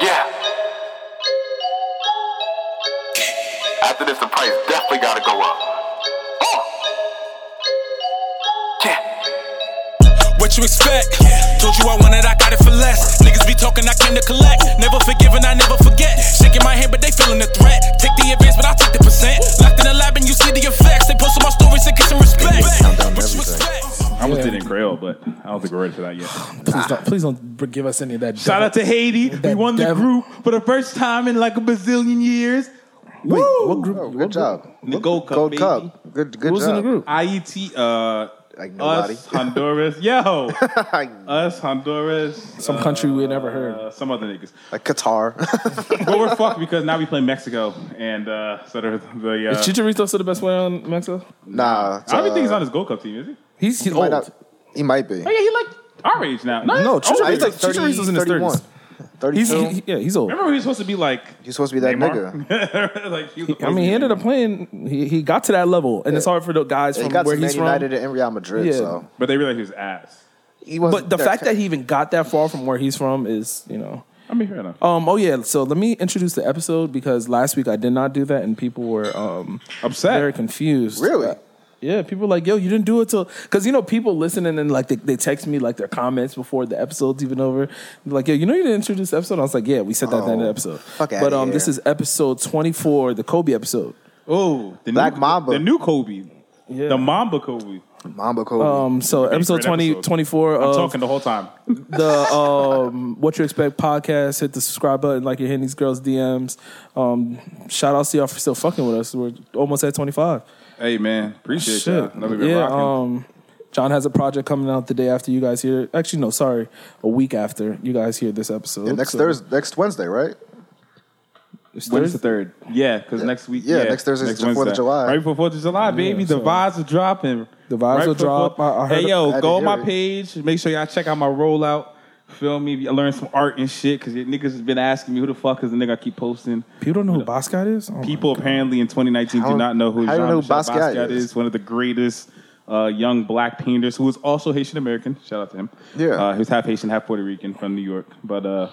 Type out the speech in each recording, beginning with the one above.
Yeah. After this, the price definitely gotta go up. Oh. Yeah. What you expect? Told you I wanted, I got it for less. Niggas be talking, I came to collect. Never forgive and I never forget. Shaking my hand, but they feeling the threat. Take the advance, but I take the percent. Locked in the lab and you see the effects. They posted my stories and get some respect. What you expect? I almost did in Grail, but I don't think we're ready for that yet. Please don't, please don't br- give us any of that. Shout out to Haiti. We won the devil. group for the first time in like a bazillion years. Wait, what group? Oh, good job. The Gold Cup, Gold baby. Cup. Good, good Who's job. in the group? E IET, uh, Like nobody. us, Honduras. Yo, like, us, Honduras. Some country we had never heard. Uh, some other niggas. like Qatar. But we're fucked because now we play Mexico, and uh, so the, the uh, Is Chicharito still the best player on Mexico? nah. I don't even think he's uh, on his Gold Cup team, is he? He's, he's he might old. not- He might be. Oh, yeah, he like our age now. No, No, oh, Chicharito- wait. he's like- Chicharito's in his 31. 30s. He's, 32. he, he- yeah, he's old. remember he was supposed to be like He's supposed to be that nigga. nigga. like he was I mean, he ended up playing. He, he got to that level, and it's hard for the guys He from got where to he's Man from. United and Real Madrid, Yeah. so but they realized he was ass. he wasn't. But the that fact ca- that he even got that far from where he's from is, you know. I mean, fair enough. Um. Oh yeah. So let me introduce the episode because last week I did not do that, and people were um Upset. very confused. Really? Uh, yeah, people were like, yo, you didn't do it till because you know people listening and like they, they text me like their comments before the episode's even over. They're like, yo, you know you didn't introduce the episode. I was like, yeah, we said that in the Oh, episode. fuck outta but um, here. this is episode twenty four, the Kobe episode. Oh, the Black new, Mamba. the new Kobe, Yeah. the Mamba Kobe. Mamba Kobe. Um, so episode great 20, episode. 24 I'm of talking the whole time. the um, What You Expect podcast. Hit the subscribe button like you're hitting these girls' DMs. Um, shout out to y'all for still fucking with us. We're almost at 25. Hey man, appreciate Shit. that. Know we've been Yeah. rocking. Um, John has a project coming out the day after you guys hear. Actually, no, sorry, a week after you guys hear this episode. And next So, Thursday, next Wednesday, right? When's it's Thursday. the third? Yeah, because next week. Yeah, next Thursday's the 4th of Wednesday. July. Right before Fourth of July, baby. the so- vibes are dropping. The vibes Right will before- drop. I- I heard hey it- I yo, had go to on my hear it. page. Make sure y'all check out my rollout. Feel me? I learned some art and shit because niggas has been asking me who the fuck is the nigga I keep posting. People don't know who Boscott is. Oh my People apparently in 2019 How- do not know who how do you know who Jean-Michel Basquiat Basquiat is? is. One of the greatest uh, young black painters who is also Haitian American. Shout out to him. Yeah. uh, he was half Haitian, half Puerto Rican from New York. But uh,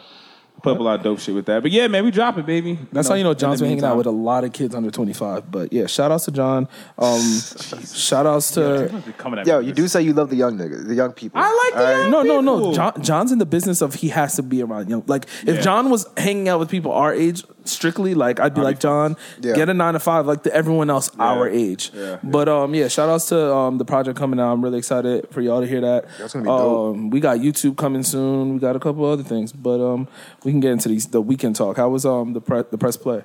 put up a lot of dope shit with that. But yeah, man, we drop it, baby. That's how you know John's has been hanging out with a lot of kids under 25. But yeah, shout outs to John. Um, shout outs to. Coming at Yo, me you with this. do say you love the young nigga, the young people. I like All the right? young No, no, no. people. John, John's in the business of he has to be around young. Like if Yeah. John was hanging out with people our age strictly, like I'd be like John, Yeah. get a nine to five, like to everyone else our age. Yeah. But um, yeah, shout outs to um the project coming out. I'm really excited for y'all to hear that. That's gonna be dope. Um, we got YouTube coming soon. We got a couple other things, but um, we can get into these the weekend talk. How was um the pre- the press play?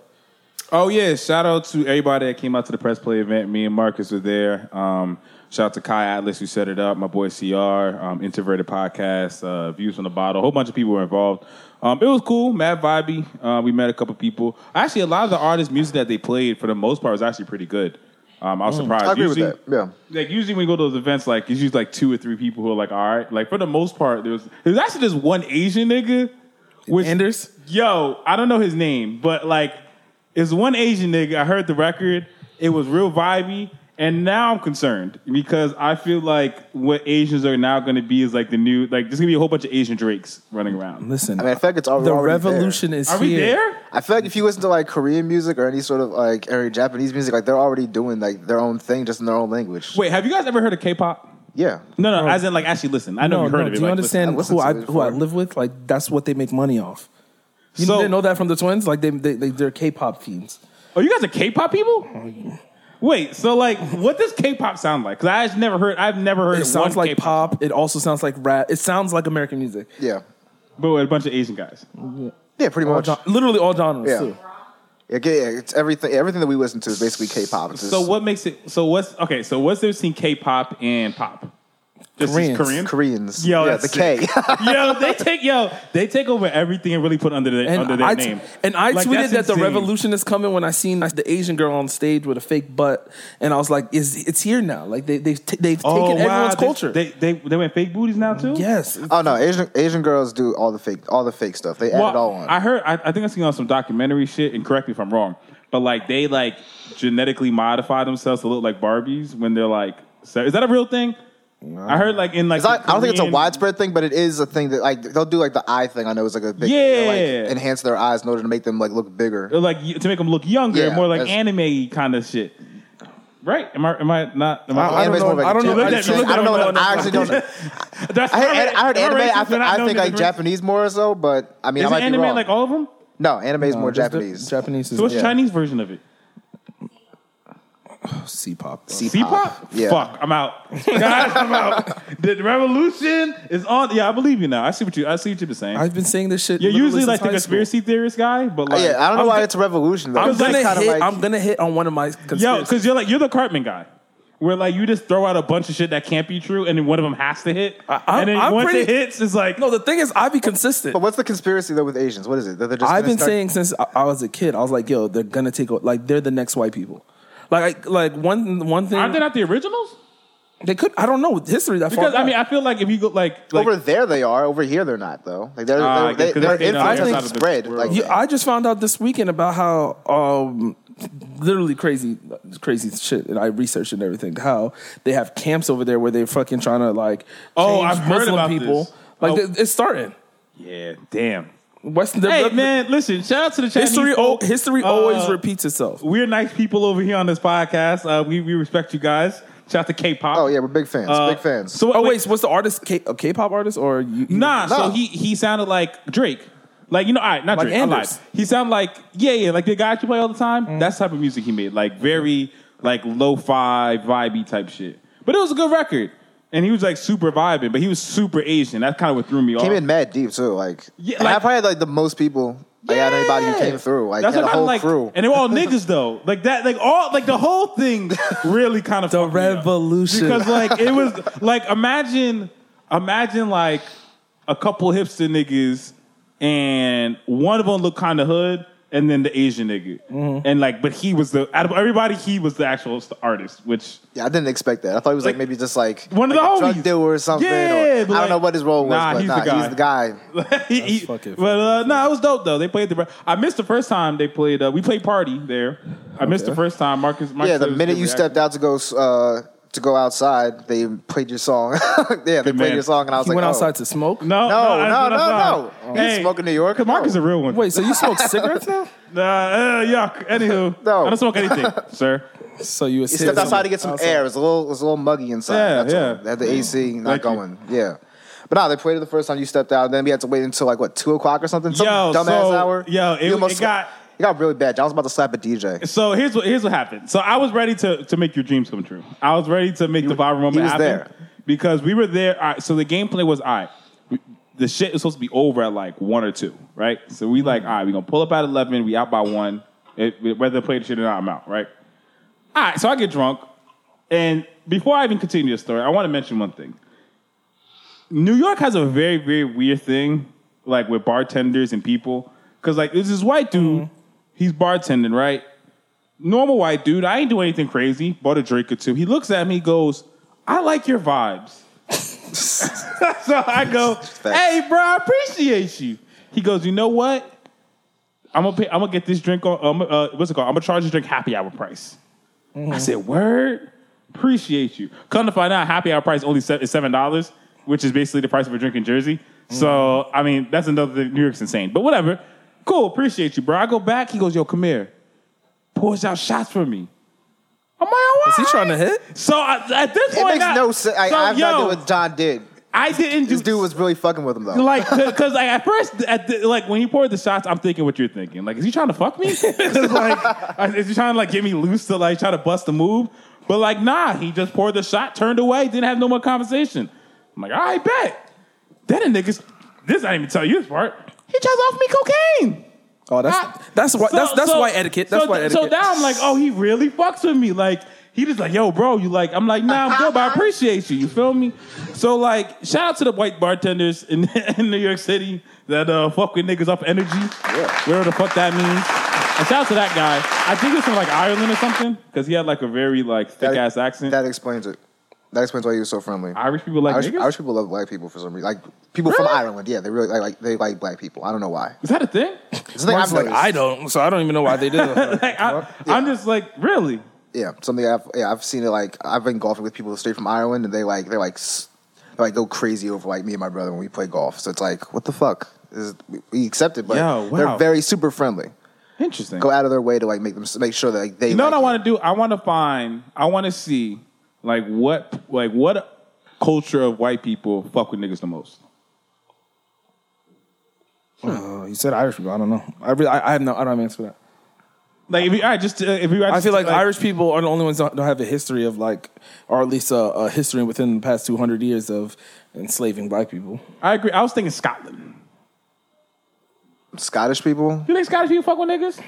Oh yeah, shout out to everybody that came out to the press play event. Me and Marcus were there. Um, shout out to Kai Atlas who set it up. My boy CR, um, Introverted Podcast, uh, Views on the Bottle. A whole bunch of people were involved. Um, it was cool, mad vibey. Uh, we met a couple people. Actually, a lot of the artists' music that they played for the most part was actually pretty good. Um, I was surprised. Mm. I agree with Usually- that. Yeah. like usually when you go to those events, like it's usually like two or three people who are like, all right. Like for the most part, there's there's actually this one Asian nigga. Which, Anders? Yo, I don't know his name, but like it's one Asian nigga. I heard the record. It was real vibey. And now I'm concerned because I feel like what Asians are now going to be is like the new, like there's going to be a whole bunch of Asian Drakes running around. Listen, I mean, I feel like it's already the already there. revolution is are we here. there? I feel like if you listen to like Korean music or any sort of like or Japanese music, like they're already doing like their own thing just in their own language. Wait, have you guys ever heard of K-pop? Yeah. No, no, as in like actually listen. I know No, you heard no. of it. Do you like, listen. understand I listened who to I it who I before. live with? Like that's what they make money off. You So- didn't know that from the twins? Like they, they, they they're K-pop fiends. Oh, you guys are K-pop Oh, people? Wait, so like, what does K-pop sound like? Because I've never heard. I've never heard. It sounds one like K-pop, pop. It also sounds like rap. It sounds like American music. Yeah. but with a bunch of Asian guys. Yeah, pretty All much. gen- literally all genres Yeah. too. Yeah, yeah, it's everything everything that we listen to is basically K-pop. It's So just what makes it? So what's okay? So what's there between K-pop and pop? Just Koreans. Korean. Koreans. Yo, yeah, that's the K. yo, they take yo, they take over everything and really put under their under their I, t- name. and I Like, tweeted that's that the insane. revolution is coming when I seen like, the Asian girl on stage with a fake butt, and I was like, "Is it's here now? Like they they've t- they've Oh, wow, taken everyone's they- culture." They, they they went fake booties now too. yes, oh no, Asian Asian girls do all the fake all the fake stuff. They add it all on. I heard. I, I think I seen on some documentary shit, and correct me if I'm wrong, but like they like genetically modify themselves to look like Barbies when they're like. So, is that a real thing? I heard like in like It's not, I don't think it's a Korean- widespread thing, but it is a thing that like they'll do like the eye thing. I know it's like a big Yeah. like, enhance their eyes in order to make them like look bigger. Or, like y- to make them look younger, Yeah, more like that's- anime kind of shit. Right? Am I? Am I not? Am I? Well, anime's know- more of, like, I don't know- Japanese look at- thing. look I at don't know. him what- going I up. actually don't. know. That's- I heard, I heard am anime. racist I, th- for not I knowing think the like difference? Japanese more or so, but I mean, I Isn't might anime be wrong. like all of them? no, anime is more Just the- Japanese. Japanese is So what's Yeah. Ah, Chinese version of it? C-pop. bro. P-pop? Yeah. Fuck, I'm out. Guys, I'm out. The revolution is on. Yeah, I believe you now. I see what you. I see what you've been saying. I've been saying this shit. You're literally usually since like the high school. conspiracy theorist guy, but like, Oh, yeah, I don't know I'm why the- it's revolution though. I'm It's like gonna kinda hit. like- I'm gonna hit on one of my Yo, conspiracies. because you're like you're the Cartman guy, where like you just throw out a bunch of shit that can't be true, and then one of them has to hit, I'm- and then I'm once it pretty- hits, it's like no, the thing is, I be consistent. but what's the conspiracy though with Asians? What is it? That they're just I've gonna been start- saying since I, I was a kid, I was like, yo, they're gonna take o- like they're the next white people. Like, I, like one one thing aren't they not the originals? they could. I don't know history that far Because I back. mean, I feel like if you go like, like over there they are. Over here they're not though. Like they're, Ah, I they're, guess- 'cause their they know that's influence out is of the spread. world. Like You- I just found out this weekend about how um, literally crazy, crazy shit, and I researched and everything. How they have camps over there where they're fucking trying to like Oh, change I've heard about this. Like Oh. th- it's starting. yeah, damn. Western the- Hey the- man, listen, shout out to the Chinese history. folk. al- history Uh, always repeats itself. We're nice people over here on this podcast. Uh, we we respect you guys. Shout out to K-pop. oh yeah, we're big fans. Uh, big fans. So Oh wait, what's the artist? K- a K-pop artist or you, you- Nah, so Nah. he he sounded like Drake. Like you know, all right, not Like Drake. I lied. Anders. Mm. He sounded like yeah, yeah, like the guy you play all the time. That's the type of music he made, like very like lo-fi, vibey type shit. But it was a good record, and he was like super vibing. But he was super Asian. That's kind of what threw me off. Came in mad deep too. Like, Yeah, and I like- probably had, like the most people. Like, out of anybody who Yeah. came through. Like, That's had a what kinda whole like, crew. and they were all niggas though. Like that, like all like the whole thing really kind of the revolution? because like it was like imagine imagine like a couple hipster niggas and one of them looked kind of hood and then the Asian nigga Mm-hmm. and like but he was the out of everybody he was the actual s- artist which Yeah, I didn't expect that. I thought he was like, Like, maybe just like one of like the a drug homies. dealer or something. or, Yeah, I but, like, don't know what his role was, nah, but he's the nah, guy. he's the guy. he, he- fucking but uh, no it was dope though they played the I missed the first time they played uh, we played party there I missed the first time Marcus, Marcus Yeah, the said it was a minute good you reaction. stepped out to go uh, to go outside, they played your song. yeah, they played man. your song, and I was he like, went oh. outside to smoke. no No, no no, that's what I no, thought. no. You smoke in New York? Cause Marcus No. is a real one Wait, so you smoke cigarettes now? nah uh, yuck anywho No. I don't smoke anything sir So you, Oh, You stepped outside to get some air. It was a little, it was a little muggy inside. Yeah, That's yeah. all. They had the AC not Like you. going. Yeah. But nah, they played it the first time you stepped out. Then we had to wait until like what two o'clock or something, some Yo, dumbass so- hour. yo, it- You almost it got- it got really bad. I was about to slap a DJ. So here's what here's what happened. So I was ready to to make your dreams come true. I was ready to make the viral moment he was happen there. because we were there. All right, so the gameplay was all right. We, the shit was supposed to be over at like one or two, right? So we like, all right, we gonna pull up at eleven. We out by one. It, whether they play the shit or not, I'm out, right? All right, so I get drunk, and before I even continue the story, I want to mention one thing. New York has a very very weird thing, like with bartenders and people, because like this is white dude, he's bartending, right? normal white dude. I ain't do anything crazy. Bought a drink or two. He looks at me, goes, "I like your vibes." so I go, "Hey, bro, I appreciate you." He goes, "You know what? I'm gonna pay, I'm gonna get this drink on. Um, uh, what's it called? I'm gonna charge this drink happy hour price." I said, "Word, appreciate you." Come to find out, happy hour price only se- is seven dollars, which is basically the price of a drink in Jersey. So I mean, that's another thing. New York's insane, but whatever. Cool, appreciate you, bro. I go back. He goes, "Yo, come here." Pours out shots for me. I'm like, "Why?" Is he trying to hit? So I, at this It point, makes I, no sense. I, so, I have no yo, idea what John did. I didn't do This dude was really fucking with him though. like because like at first at the, like when he poured the shots, I'm thinking what you're thinking. Like, is he trying to fuck me? 'Cause, like, I- is he trying to like get me loose to like try to bust the move? But like, nah, he just poured the shot, turned away, didn't have no more conversation. I'm like, all right, bet. Then the niggas, this I didn't even tell you this part. He just off me cocaine. Oh, that's that's why Ah, So- that's that's so- why etiquette. That's so, why etiquette. So now I'm like, oh, he really fucks with me. Like he just like, yo, bro, you like? I'm like, nah, I'm good, but I appreciate you. You feel me? So like, shout out to the white bartenders in, in New York City that uh, fuck with niggas up energy, whatever the fuck that means. And shout out to that guy. I think it's from like Ireland or something because he had like a very like thick That- ass accent. That explains it. That explains why he was so friendly. Irish people like Irish, niggas. Irish people love black people for some reason. Like people from Really? Ireland, yeah, they really like, like they like black people. I don't know why. Is that a thing? It's the thing Mark's I've like, noticed. I don't, so I don't even know why they did it. like, I, I'm just like, really? yeah, something I've yeah I've seen it like I've been golfing with people straight from Ireland and they like they're like s- they like go crazy over like me and my brother when we play golf. So it's like what the fuck is we- we accept it, but Yo, wow. they're very super friendly. Interesting. Go out of their way to like make them s- make sure that like, they You know what I like want to do? I want to find. I want to see like what like what culture of white people fuck with niggas the most. Uh, you said Irish people. I don't know. I really, I, I have no. I don't have an answer for that. Like if you, I just uh, if you, I feel like, Irish people are the only ones that don't have a history of like, or at least a, a history within the past two hundred years of enslaving black people. I agree. I was thinking Scotland. Scottish people. You think Scottish people fuck with niggas?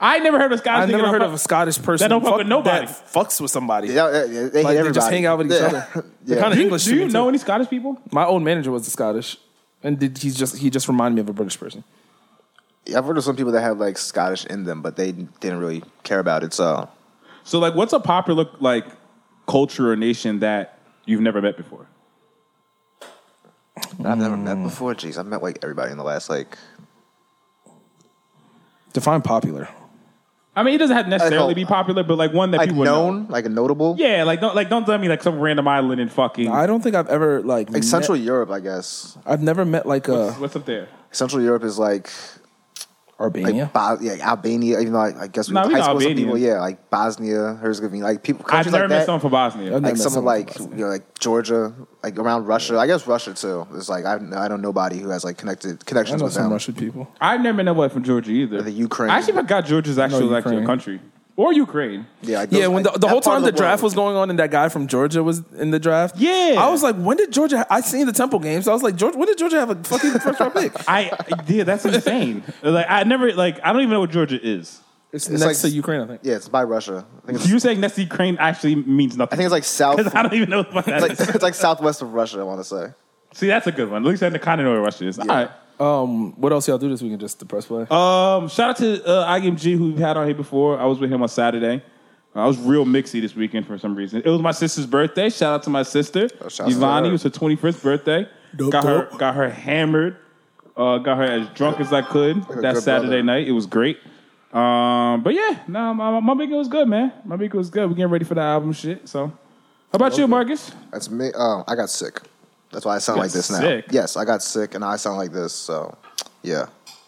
I never heard of Scottish. I nigga never that heard fuck- of a Scottish person don't who fuck with nobody. that fucks with somebody. Yeah, yeah, yeah, they, Like, hate they just everybody. hang out with each Yeah. other. yeah. They're kind of Do you, English. do to you me, know too. any Scottish people? My old manager was a Scottish, and did, he's just he just reminded me of a British person. Yeah, I've heard of some people that have like Scottish in them, but they didn't really care about it. So So like, what's a popular like culture or nation that you've never met before? I've never Mm. met before. Jeez, I've met like everybody in the last like. Define popular. I mean, it doesn't have to necessarily Like, be popular, but like one that Like people know. known, like a notable, Yeah, like don't like don't tell me like some random island in fucking. I don't think I've ever like like met- Central Europe, I guess. I've never met like a what's up there? Central Europe is like like Albania. Bo- yeah, Albania. Even though I, I guess we Nah, went we to high know school with some Albania. people, yeah, like Bosnia, Herzegovina, like people. I've Countries never like met that. someone from Bosnia. I've never Like met someone someone like from you know like Georgia, like around Russia. I guess Russia too. It's like I I don't know nobody who has like connected I connections know with some them. Russian people. I've never met nobody from Georgia either. the Ukraine. I actually forgot Georgia's actually like a Ukraine. country or Ukraine. Yeah, like Yeah, those- when the, like, the that whole part time of the, draft world. was going on and that guy from Georgia was in the draft. Yeah. I was like, when did Georgia? I seen the Temple games. I was like, Georgia, when did Georgia have a fucking first round pick? I yeah, that's insane. like I never like I don't even know what Georgia is. It's, next next like- to to Ukraine, I think. yeah, it's by Russia. I think it's, You saying that's Ukraine actually means I nothing. think it's like south. 'Cause I don't even know what that like, is. it's like southwest of Russia. I want to say. See, that's a good one. At least I kind of know where Russia is. All right. Um, what else y'all do this weekend? Just the press play. Um, shout out to uh, IMG who we've had on here before. I was with him on Saturday. Uh, I was real mixy this weekend for some reason. It was my sister's birthday. Shout Oh, out to my sister, shout out to Ivani. her. It was her twenty first birthday. got her, got her hammered. Uh, got her as drunk as I could a that good Saturday brother. night. It was great. Um, but yeah, no, my my weekend was good, man. My weekend was good. We're getting ready for the album shit. So, how about you, Marcus? That's me. Oh, I got sick. That's why I sound You like got this now. sick? Yes, I got sick, and I sound like this. So, yeah.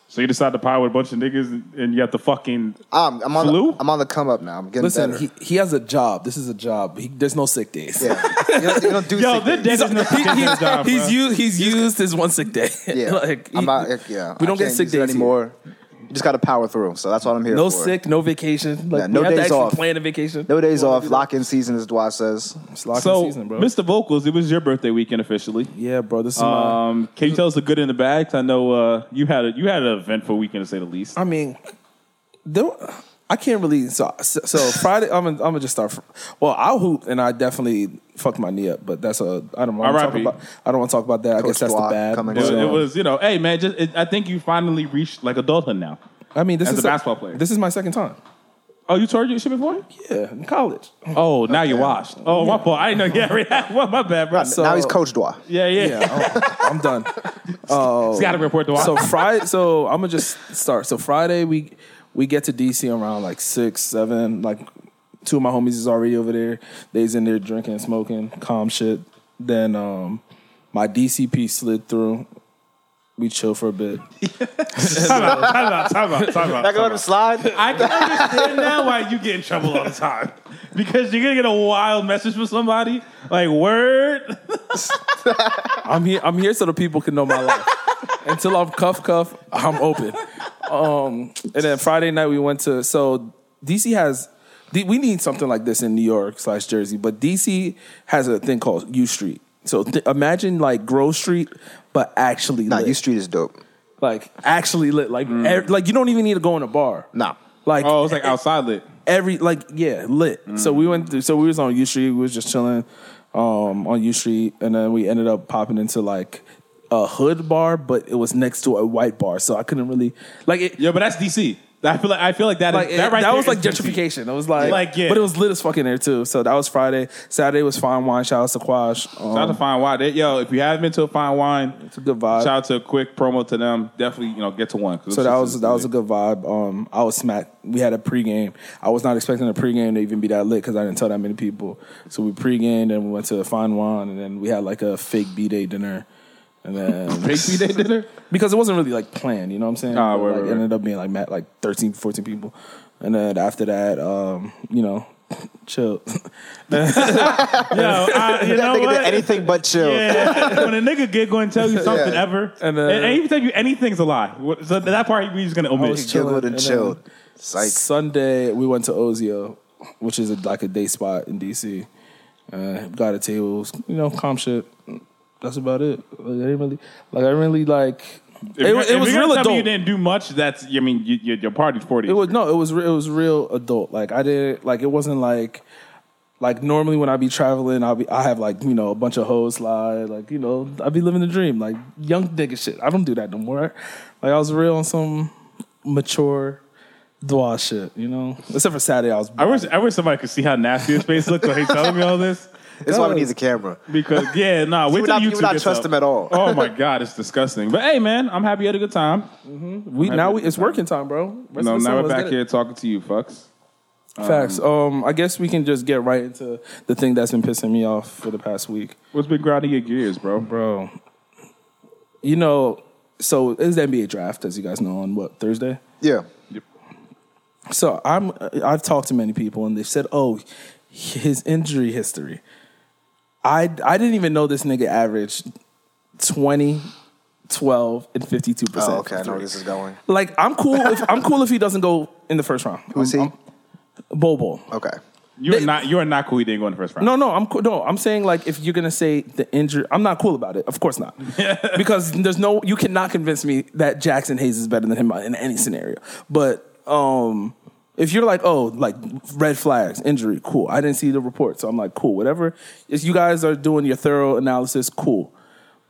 So you decide to pile with a bunch of niggas and- and you got the fucking Um, I'm on. Flu? The, I'm on the come up now. I'm getting Listen, better. he, he has a job. This is a job. He, there's no sick days. yeah. you, don't, you don't do yo. sick This days. dick is not he's, job, he's bruh. used. He's used his one sick day. Yeah. like I'm he- not, like, yeah. We don't I get can't sick use it days anymore. You just got to power through. So that's what I'm here No for. sick, no vacation. Like Yeah, no we have to days actually off. Plan a vacation. No days off. Lock in season, as Dwight says. It's locking So, season, bro. Mr. Vocals, it was your birthday weekend officially. yeah, bro. This is my. Um, can you tell us the good and the bad? 'Cause I know uh, you had a, you had an eventful weekend to say the least. I mean, there, I can't really. So, so- so Friday, I'm gonna, I'm gonna just start. From, well, I'll hoop, and I definitely fucked my knee up, but that's a. I don't want to talk R.I.P. about. I don't want to talk about that. I guess that's Block the bad. coming It, but, soon. it um, was you know, hey man, just it, I think you finally reached like adulthood now. I mean, this as is a basketball player. This is my second time. Oh, you toured your shit before? Yeah, in college. Oh, now you're washed. Oh, my fault. I didn't know. Yeah, right. well, my bad, bro. So- now he's Coach Dwight. yeah, yeah. Yeah, I'm- I'm done. It's got to report the So so, Friday. So I'm gonna just start. So Friday we we get to DC around like six, seven. Like two of my homies is already over there. They's in there drinking, smoking, calm shit. Then um my DCP slid through. We chill for a bit. Back on the slide. I can understand now why you get in trouble all the time because you're gonna get a wild message from somebody like word. I'm here. I'm here so the people can know my life. Until I'm cuff cuff, I'm open. Um, and then Friday night we went to so DC has. D- We need something like this in New York slash Jersey, but DC has a thing called U Street. So th- imagine like Grove Street, but actually Nah, lit. U Street is dope. like actually lit. Like ev- like you don't even need to go in a bar. Nah. Like Oh, it's like outside lit. every like yeah lit. So we went through. So we was on U Street. We was just chilling um, on U Street, and then we ended up popping into like a hood bar, but it was next to a white bar, so I couldn't really like it. Yeah, but that's DC. I feel like I feel like that is- Like, it- that that, right there was like is juicy. gentrification. It was like, Like, yeah. but it was lit as fuck in there too. So that was Friday. Saturday was fine wine. Shout out to Quash. Um, Shout out to Fine Wine. They- Yo, if you haven't been to a Fine Wine, it's a good vibe. shout out to a quick promo to them. Definitely, you know, get to one. 'cause So this that shit was is that was a lit. good vibe. Um, I was smacked. We had a pregame. I was not expecting the pregame to even be that lit because I didn't tell that many people. So we pregamed and we went to Fine Wine and then we had like a fake b day dinner, and then Big B Day dinner. because it wasn't really like planned, you know what I'm saying? Ah, But, right, like, right, it right. ended up being like met like 13, 14 people, and then after that, um, you know, chill. Yo, I, you know That nigga what? did anything but chill. Yeah. when a nigga giggle and tell you something Yeah. ever, And and, then- and even tell you anything's a lie. What- So that part we just gonna was omit. chill- Giggled and And then- chilled. It's like Sunday, we went to Ozio, which is a, like a day spot in DC. Uh, got a table, It was, you know, calm shit. That's about it. Like, I didn't really, like, I didn't really like. If it you're- was- if it was you're gonna tell real me adult. You didn't do much. That's I mean, you, you, your party's forty. It was no, it was re- it was real adult. Like I did, like it wasn't like like normally when I be traveling, I'll be I have like you know a bunch of hoes slide, like you know I be living the dream, like young nigga shit. I don't do that no more. Like I was real on some mature. Dwa shit, you know. Except for Saturday, I was. I wish I wish somebody could see how nasty his face looked when he's telling me all this. that's why we need the camera. Because yeah, nah, wait would till not- you would YouTube not gets trust up. him at all. Oh my god, it's disgusting. But hey, man, I'm happy you had a good time. We now we it's working time, bro. Rest No, of the now summer, we're let's back get here talking to you, fucks. it. Facts. Um, I guess we can just get right into the thing that's been pissing me off for the past week, What's been grinding your gears, bro? bro. You know, so it's the NBA draft, as you guys know, on what Thursday. Yeah. So I'm I've talked to many people and they've said, "Oh, his injury history." I I didn't even know this nigga averaged 20, 12 and 52%. Oh, okay. I from know where three. this is going. Like I'm cool if I'm cool if he doesn't go in the first round. Who's he? Bobo. Okay. You are not you are not cool. You didn't go in the first round. No, no, I'm cool. No, I'm saying like if you're gonna say the injury, I'm not cool about it. Of course not, because there's no. You cannot convince me that Jackson Hayes is better than him in any scenario. But um, if you're like, oh, like red flags, injury, cool. I didn't see the report, so I'm like, cool. Whatever. If you guys are doing your thorough analysis, cool.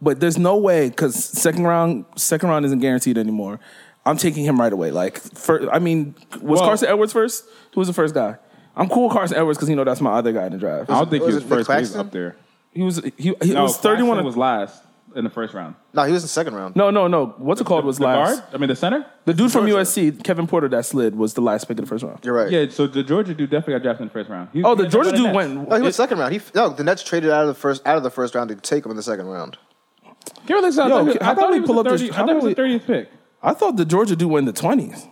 But there's no way because second round, second round isn't guaranteed anymore. I'm taking him right away. Like, fir- I mean, was Well- Carson Edwards first? Who was the first guy? I'm cool with Carson Edwards because you know that's my other guy in the draft. I don't think he was was it Nick first. but He's Claxton? up there. He was he, he No, was thirty one. Claxton was last in the first round. No, he was in second round. no, no, no. What's Oh, it called was the last. guard? I mean, the center? The dude from USC, Kevin Porter, that slid was the last pick of the first round. You're right. Yeah, so the Georgia dude definitely got drafted in the first round. He- Oh, the he ended up Georgia in the dude Nets. went. No, he was second round. He no, the Nets traded out of the first out of the first round to take him in the second round. Give me this- I Yo, thought he- how I about thought we he was pull the up this- 30 I how thought he about was the we- 30th pick. I thought the Georgia dude went in the twenties.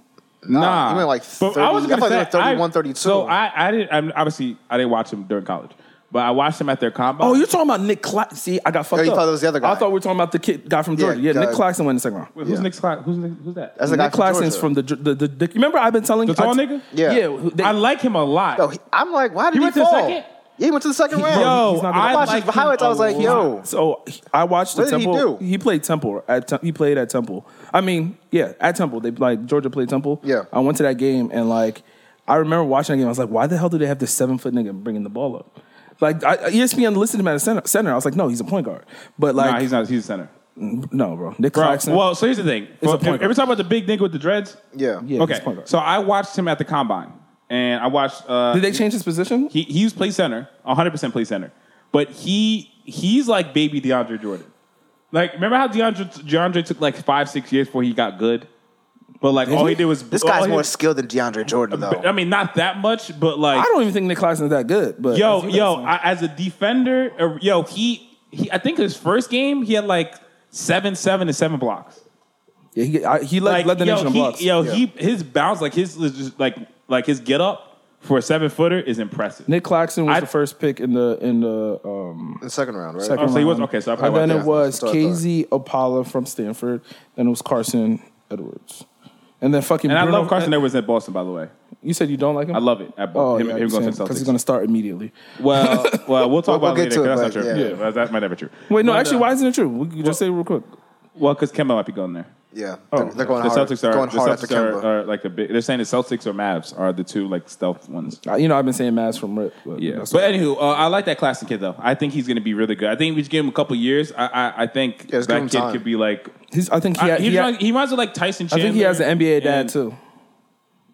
Nah, he went like 30 I thought he went 31, 32. So I, I didn't. I'm, obviously, I didn't watch him during college, but I watched him at their combine. Oh, you're talking about Nick Claxton. See, I got fucked Oh, you up. thought it was the other guy. I thought we were talking about the kid guy from Yeah, Georgia. Yeah, guy- Nick Claxton went in the second round. Wait, who's Nick's class? Who's Nick, Who's that? That's the guy Nick Claxton's Georgia. from the, the, the, the. Remember, I've been telling the tall I- nigga. Yeah. Yeah, who- they- I like him a lot. Yo, he- I'm like, why did He he, went to the fall? second? Yeah, he went to the second round. Yo, he's not gonna- I I watched like his highlights. him I was a like, lot. yo, So I watched the What did he Temple. do? played Temple. At, Tem- he played at Temple. I mean, yeah, at Temple. They like Georgia played Temple. Yeah. I went to that game and like I remember watching that game. I was like, why the hell do they have this seven foot nigga bringing the ball up? Like I, E ESPN listed him at a center, center. I was like, no, he's a point guard. But like, Nah, he's not. He's a center. no, bro. Nick Bro, Claxton. well, so here's the thing. It's a Well, point guard. Every time about the big nigga with the dreads. yeah, yeah, he's Okay, a point guard. so I watched him at the combine, and I watched. Uh, Did they change his position? He he was play center, 100% play center. But he he's like baby DeAndre Jordan. Like remember how DeAndre DeAndre took like 5 6 years before he got good? But like all he did was This all guy's he- Uh, more skilled than DeAndre Jordan, though. I mean not that much, but like I don't even think Nick Claxton's that good. But yo as you guys yo know. I, as a defender, uh, yo he he I think his first game he had like 7 7 and 7 blocks. yeah, he, I, he led, led the yo, nation in he, blocks. Yo, Yeah. he his bounce like his like like his get up for a seven footer is impressive. Nick Claxton was I- the first pick in the in the um, the second round, right? Second Oh, so he was- round. okay, so I probably and then went it there. was That's what I thought. KZ Apollo from Stanford. Then it was Carson Edwards. And then fucking and I Bruno- love Carson Edwards at Boston, by the way. You said you don't like him. I love it. At Oh, oh, him, him going to because he's Celtics. going to start immediately. well, well, we'll talk We'll about get it to later. it, 'cause but that's not true. yeah. Yeah, that- that might never true. Wait, no, uh, actually, why isn't it true? We can just say it real quick. Well, because Kemba might be going there. Yeah, they're, they're going Oh, the hard. Celtics are going the hard after Celtics are, uh, Kemba. are like the big. They're saying the Celtics or Mavs are the two like stealth ones. Uh, You know, I've been saying Mavs from Rip. But Yeah. that's- But anywho, uh, I like that classic kid though. I think he's going to be really good. I think we should give him a couple years. I I, I think Yeah, let's give him that kid time. could be like. he's, I think he, I- had- he, he had- reminds, he reminds me of like Tyson I Chandler. think he has an NBA dad and- too.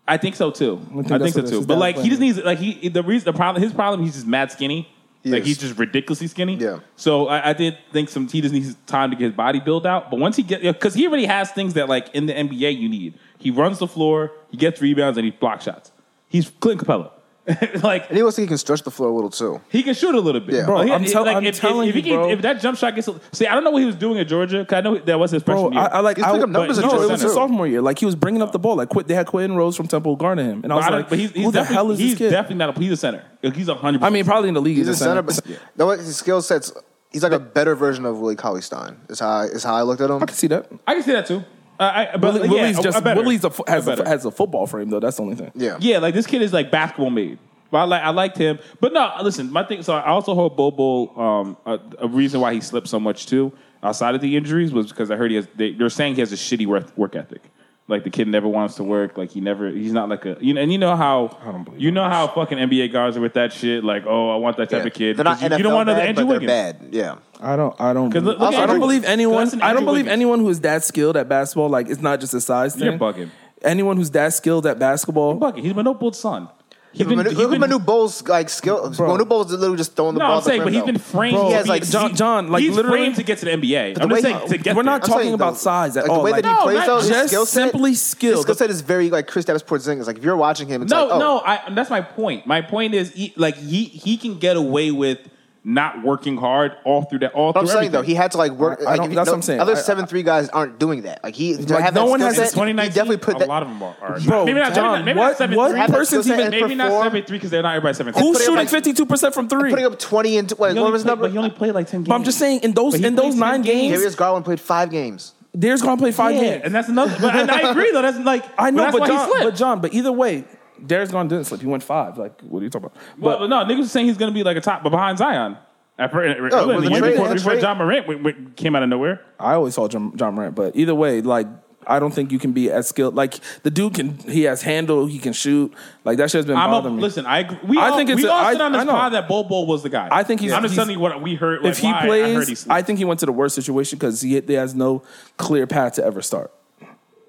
I think so too. I think think, that's so what this too. is But like he downplaying. just needs like he the reason the problem his problem he's just mad skinny. Like is. he's just ridiculously skinny. Yeah. So I, I did think some he just needs time to get his body built out. But once he get because he already has things that like in the NBA you need. He runs the floor, he gets rebounds, and he block shots. He's Clint Capella. like And he looks like he can stretch the floor a little too. he can shoot a little bit. Yeah. Bro, He- I'm tell- I'm if, telling if, if, he you, can- bro. if that jump shot gets a- see, I don't know what he was doing at Georgia. Cause I know that was his Bro, freshman year. Oh, I, I like He's I, picking up numbers at no, Georgia it was Center. his sophomore year. Like he was bringing up the ball. Like quit, they had Quentin Rose from Temple guarding him, and But I was I don't- like, but he's, he's who the definitely- hell is he's this kid? definitely not a he's a center. He's a hundred. I mean, probably in the league. He's a as center, but no, what his skill sets. He's like a better version of Willie Cauley Stein. Is how is how I looked at him. I can see that. I can see that too. I, I, but Willie, yeah, Willie's a- just a better. Willie's a, fo- has A a, better. has a football frame though. That's the only thing. Yeah, yeah, like this kid is like basketball made. But I like I liked him. But no, listen, my thing. So I also heard Bobo. Um, a, a reason why he slipped so much too, outside of the injuries, was because I heard he has. They, they're saying he has a shitty work, work ethic. Like the kid never wants to work. Like he never. He's not like a. You know, and you know how. I don't believe you know how fucking NBA guards are with that shit. Like, oh, I want that type Yeah. of kid. They're not Because you, NFL you don't want another bad, Andrew but they're Wiggins. bad. Yeah, I don't. I don't. 'Cause look- look Also, at I don't Andrew- believe anyone. That's an I don't Andrew believe Wiggins. anyone who's that skilled at basketball. Like it's not just a size thing. You're bugging. Anyone who's that skilled at basketball. Fuck it, He's Manopo's son. He's Look at he's Manu- look at Manu Bowles like skill. Manu Bowles is literally just throwing the No, ball. I'm at the saying, rim, but he's though. been framed. Bro, to he be- has, like, John- John, like, he's literally- framed to get to the NBA. the I'm just way- saying to get We're there. not I'm talking saying, about though, size at like, all. The way Like, that he No, plays, not though, his just skill set- simply skill. His skill set is very like Chris Davis Porzingis. Like if you're watching him, it's No, like, oh, no. I, that's my point. My point is, he, like he he can get away with not working hard all through that. All But I'm through saying everything. though, he had to like work. I- I like, don't- if you- that's no- what I'm saying. Other I- seven three guys aren't doing that. Like he, to Like, have no that one skill has- set, it's he 2019. definitely put a that. lot of them are. are- Bro, maybe not John, maybe what- not seven what three. Have that person's skill set even- and Maybe not perform. seven three because they're not everybody seven three. Who's putting up, shooting like- fifty two percent from three? Putting up twenty and what, He what only was his played- number? But he only played like ten games. But I'm just saying, in those But he in those plays ten nine games, games. Darius Garland played five games. Darius Garland played five yeah, games. and that's another. But, and I agree though. That's like I know, that's but why he John, slipped. but John, but either way, Darius Garland didn't slip. He went five. Like, what are you talking about? Well, but no, niggas was saying he's gonna be like a top, but behind Zion. At first, Oh, well, the the year trade- before, the before trade- John Morant w- w- came out of nowhere. I always saw John, John Morant, but either way, like I don't think you can be as skilled. Like the dude can, he has handle, he can shoot. Like that shit has been I'm bothering a, me. listen. I agree. we I all, think it's we a- all I- said on I this know. pod that Bobo was the guy. I think he's- I'm just he's- telling you what we heard. like, if he why I heard he plays, slipped. I, think he went to the worst situation because he, he has no clear path to ever start.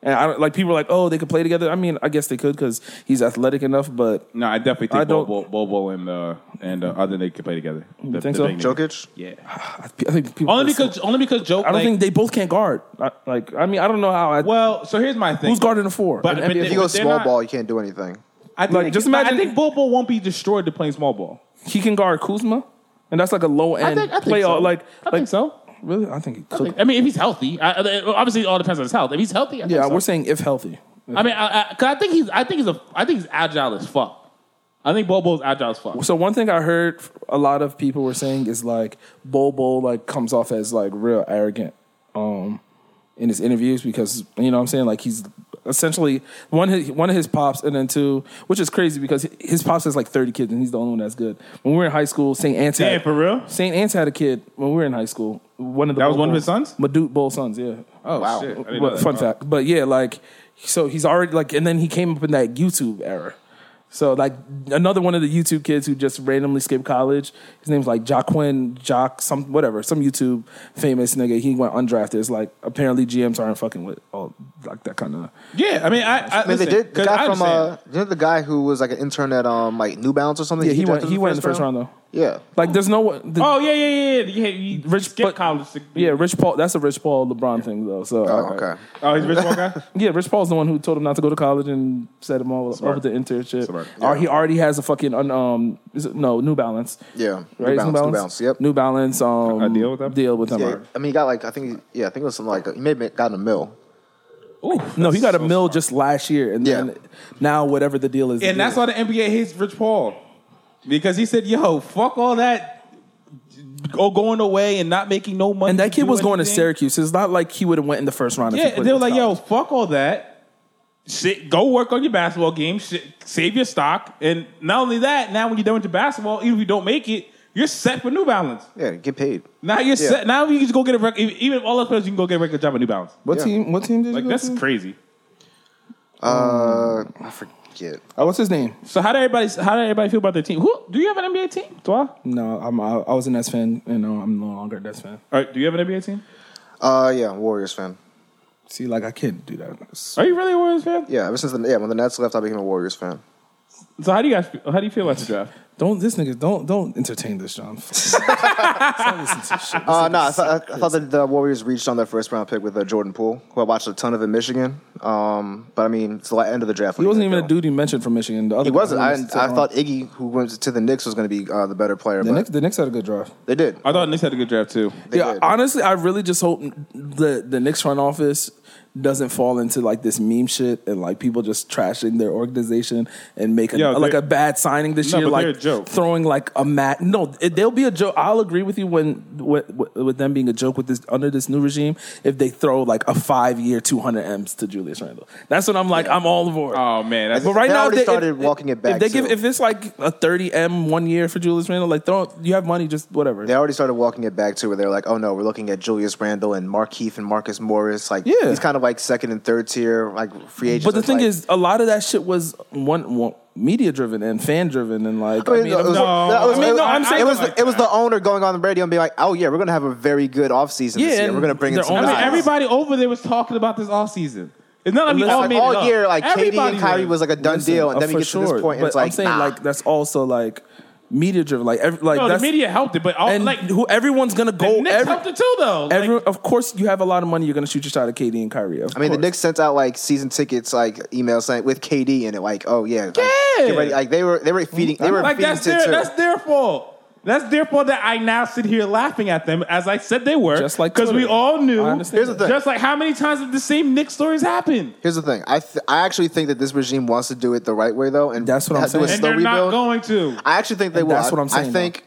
And I don't like people are like, oh, they could play together. I mean, I guess they could because he's athletic enough, but no, I definitely I think don't- Bobo, Bobo and uh, and uh, other they could play together. The, think the so? big nigga. Jokic. Yeah. I think people Only because only because Joe. I don't think they both can't guard. I, like, I mean, I don't know how. I, Well, so here's my thing. who's guarding the four? But- An but NBA they- If you go they're small not- ball, you can't do anything. I think like, they just can- but imagine- I think Bobo won't be destroyed to playing small ball. he can guard Kuzma, and that's like a low end think- I think playoff. so. Like, I like think so. Really, I think he could. I mean, if he's healthy, I, I- obviously it all depends on his health. If he's healthy, I think yeah, so. we're saying if healthy. I mean, I, I, cause I think he's, I think he's a, I think he's agile as fuck. I think Bobo's agile as fuck. So one thing I heard a lot of people were saying is like Bobo like comes off as like real arrogant um in his interviews because you know what I'm saying like he's essentially one of his, one of his pops and then two which is crazy because his pops has like 30 kids and he's the only one that's good. When we were in high school, St. Anne's Damn, had, for real? St. Anne's had a kid when we were in high school. One of the That was Bobo- one of his sons? Madute Bull sons, yeah. Oh Wow. shit! I didn't know Well, that. fun fact. But yeah, like so he's already like, and then he came up in that YouTube era. So like another one of the YouTube kids who just randomly skipped college. His name's like Joaquin Jock some whatever some YouTube famous nigga. He went undrafted. It's like apparently GMs aren't fucking with all like that kind of. Yeah, I mean, I, I, I mean, listen, they did. The 'cause I guy from understand. uh, you know the guy who was like an intern at um like New Balance or something. Yeah, he went. drafted He went in the first round, though. Yeah, Like there's no one. the- Oh yeah, yeah, yeah, yeah. He, he Rich- Rich skipped but- college. To, Yeah, Rich Paul. That's a Rich Paul LeBron thing though. So Oh, okay. Oh, he's a Rich Paul guy. Yeah, Rich Paul's the one who told him not to go to college and set him all Smart. up with the internship. Smart. Or he already has a fucking un- um is it, no New Balance. Yeah. New right? It's Balance, New Balance, yep. New Balance. Um, A deal with them? Deal with them. Yeah, already. I mean, he got like I think yeah, I think it was something like he may have gotten a mill. no, he got a mill just last year, and Yeah. then now whatever the deal is, the and that's deal. why the NBA hates Rich Paul because he said, "Yo, fuck all that, go going away and not making no money." And that kid do was going to anything." Syracuse. It's not like he would have went in the first round. if he Yeah, played and they were with like, "Yo, college. fuck all that. Shit, go work on your basketball game. Shit, save your stock, and not only that, now when you're done with your basketball, even if you don't make it, you're set for New Balance. Yeah, get paid. Now you're set. Now you can just go get a record. Even if all those players, you can go get a record job at New Balance. what yeah. team? What team did Like you go that's to? crazy. Mm. Uh, I forget. Oh, what's his name? So how did everybody? How did everybody feel about their team? Who do you have an NBA team? Do I? All No, I'm. I, I was an S fan, and no, I'm no uh, longer a Nets fan. right. Do you have an NBA team? Uh, yeah, Warriors fan. See, like I can't do that. Are you really a Warriors fan? Yeah, ever since the yeah when the Nets left, I became a Warriors fan. So how do you guys? How do you feel about the draft? Don't this nigga. Don't don't entertain this, John. Stop listening to shit. This Uh, nigga's no, I, sick. thought I thought that the Warriors reached on their first round pick with uh, Jordan Poole, who I watched a ton of in Michigan. Um, but I mean, it's the la- end of the draft. He wasn't even a dude you mentioned from Michigan. The other He guy wasn't. who I, was still I on. thought Iggy, who went to the Knicks, was going to be uh, the better player, the but Knicks, the Knicks had a good draft. they did. I thought Knicks had a good draft too. They yeah, did. honestly, I really just hope the the Knicks front office doesn't fall into like this meme shit and like people just trashing their organization and making Yeah, like they're- a bad signing this No, year, but like they're a joke. throwing like a mat. No, it, they'll be a joke. I'll agree with you when with, with them being a joke with this under this new regime if they throw like a five year two hundred m's to Julius Randle. That's what I'm like. I'm all for. it. Oh man, that's, But right They now, already if started if- walking it back, If they give, too. if it's like a thirty m one year for Julius Randle, like throw you have money, just whatever. They already started walking it back to where they're like, oh no, we're looking at Julius Randle and Markeith and Marcus Morris. Like, Yeah. he's kind of like second and third tier, like free agents. But the It's thing like- is, a lot of that shit was one, one media driven and fan driven, and like I mean, it was- I'm not- it was- I mean, no, I'm it saying was like it was the owner going on the radio and being like, "Oh yeah, we're gonna have a very good offseason Yeah, this year. and We're gonna bring in their some own- I mean, guys." everybody over there was talking about this all season. It's not like we Listen, all like, made it all up. year, like KD Everybody and Kyrie was. was like a done Listen, deal, and uh, then we for get to sure, this point, and but it's like, I'm saying nah. like that's also like media driven, like every, like No, the that's, media helped it, but all, and like like who everyone's gonna the oh, go. Knicks every- helped it too, though. Like, every- of course, you have a lot of money. You're gonna shoot your shot at KD and Kyrie. Of I mean, the course. Knicks sent out like season tickets, like emails saying with KD in it, like, "Oh yeah, like, get ready." Like they were they were feeding they were like feeding that's to their too. that's their fault. That's their fault that I now sit here laughing at them as I said they were, Just like because we Twitter. all knew. I understand Here's the that. thing. Just like how many times have the same Nick stories happened, Here's the thing. I th- I actually think that this regime wants to do it the right way though, and That's what I'm have- do a saying. and slow they're not rebuild. going to. I actually think they And will. that's what I'm saying, I think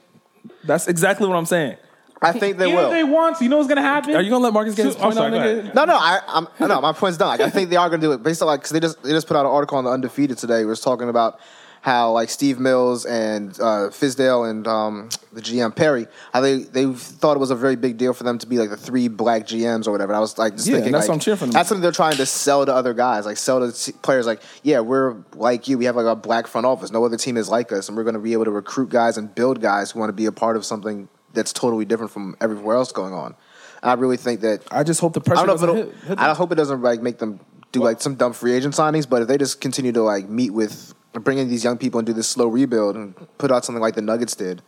that's exactly what I'm saying. I think they Even will. if they want to, you know what's gonna happen? Are you gonna let Marcus get his I'm point sorry, out, go nigga? ahead. No, no, I, I'm no. My point's done. Like, I think they are going to do it based on like because they just they just put out an article on the undefeated today. It was talking about how like Steve Mills and uh, Fizdale and um, the GM Perry, how they they thought it was a very big deal for them to be like the three black GMs or whatever. And I was like just Yeah, thinking like, that's what I'm cheering for them. That's something they're trying to sell to other guys, like sell to t- players. Like, yeah, we're like you. We have like a black front office. No other team is like us, and we're going to be able to recruit guys and build guys who want to be a part of something that's totally different from everywhere else going on. I really think that I just hope the pressure I don't know doesn't if hit, it'll, hit them. I hope it doesn't like make them do like some dumb free agent signings, but if they just continue to like meet with bring in these young people and do this slow rebuild and put out something like the Nuggets did,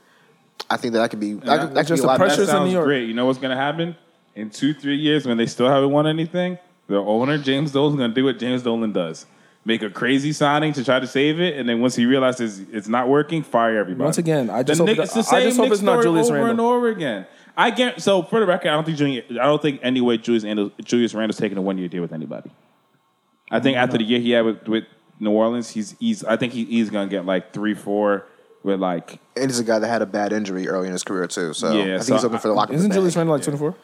I think that that could be that, could, that could just be a the lot pressure that Sixers in better. sounds New York. great. You know what's gonna happen in two, three years when they still haven't won anything? Their owner James Dolan's gonna do what James Dolan does: make a crazy signing to try to save it, and then once he realizes it's not working, fire everybody. Once again, I just the hope Knicks- that- it's I the same just hope Knicks it's not story Julius over Randle. and over again. I get so for the record, I don't think Julius, I don't think any way Julius, Randle- Julius Randle's taking a one year deal with anybody. I think Mm-hmm. after the year he had with, with New Orleans, he's he's I think he, he's gonna get like three, four with like And he's a guy that had a bad injury early in his career too, so Yeah, I think so he's looking for the I- locker. Isn't bag. Julius Randle like 24?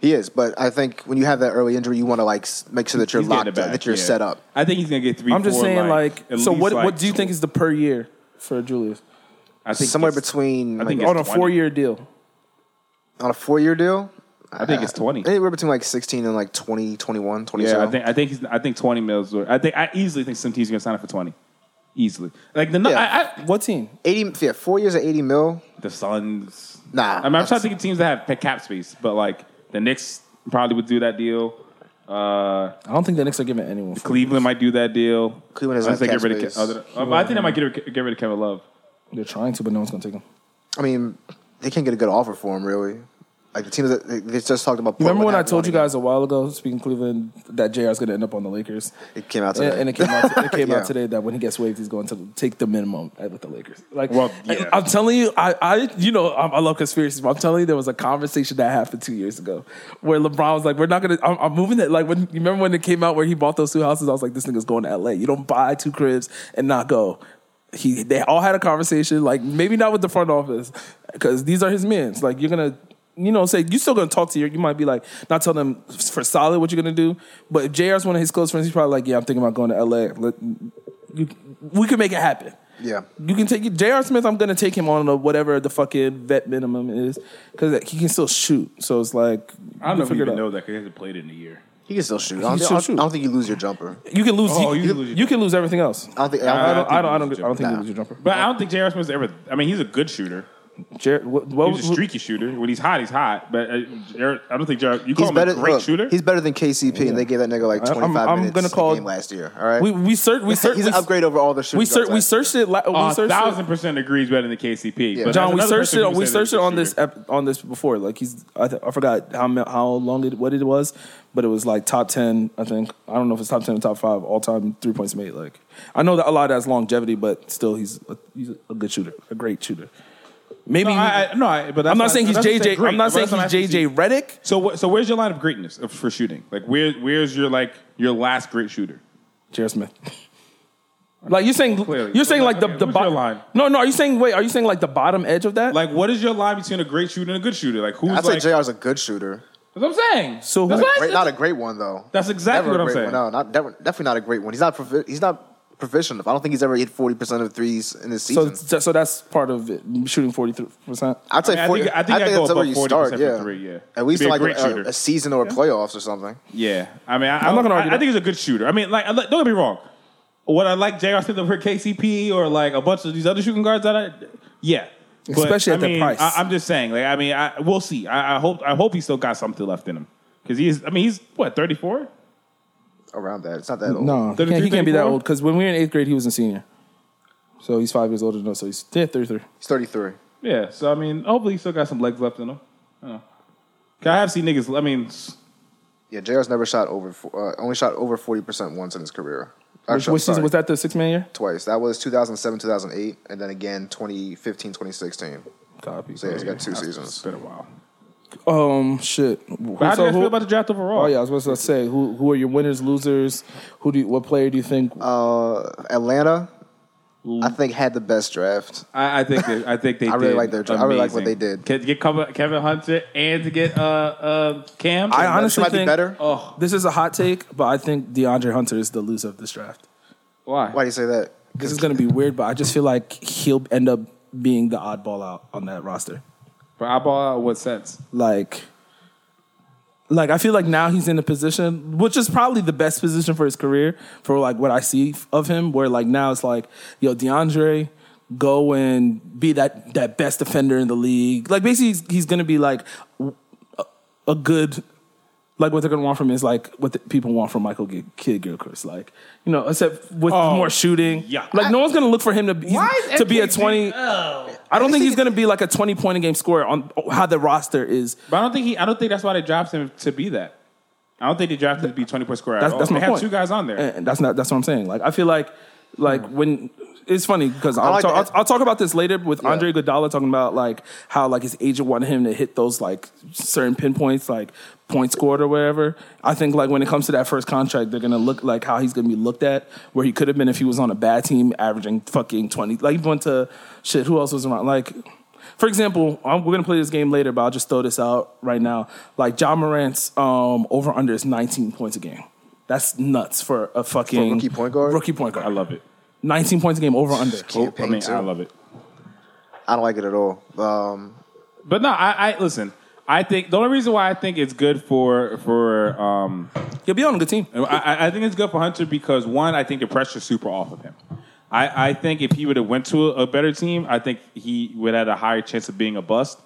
He is, but I think when you have that early injury, you want to like s- make sure that you're he's getting locked it up, back, that you're yeah. set up. I think he's gonna get three. I'm just four, saying, like, at so least, what? like, what do you think is the per year for Julius I think Somewhere it's- between I like, think it's on a 20. four year deal? on a four year deal, I think it's twenty. anywhere between like 16 and like 20, 21, 22. Yeah, I think I think he's, I think twenty mils. Or, I think I easily think Simt's gonna sign up for twenty. Easily, like the nu- Yeah. I, I, What team? 80, yeah, four years at 80 mil. the Suns. Nah, I mean, I'm trying that's- to think of teams that have cap space, but like the Knicks probably would do that deal. Uh, I don't think the Knicks are giving anyone. Four. Cleveland might do that deal. Cleveland doesn't Unless they have cap get rid of. Ke- space. other- uh, but I think they might get rid, get rid of Kevin Love. They're trying to, but no one's gonna take them. I mean, they can't get a good offer for him, really. Like the teams that they, they just talked about. Remember Portland when I having told you one guys a while ago, speaking of Cleveland, that JR is gonna end up on the Lakers, again. It came out and, today. and it came out it came Yeah. out today that when he gets waived, he's going to take the minimum at- with the Lakers. Like, Well, yeah. I, am telling you, I, I, you know, I, I love conspiracies, but I'm telling you, there was a conversation that happened two years ago where LeBron was like, "We're not gonna, I'm, I'm moving it." Like when you remember when it came out where he bought those two houses, I was like, "This nigga's going to L.A. You don't buy two cribs and not go." He, they all had a conversation, like maybe not with the front office, because these are his men's. Like you're gonna you know, say you still gonna talk to your. You might be like, not tell them for solid what you're gonna do. But if JR's one of his close friends, he's probably like, yeah, I'm thinking about going to LA. Let, you, we can make it happen. Yeah. You can take J.R. Smith. I'm gonna take him on the whatever the fucking vet minimum is because he can still shoot. So it's like I don't know if you figure even it know out. that because he hasn't played in a year. He can still shoot. I don't, can I don't- still shoot. I don't think you lose your jumper. You can lose. Oh, you you, you, can lose your- you can lose everything else. I don't think. I Uh, don't, I don't. I don't. I lose don't, your I don't think jumper. you lose your jumper. But I don't think J.R. Smith's ever. I mean, he's a good shooter. Jared, what, what He's a streaky shooter. When he's hot, he's hot. But uh, Jared, I don't think Jared. You call He's him better. a great look, shooter. He's better than KCP, and they gave that nigga like I'm- 25 I'm minutes gonna a call- game last year. All right, we we searched we searched he's we, an upgrade over all the shooters. we searched we outside. searched it la- A we searched it- thousand percent agrees better than KCP. Yeah. But John, we another searched person it. who We said that searched it he's a on this shooter. ep- on this before. Like he's, I, th- I forgot how mi- how long it what it was, but it was like top ten. I think I don't know if it's top ten or top five all time three points made. Like I know that a lot of that's longevity, but still he's a, he's a good shooter, a great shooter. Maybe No, I, I- no, I- but that's am not saying he's that's JJ. great, I'm not but saying that's what he's I'm asking you. JJ Reddick. So what, so where's your line of greatness of, for shooting? Like where where's your like your last great shooter? Jared Smith. Like you're saying, Clearly. you're saying like the Okay, the who's bottom your line? No, no. Are you saying wait? Are you saying like the bottom edge of that? Like what is your line between a great shooter and a good shooter? Like who's I'd like say JR's a good shooter. that's what I'm saying. So that's who- what I Great, said. not a great one though. That's exactly Never a what great I'm saying. One. No, not never, definitely not a great one. He's not profi- he's not proficient enough. I don't think he's ever hit forty percent of threes in this so, season. so so that's part of it. Shooting forty three percent. I'd say I mean, I 40, think- I think I'd go that's above where you 40% start. for Yeah. three, yeah. at least Be a like great a, shooter. a, a season or a playoffs or something. Yeah, I mean, I, I'm not gonna argue I, I that. think he's a good shooter. I mean, like, I- don't get me wrong. What I like J.R. Smith over KCP or like a bunch of these other shooting guards that I, yeah, But, I Especially at that mean, price. I, am just saying, like, I mean, I, we'll see. I, I hope, I hope he still got something left in him because he's, I mean, he's what 34. Around that, it's not that old. No, he can't, he 33, can't be that 34? old because when we were in eighth grade, he was a senior. So he's five years older than us. So he's yeah, 33. he's thirty three. Yeah, so I mean, hopefully he still got some legs left in him. I don't know. 'Cause I have seen niggas. I mean, s- Yeah, Jr's never shot over fo- uh, only shot over forty percent once in his career. Which, Actually, I'm which season sorry, was that? The six man year? Twice. That was 2007, 2008, and then again 2015, 2016. Copy. So yeah, he's Mm, got two seasons. it's been a while. Um, shit. But how do So you guys who- feel about the draft overall? oh yeah, I was supposed to say who who are your winners, losers? Who do you, what player do you think? Uh, Atlanta, I think had the best draft. I, I think they, I think they. I really did like their draft. I really like what amazing. they did. Ke- To get Kevin Kevin Hunter and to get uh, uh, Cam. I Atlanta honestly might think be better. oh, this is a hot take, but I think DeAndre Hunter is the loser of this draft. why? Why do you say that? This is going to be weird, but I just feel like he'll end up being the oddball out on that roster. For eyeball out, what sense? like like I feel like now he's in a position which is probably the best position for his career for like what I see of him where like now it's like yo DeAndre go and be that that best defender in the league like basically he's, he's going to be like a, a good like what they're gonna want from him is like what the people want from Michael G- Kidd Gilchrist, like you know, except with Oh, more shooting. yeah. like no one's gonna look for him to be to be a twenty. Oh. I don't think he's gonna be like a twenty point a game scorer on how the roster is. But I don't think he. I don't think that's why they drafted him to be that. I don't think they drafted him to be twenty point scorer. That's, at all. that's they my have point. two guys on there. And- and that's not. That's what I'm saying. Like I feel like like when. It's funny because I'll, like talk, that. I'll, I'll talk about this later with Andre Godala talking about like how like his agent wanted him to hit those like certain pinpoints like point scored or wherever. I think like when it comes to that first contract, they're gonna look like how he's gonna be looked at where he could have been if he was on a bad team averaging fucking twenty. Like he went to shit. Who else was around? Like for example, I'm, we're gonna play this game later, but I'll just throw this out right now. Like John Morant's um, over under is 19 points a game. That's nuts for a fucking rookie point guard? Rookie point guard. I love it. 19 points a game over under. Oh, I Campaign mean, too. I love it. I don't like it at all. Um, But no, I, I listen. I think the only reason why I think it's good for for um, You'll be on a good team. I- I, I think it's good for Hunter because one, I think the pressure's super off of him. I, I think if he would have went to a, a better team, I think he would have had a higher chance of being a bust.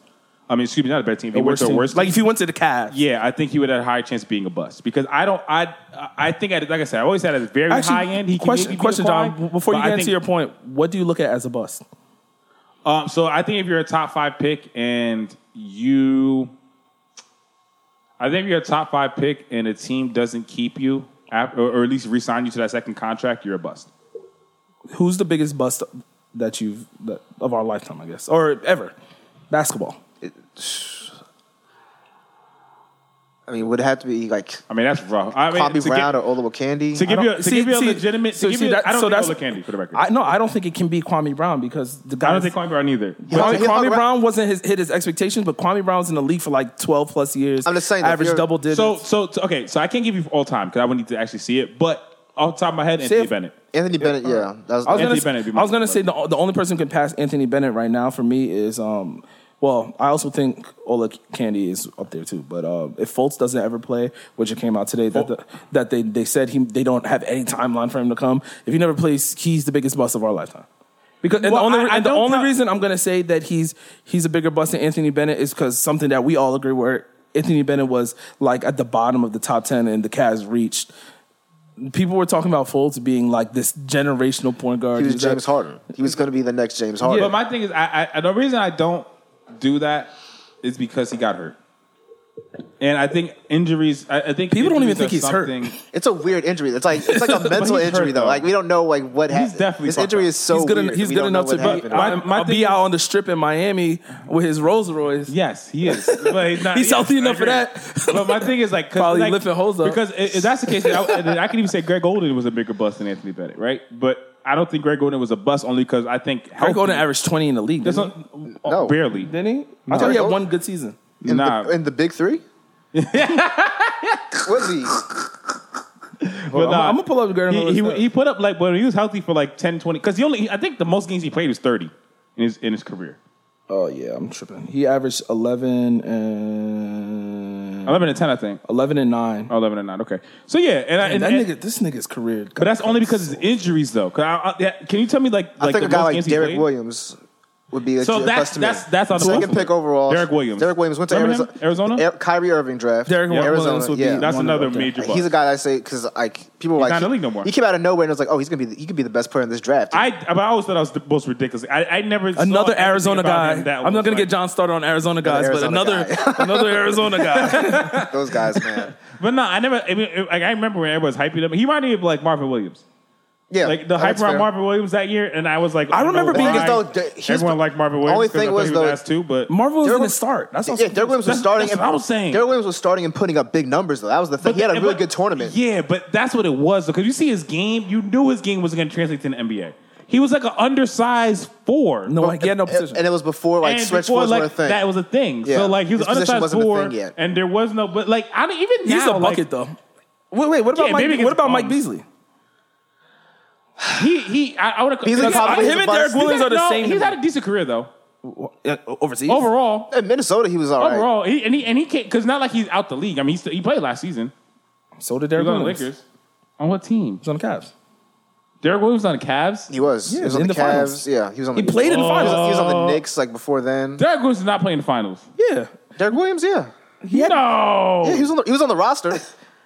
I mean, excuse me, not a better team. If he went to a worse like if you went to the Cavs. Yeah, I think he would have a higher chance of being a bust because I don't. I I think I, like I said, I always had a very high end. He question, can maybe be question, a fly, John. Before but you I get think- into your point, what do you look at as a bust? Um, so I think if you're a top five pick and you, I think if you're a top five pick and a team doesn't keep you ap- or, or at least resign you to that second contract, you're a bust. Who's the biggest bust that you've that, of our lifetime? I guess or ever basketball. I mean, would it have to be like I mean, that's rough. I mean, Bobby to Brown get- or Oliver Candy? to give I you don't- a, to see- give you a see- legitimate so to give see, you, that- I don't so think that's- Ola Candy for the record. I I, no, I don't think it can be Kwame Brown because the guy don't think Kwame Brown either. I don't He's think not Kwame right. Brown wasn't his, hit his expectations, but Kwame Brown's in the league for like twelve plus years. I'm just saying, if average you're- double digits. So so t- okay, so I can't give you all time because I would need to actually see it. But off the top of my head, Anthony if- Bennett. Anthony Bennett, yeah. That's, uh, I was gonna, Anthony s- Bennett would be I was my- gonna say the the only person who can pass Anthony Bennett right now for me is um. Well, I also think Ola Candy is up there too. But uh, if Fultz doesn't ever play, which it came out today that the, that they, they said he they don't have any timeline for him to come. If he never plays, he's the biggest bust of our lifetime. Because and Well, the only I- I and the don't only know- reason I'm gonna say that he's he's a bigger bust than Anthony Bennett is because something that we all agree where Anthony Bennett was like at the bottom of the top ten and the Cavs reached. People were talking about Fultz being like this generational point guard. He was He's that- James Harden. He was going to be the next James Harden. But my thing is, I, I the reason I don't do that is because he got hurt, and I think injuries. I, I think People don't even injuries think are he's hurt. something- It's a weird injury. It's like it's like a mental he's injury hurt, though. though. Like we don't know like what happened. definitely this fucked injury up. is so he's good. en- weird. he's We good don't know enough to what be. happened. I, My- my will thing be is- out on the strip in Miami with his Rolls Royce. Yes, he is. But he's not. He's yes, healthy I enough for agree. that. But my thing is like 'cause, Probably like, lifting hoes up. because i- if that's the case, then I, then I can even say Greg Golden was a bigger bust than Anthony Bennett, right? But I don't think Greg Golden was a bust only because I think Greg healthy- Golden averaged twenty in the league. That's Didn't not, No. barely. he? Didn't he? I thought he had one good season. in, nah. the, in the big three. was he? but nah, I'm gonna pull up Greg Uh, he, Golden. he, he put up like when he was healthy for like 10, 20. Because he only, I think the most games he played was thirty in his in his career. oh yeah, I'm tripping. He averaged eleven and Eleven and ten, I think. eleven and nine. Oh, 11 and nine. Okay. So yeah, and, I, And and that and- nigga, this nigca's career. But that's only because it's injuries, though. 'Cause I, I, yeah, can you tell me like I like think a the guy most like games he Derek played? Williams would be a So good that's- bust to me. that's- that's on the second possible. pick overall. Derek Williams. Derek Williams went to Remember him? Arizona. Arizona? Air- Kyrie Irving draft. Derek Yeah. Williams Arizona. would be yeah. That's One another of them. major bust. He's a guy that I say because like people were like He's not in the he, league no more. he came out of nowhere and was like, oh, he's gonna be the, he could be the best player in this draft. I but I always thought I was the most ridiculous. I, I never saw another anything Arizona about guy. him that I'm was, not gonna like- get John started on Arizona guys, but Arizona another another Arizona guy. Those guys, man. But no, I never. I mean, like I remember when everyone was hyping him. He reminded me of like Marvin Williams, Yeah, like the hype that's around fair. Marvin Williams that year. And I was like, I remember don't know why being- The thing is, though, he was- everyone liked Marvin Williams. only 'cause I thing thought was, he was though- ass too, but Marvel Derek- didn't start. That's Yeah, Derek Williams was That's- starting. that's and- what I was saying. Derek Williams was starting and putting up big numbers. Though that was the thing. he had a the- really but- good tournament. Yeah, but that's what it was. Because you see his game, you knew his game was going to translate to the NBA. he was like an undersized four. no, like, he had no And- position. And it was before like And stretch before, fours like, were a thing. That was a thing. Yeah. So like he was His an position undersized wasn't a four, thing yet. and there was no. But like I don't even He's now, a bucket like, though. Wait, wait. What about Yeah, maybe Mike? against What about Mike bums. Beasley? He he. I, I would He's a top- him and Derek Williams are the same. He's to had me. a decent career though. Yeah, overseas. Overall, In Minnesota, he was all right. overall, he, and he and he can't because not like he's out the league. I mean, he still, he played last season. So did He Derek was on the Williams. He's Lakers. On what team? on the Cavs. Derek Williams on the Cavs. He was. he was on in the, the finals. Cavs. Yeah, he was on the. He played in the He was, he finals. was on the Knicks like before then. Derek Williams is not playing the finals. Yeah. Derek Williams, yeah. No. Yeah, he was on the, he was on the roster.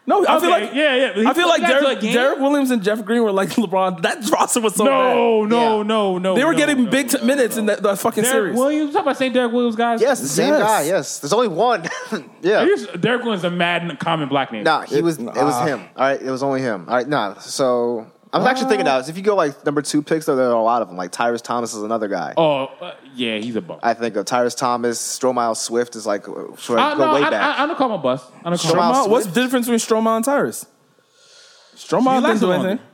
No, I feel Okay, like yeah, yeah. but he I feel still like got to Derek, a game. Derek Williams and Jeff Green were like LeBron. That roster was so No, bad. no, Yeah. no, no. They were no, getting no, big no. t- minutes in that, that fucking Derek series. Williams. Talk about saying Derek Williams, guys. Yes, the same Yes. guy. Yes, there's only one. yeah. Here's- Derek Williams is a mad common black name. Nah, he was. It was nah. him. All right, it was only him. All right, nah. So I was actually thinking that was- if you go like number two picks, though, there are a lot of them. Like Tyrus Thomas is another guy. Oh, uh, yeah, he's a bum. I think of Tyrus Thomas, Stromile Swift is like uh, for, I, go no, way I, back. I, I don't call my bus. I don't call Stromae- my Stromae- what's the Swift? difference between Stromae and Tyrus? Stromae didn't lasted do longer. anything.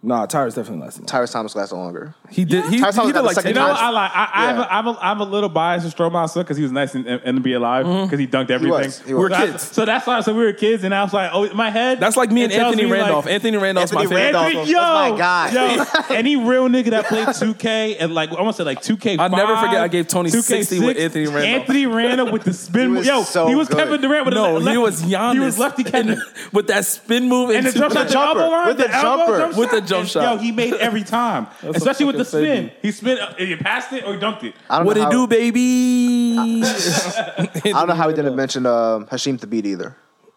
Nah, Tyrus definitely lasted. longer. Tyrus Thomas lasted longer. He did. He, Tyrus he Thomas did got like the second ten You know, time. times. I like. Yeah. I, I have a, I'm, a, I'm a little biased to Stromae because he was nice in, in NBA Live because he dunked everything. was, Mm-hmm. he was. We're So I- kids. so that's why. So we were kids, and I was like, oh, in my head. That's like me it and tells Anthony me, like, Randolph. Anthony Randolph's my Anthony favorite. Randolph. Anthony, That's yo, my guy. yo, any real nigga that played 2K and like I want to say like 2K. I'll never forget I gave Tony 60 with Anthony Randolph. Anthony Randolph with the spin. He move. was yo, so he was good. Kevin Durant with a No, lefty. he was Giannis. He was lefty Kevin. And- with that spin move And the into- jump shot, the jumper, elbow line, with the elbow jumper. With the jump And, shot. Yo, he made every time, especially with the fucking spin. baby. He spin, uh, he passed it or he dunked it. I don't What know it how, do, baby? I don't know how he didn't mention um, Hashim Thabit either.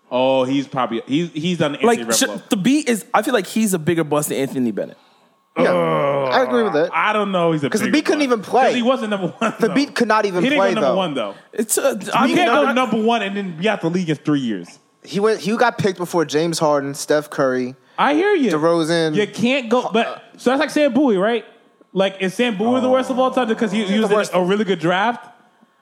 Oh, he's probably he's he's done the Like Anthony sh- Revlo. the beat is. I feel like he's a bigger bust than Anthony Bennett. Yeah, I agree with that. Oh, I don't know. He's a because the beat couldn't even play. He wasn't number one. The though. beat could not even He didn't play go number though. one though. It's. A, I You mean, can't I- go number one and then be out the league in three years. He went. He got picked before James Harden, Steph Curry. I hear you. DeRozan. You can't go. But so that's like Sam Bowie, right? Like is Sam Bowie the worst of all time because he, he was in worst. a really good draft?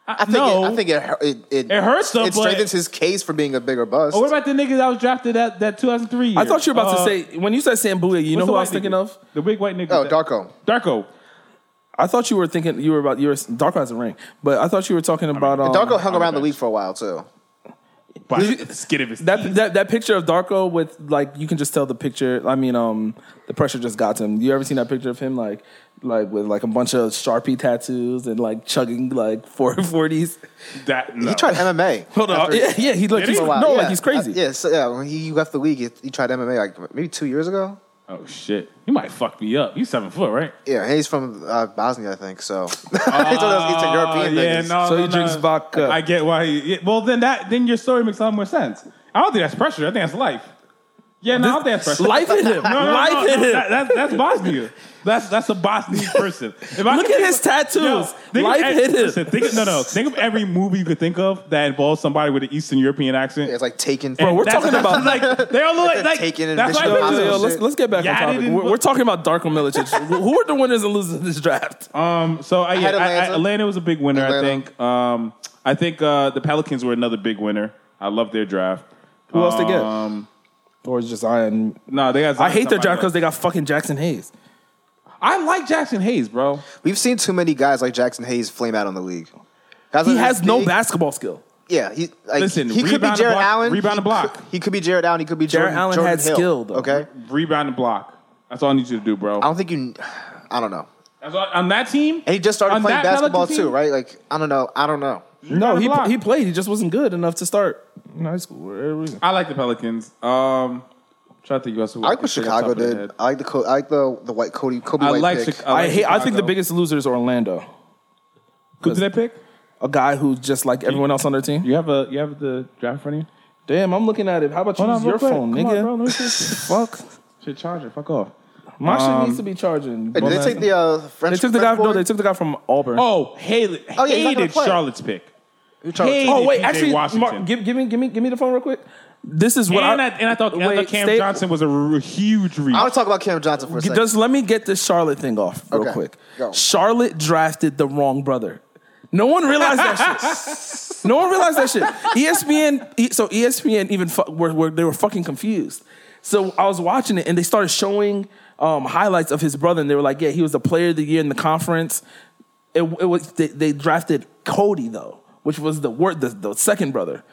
I think. It, I think it. hu- It, it, It hurts him, It but- strengthens his case for being a bigger bust. Or what about the nigga that was drafted that that 2003? Year? I thought you were about Uh, to say when you said Sambuya. You what's the know who I white was thinking nigga? of? The big white nigga. oh, that- Darko. Darko. I thought you were thinking you were about you were Darko has a ring, but I thought you were talking about um, Darko hung around the bench. league for a while too. But skid of his that, that that picture of Darko with like you can just tell the picture. I mean, um, the pressure just got to him. You ever seen that picture of him like like with like a bunch of Sharpie tattoos and like chugging like four forties? that no. He tried MMA. Hold on, Uh, after- yeah, yeah, he like Did he? he's, for a while. no, Yeah. like he's crazy. Uh, yeah, so, yeah. When he left the league, he, he tried MMA like maybe two years ago. Oh shit! You might fuck me up. You seven foot, right? Yeah, he's from uh, Bosnia, I think. So he told us it's a European Oh, Ah, yeah, thing. no, So no, he drinks no. vodka. I get why. He, yeah, well, then that then your story makes a lot more sense. I don't think that's pressure. I think that's life. Yeah, no, I don't think that's pressure. Life hit him. No, no, no, Life no, hit him. That, that's that's Bosnia. That's that's a Bosnian person. If I Look could at think his of- tattoos. think of Life ev- hit him. Listen, think of, no, no. Think of every movie you could think of that involves somebody with an Eastern European accent. It's like taken. And we're that's- talking that's about- like they all look like, like Taken and that's why I Mission think Yo, Impossible. this- yo, let's, shit. let's get back Yeah, I on topic. didn't We're, look- we're talking about Darko Milicic. Who are the winners and losers of this draft? Um, so uh, yeah, I- I- Atlanta. Atlanta. was a big winner, Atlanta. I think. Um, I think uh, the Pelicans were another big winner. I love their draft. Who else they get? Um, Or is just Zion? no, they got. I hate their somebody draft because else. they got fucking Jackson Hayes. I like Jackson Hayes, bro. We've seen too many guys like Jackson Hayes flame out on the league. Guys He like has this no big- basketball skill. Yeah, he like, Listen, He could be rebound the Jared block- Allen. rebound the He block. could- He could be Jared Allen. He could be Jared Jordan, Allen Jordan had Hill, skill, though. Okay, Rebound and block. That's all I need you to do, bro. I don't think you. I don't know. That's all- on that team, And he just started On playing that basketball Pelican too, team? right? Like I don't know. I don't know. No, a he block. he played. He just wasn't good enough to start in high school. for whatever reason. I like the Pelicans. Um, trying to think who else. I like what Chicago did. I like the co- I like the the white Cody Kobe I White like. pick. Chi- I, like hate. I think the Chicago. biggest loser is Orlando, Who did they pick? a guy who's just like everyone else on their team. You have a. You have the draft in front of you. Damn, I'm looking at it. How about you Hold use on, your real quick. phone, Come on, nigga? bro. Let me see. Fuck, Shit, charger. Fuck off. my shit Um, needs to be charging. Hey, did they Bro, take the uh, they French? took the guy. French No, forward? they took the guy from Auburn. Oh, hated, Oh, yeah, he's not gonna hated play. Charlotte's pick. Charlotte. Hated Oh wait, PJ actually, Washington. Mark, give, give me, give me, give me the phone real quick. This is what and, I, I, and I thought, I thought Cam stay- Johnson was a r- huge reach. I want to talk about Cam Johnson for a second. Just let me get this Charlotte thing off real Okay, quick. go. Charlotte drafted the wrong brother. No one realized that shit. No one realized that shit. ESPN, E- so ESPN even fu- were, were they were fucking confused. So I was watching it and they started showing um, highlights of his brother and they were like, yeah, he was the player of the year in the conference. It, it was they, they drafted Cody though, which was the word the, the second brother.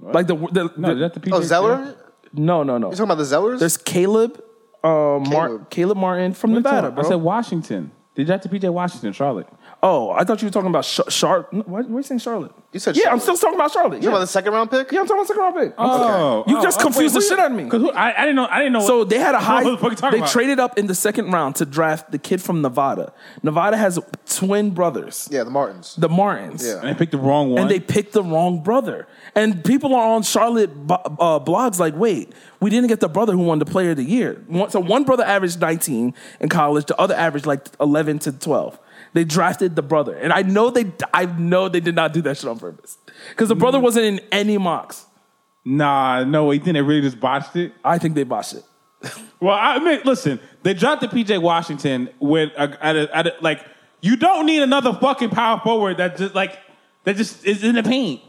Like the, the, no, the- is that the PJ oh Zeller. You no no no. talking about the Zellers? There's Caleb, uh, Mar- Caleb. Caleb Martin from Nevada, I bro. said Washington. They drafted PJ Washington, Charlotte. oh, I thought you were talking about Char. Char- no, why, why are you saying Charlotte? You said yeah. I'm Charlotte. still talking about Charlotte. you talking Yeah. about the second round pick? yeah, I'm talking about second round pick. I'm sorry. Oh, You just confused the shit out of me. Because I, I didn't know. I didn't know. So what- they had a I don't know high. what the fuck you're talking They about. traded up in the second round to draft the kid from Nevada. Nevada has twin brothers, Yeah, the Martins. the Martins. Yeah. And they picked the wrong one. And they picked the wrong brother. And people are on Charlotte bo- uh, blogs like, wait, we didn't get the brother who won the player of the year. One- So one brother averaged 19 in college, the other averaged like 11 to 12. They drafted the brother. And I know they, I know they did not do that shit on purpose. Because the Mm. brother wasn't in any mocks. nah, no, he didn't. They really just botched it. I think they botched it. Well, I mean, listen, they drafted PJ Washington with a, at a, at a, like you don't need another fucking power forward that just like that just is in the paint.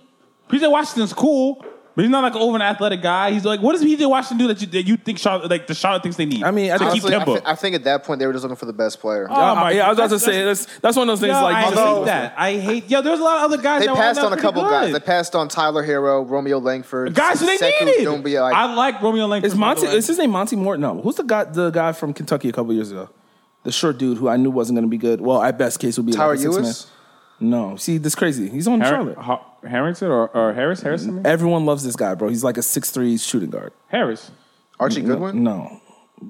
PJ Washington's cool, but he's not like an over an athletic guy. He's like, what does PJ Washington do that you that you think Charlotte like the Charlotte thinks they need? I mean, I to think- keep Honestly, I, tempo. thi- I think at that point they were just looking for the best player. Oh my- yeah, I was about to that's- say, that's, that's one of those things No, like, I hate although- that. I hate. Yo, there's a lot of other guys. they that passed on a couple guys. They That passed on Tyler Hero, Romeo Langford, guys who they Sekou needed. Doumbia, like- I like Romeo Langford. Is Monty? by the way. Is his name Monty Morton? No. Who's the guy? The guy from Kentucky a couple years ago, the short dude who I knew wasn't going to be good. Well, at best case would be Tyra like a six Ewers? man. No, see, this crazy. He's on Har- Charlotte. Ha- Harrington or, or Harris? Harrison? Everyone loves this guy, bro. He's like a six three shooting guard. Harris? Archie Goodwin, No,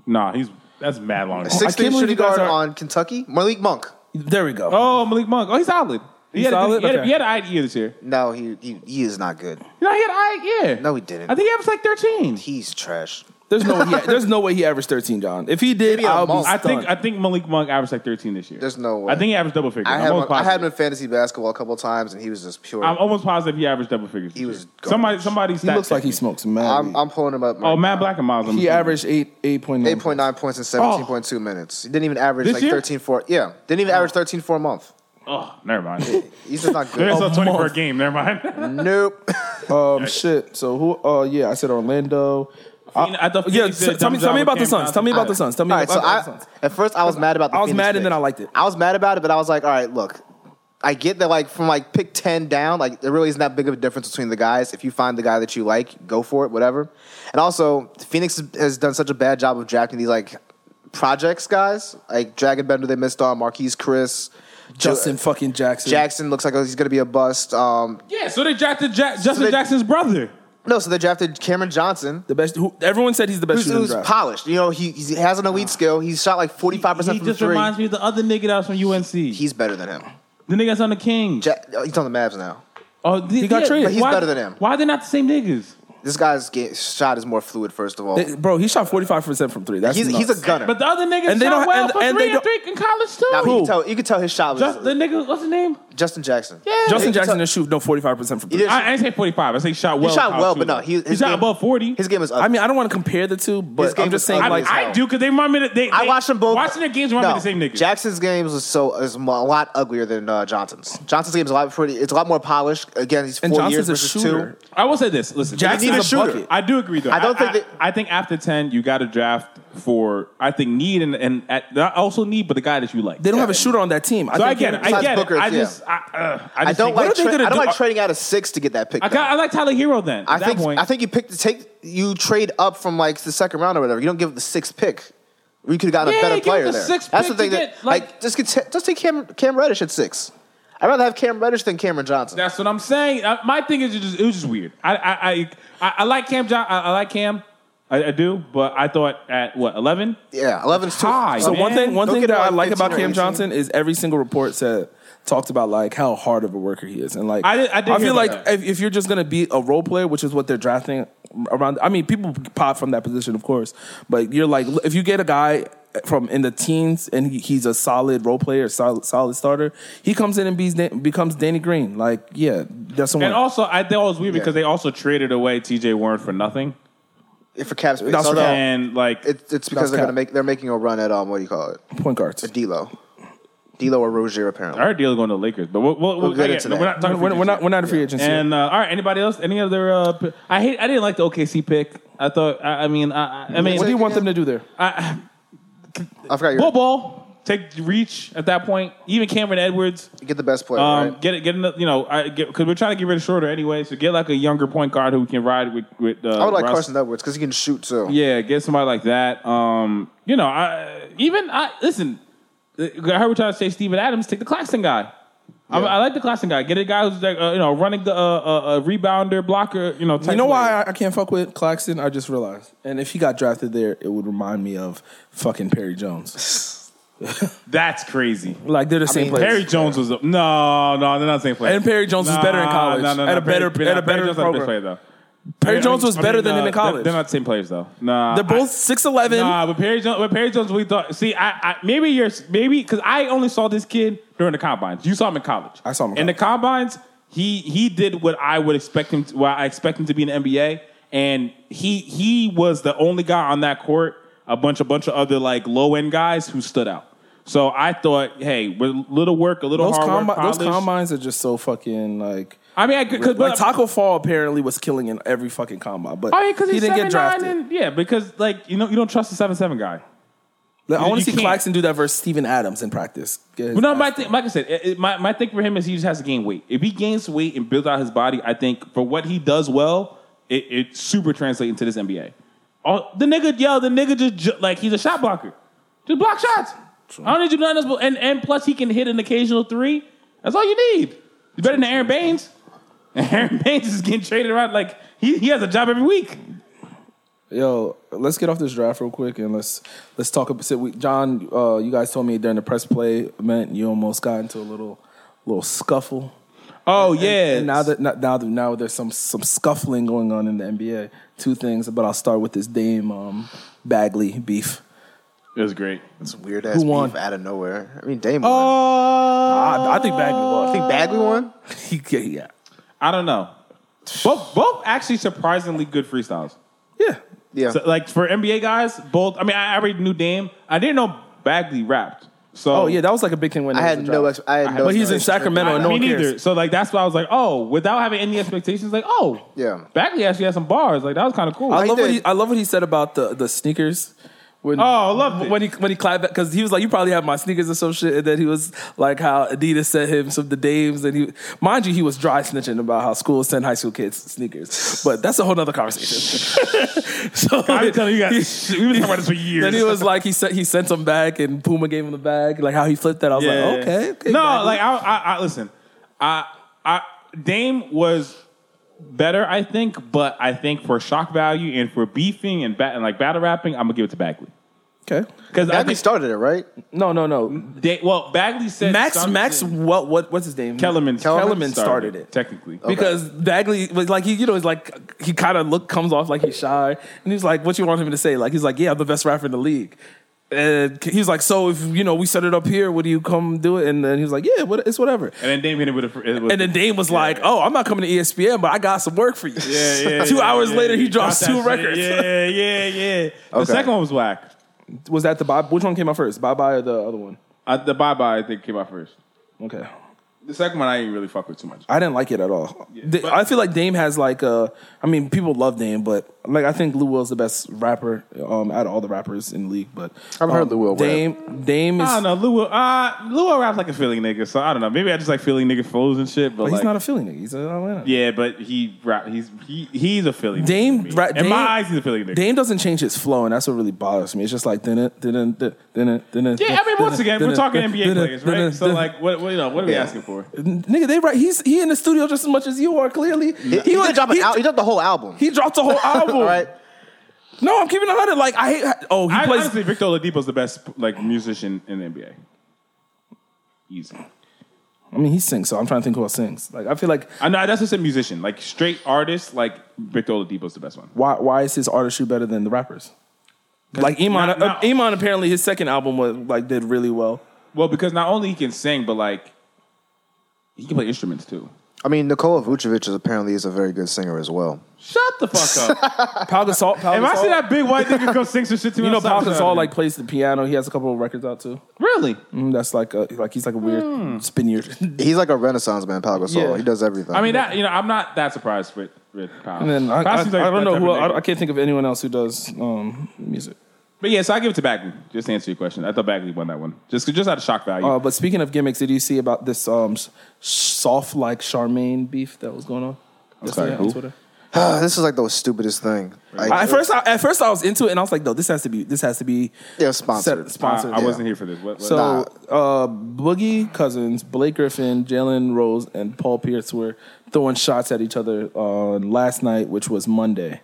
Nah, he's that's mad long. ago. six I can't three believe shooting you guys guard are- on Kentucky, Malik Monk. there we go. Oh, Malik Monk. Oh, he's solid. He He's had, a good- solid? he, had, Okay. he had an eye year this year. No, he, he he is not good. No, he had an eye year. No, he didn't. I think he averaged like 13. He's trash. There's no way. He, there's no way he averaged thirteen, John. If he did, Maybe a I'll be month. I stunned. think I think Malik Monk averaged like 13 this year. There's no way. I think he averaged double figures. I I'm had him, almost I had him positive. in fantasy basketball a couple of times, and he was just pure. I'm I'm, almost positive he averaged double figures. He was garbage. somebody. Somebody. he looks like he smokes mad. I'm, weed. pulling him up. Oh, Matt Black and Miles. I'm he assuming. averaged eight eight point nine. Eight point nine points in seventeen point two minutes. He didn't even average This like year? thirteen four. Yeah, didn't even average thirteen for a month. Oh, never mind. He's just not There's good. a 20 per month. game. Never mind. nope. Um, shit. So who? Oh yeah, I said Orlando. Phoenix- I thought yeah, Phoenix so did a tell me, dumb tell job me about the with Cam Suns. Tell me about the Suns. Tell me All right, about so the I, Suns. at first I was mad about. The I was Phoenix mad and pick. then I liked it. I was mad about it, but I was like, all right, look, I get that like from like pick ten down, like there really isn't that big of a difference between the guys. If you find the guy that you like, go for it, whatever. And also, Phoenix has done such a bad job of drafting these like projects guys, like Dragon Bender they missed on Marquise Chris. Justin Jo- fucking Jackson. Jackson looks like he's gonna be a bust. Um, Yeah, so they drafted Jack, Justin they- Jackson's brother. No, so they drafted Cameron Johnson, The best. Who, everyone said he's the best who's, shooter in who's the draft. polished. You know, he, he has an elite skill. He's shot like forty five percent He from just three. reminds me of the other nigga that was from UNC. He's better than him. the nigga that's on the Kings. Ja- oh, he's on the Mavs now. oh, he got traded. But he's better than him. Why are they not the same niggas? This guy's get, shot is more fluid. First of all, They- bro, he shot forty five percent from three. That's he's he's a nuts. gunner. But the other niggas And they shot don't- well and- for and three they and three in college too. Nah, but you, Who? can tell, you can tell his shot was Just the nigga, what's his name? Justin Jackson. Yeah, Justin You can Jackson tell- didn't shoot no forty five percent from He three. didn't I, I didn't say 45. I say he shot well. He in shot college, well, too. but no, he, his shot game- above 40. His game is. I mean, I don't want to compare the two, His but game I'm just was saying, ugly like, as hell. I do because they remind me. They, I they- watched them both. Watching their games remind me No, of the same niggas. Jackson's games was so is a lot uglier than uh, Johnson's. Johnson's games a lot pretty. It's a lot more polished. Again, he's four and Johnson's years a versus shooter. two. I will say this. Listen, Jackson's need a a shooter. bucket. I do agree though. I don't I, think I, I think after ten, you got to draft for I think need and and at, not also need, but the guy that you like. They don't have a shooter on that team. So I think get they- it. I get Besides it. I Booker, just I, uh, I, I just don't think- like. are they Tra- I gonna don't do? like trading out a six to get that pick. I got. I like Tyler Hero then. At I that think point, I think you pick to take you trade up from like the second round or whatever. You don't give up the sixth pick. We could have gotten Yeah, a better give player the there. sixth That's pick the thing to that get, like, like- just get t- just take Cam, Cam Reddish at six. I'd rather have Cam Reddish than Cameron Johnson. That's what I'm saying. Uh, my thing is, it, just, it was just weird. I I I, I, I like Cam. Jo- I, I like Cam. I, I do, but I thought at what 11. yeah, 11's too. High. So one Man, thing, one don't thing get that I like like 15 about or Cam 18. Johnson is every single report said talked about like how hard of a worker he is, and like I did- I did hear feel about like that. if, if you're just gonna be a role player, which is what they're drafting around. I mean, people pop from that position, of course, but you're like if you get a guy from in the teens and he, he's a solid role player, solid, solid starter, he comes in and bees, becomes Danny Green. Like, yeah, that's the one. And also, I thought it was weird Yeah. because they also traded away T.J. Warren for nothing, If for cap space, That's although cap. and like it, it's because That's they're gonna cap. make they're making a run at um what do you call it point guards. D'Lo, D'Lo or Rozier apparently. our deal is going to the Lakers, but we'll, we'll, we'll, get yeah, into no, that. we're not talking. We're, free we're not agency. we're not a free agency. And uh, all right, anybody else? Any other? Uh, p- I hate. I didn't like the OKC pick. I thought. I, I mean. I, I- I mean. what do you want them to do there? I forgot your Ball ball. Take reach at that point. Even Cameron Edwards. get the best player. Um, right? get it. Get another. You know, because we're trying to get rid of shorter anyway. So get like a younger point guard who can ride with. with uh, I would like Russ. Carson Edwards because he can shoot too. Yeah, get somebody like that. Um, you know, I even I listen. uh, I heard we trying to say Steven Adams take the Claxton guy. I, I like the Claxton guy. Get a guy who's like uh, you know running the uh, uh, uh, rebounder, blocker. You know, type You know player. why I, I can't fuck with Claxton? I just realized. And if he got drafted there, it would remind me of fucking Perry Jones. That's crazy. Like they're the same mean, place. Perry Jones was a, no, no, they're not the same player. And Perry Jones was better in college. At a better- Perry, at a better Jones was the best program. player, though. Perry Jones was I mean, better uh, than him in They're, college. they're They're, not the same players though. Nah, both I- six eleven. Nah, but Perry Jones, but Perry Jones, we thought. See, I, I maybe you're maybe because I only saw this kid during the combines. You saw him in college. I saw him in in the combines. He he did what I would expect him. To, what I expect him to be in the NBA, and he he was the only guy on that court. A bunch a bunch of other like low end guys who stood out. So I thought, hey, with little work, a little Those, hard combi- work, those polish. combines are just so fucking like. I mean, I could because like Taco Fall apparently was killing in every fucking combine, but Oh yeah, because he he's didn't seven get nine drafted. and yeah, because like you know you don't trust the seven seven guy. Like, I you- want you to see can't. Claxton do that versus Steven Adams in practice. Get his But no, ass my thing, like I said, it, it- my my thing for him is he just has to gain weight. If he gains weight and builds out his body, I think for what he does well, it, it super translates into this NBA. Oh, the nigga, yo, the nigga just ju- like he's a shot blocker, just block shots. I don't need you to do nothing else. but- And and plus he can hit an occasional three. That's all you need. He's better than Aaron Baines. Aaron Baines is getting traded around like he, he has a job every week. Yo, let's get off this draft real quick and let's let's talk about so we, John. Uh, you guys told me during the press play event you almost got into a little little scuffle. Oh yeah, And now that now- now that now there's some some scuffling going on in the NBA. Two things, but I'll start with this Dame um, Bagley beef. it was great. It's weird ass Who won? beef out of nowhere. I mean, Dame won. Oh. I, I think Bagley I lost. think Bagley won. yeah, yeah, I don't know. Both both actually surprisingly good freestyles. yeah. Yeah, So, like for NBA guys, both. I mean, I already knew Dame. I didn't know Bagley rapped. So Oh yeah, that was like a big thing when I it was had a no. draft. Ex- I had no. but he's in explanation. Sacramento, and no me one cares. neither. So like that's why I was like, oh, without having any expectations, like oh Yeah. Bagley actually had some bars. Like that was kind of cool. I he love what did. he, I love what he said about the the sneakers. When, Oh, I loved it. when he when he clapped back because he was like, "You probably have my sneakers or some shit," and then he was like, "How Adidas sent him some of the dames," and he mind you, he was dry snitching about how schools send high school kids sneakers, but that's a whole nother conversation. so I've been telling you guys, we've been talking about this for years. Then he was like, he sent he sent them back, and Puma gave him the bag. Like how he flipped that, I was like, okay, okay, no, Bagley. like I, I, I listen. I, I Dame was better, I think. But I think for shock value and for beefing and, bat- and like battle rapping, I'm gonna give it to Bagley Okay. because I Bagley think started it, right? No, no, no. they, well Bagley said Max, something- Max, what, what, what's his name? Kellerman Kellerman started it. technically. Because Bagley was like he, you know, he's like he kind of look comes off like he's shy, and he's like, "What you want him to say?" Like he's like, "Yeah, I'm the best rapper in the league." And he was like, "So if you know we set it up here, would you come do it?" And then he was like, "Yeah, what, it's whatever." And then Damian would have. And then Dame was like, "Oh, I'm not coming to ESPN, but I got some work for you." Yeah, yeah, two yeah, hours yeah, later, he you dropped drops that two shit. records. Yeah, yeah, yeah. The Okay. second one was whack. Was that the Bob? Which one came out first, Bye Bye or the other one? Uh, the Bye Bye, I think, came out first. Okay, The second one, I didn't really fuck with too much. I didn't like it at all. The- I feel like Dame has like uh, I mean, people love Dame, but like I think Lou Will's the best rapper um, out of all the rappers in the league. But I've heard um, Lil Will rap. Dame, Dame is I don't know. Lou, will- uh, Lou will rap like a Philly nigga, so I don't know. Maybe I just like Philly nigga foes and shit, but, he's like, not a Philly nigga. He's an Atlanta. yeah, but he rap. He's he he's a Philly. Dame, nigga to me. ra- in Dame- my eyes, he's a Philly nigga. Dame doesn't change his flow, and that's what really bothers me. It's just like dun it, dun it, dun it, dun it. yeah, I mean, once again, we're talking NBA players, right? So like, what, what you know, what are we asking for? nigga, they right. He's he in the studio just as much as you are. Clearly, He, he, didn't drop an he, al- he dropped the whole album. he dropped a whole album. All right. No, I'm keeping it hundred. Like I hate. Oh, he I, plays. honestly, Victor Oladipo's the best like musician in the NBA. Easy. I mean, he sings, so I'm trying to think who else sings. Like I feel like I know that's just a musician, like straight artist. Like Victor Oladipo's the best one. why why is his artistry better than the rappers? Like Iman, Not- not- uh, Iman apparently his second album was like did really well. Well, because not only he can sing, but like he can play instruments too. I mean, Nikola Vucevic is apparently is a very good singer as well. Shut the fuck up. Pau Gasol, Pau if I Gasol- see that big white nigga come sing some shit to me, you know, I'm Pau sorry. Gasol like plays the piano. He has a couple of records out too. really. Hmm. Mm, that's like a, like he's like a weird spinnier. and He's like a renaissance man, Pau Gasol. Yeah. He does everything. I mean, that you know, I'm not that surprised with with Pau. then I, Pau I, seems like I don't that know type who of nigga. I, I can't think of anyone else who does um, music. But yeah, so I give it to Bagley. Just to answer your question, I thought Bagley won that one. Just just out of shock value. Uh, but speaking of gimmicks, did you see about this um, s- soft like Charmaine beef that was going on? sorry, yesterday who? on Twitter? this is like the stupidest thing. Like, I, at first, I, at first, I was into it, and I was like, "No, this has to be, this has to be Yeah, sponsored. I, sponsored. I wasn't here for this. What, what- So, uh, Boogie Cousins, Blake Griffin, Jalen Rose, and Paul Pierce were throwing shots at each other on last night, which was Monday.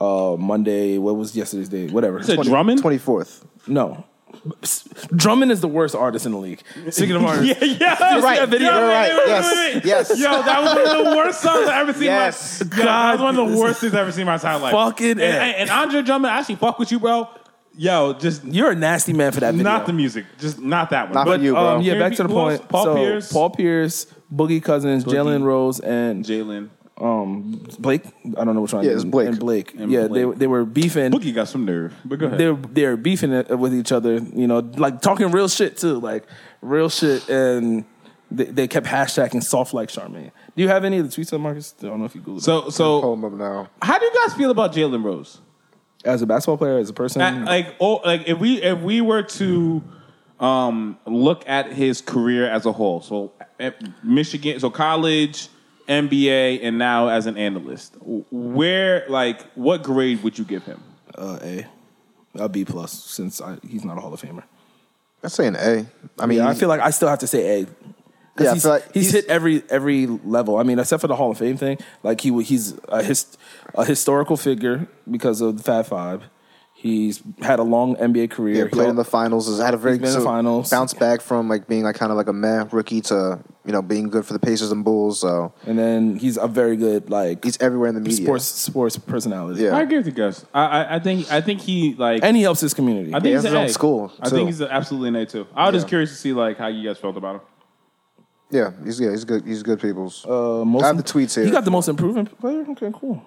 Uh, Monday, what was yesterday's day? Whatever. Is it Drummond? 24th. No. Drummond is the worst artist in the league. Speaking of artists, yeah, yeah, right. Yeah, You're wait, right. wait, wait, Yes. wait, wait. Yes. Yo, that was one of the worst songs I've ever seen. Yes. My, yeah, that was one of the worst things I've ever seen in my entire life. Fucking and, A. and, and Andre Drummond, I actually fuck with you, bro. Yo, just you're a nasty man for that video. not the music, just not that one. Not for you, bro. um, yeah, Here back to the people else, point. Paul so, Pierce. Paul Pierce, Boogie Cousins, Jalen Rose, and Jalen um, Blake. I don't know which one. Yeah, it's Blake. And Blake. yeah, they Blake. they were beefing. Boogie got some nerve, but go ahead. they're they're beefing it with each other, you know, like talking real shit too, like real shit, and they, they kept hashtagging soft like Charmaine. Do you have any of the tweets on Marcus? I don't know if you Googled. so, Pull so him up now. how do you guys feel about Jalen Rose? it. as a basketball player, as a person, At- like, oh, like if we if we were to um, look at his career as a whole, so at Michigan, so college, NBA, and now as an analyst, where like what grade would you give him? uh, a a B plus, since I, he's not a Hall of Famer. I'd say an A. I mean, Yeah, I feel like I still have to say A. 'Cause Yeah, I he's, feel like he's he's- hit every every level. I mean, except for the Hall of Fame thing, like he w- he's a his, a historical figure because of the Fat Five. He's had a long NBA yeah, career. He played al- in the finals. Has had a very He's been in the so finals. Bounced back from like being like kind of like a meh rookie to you know being good for the Pacers and Bulls. So and then he's a very good like he's everywhere in the media. sports sports personality. Yeah. I agree with you guys. I, I, I think I think he like and he helps his community. I think he he's has an his own A. school, I too. think he's absolutely an A too. I was just Yeah. curious to see like how you guys felt about him. Yeah, he's yeah, he's good. He's good. People's. Uh, most I have the tweets here. You got the most improvement player. Okay, cool.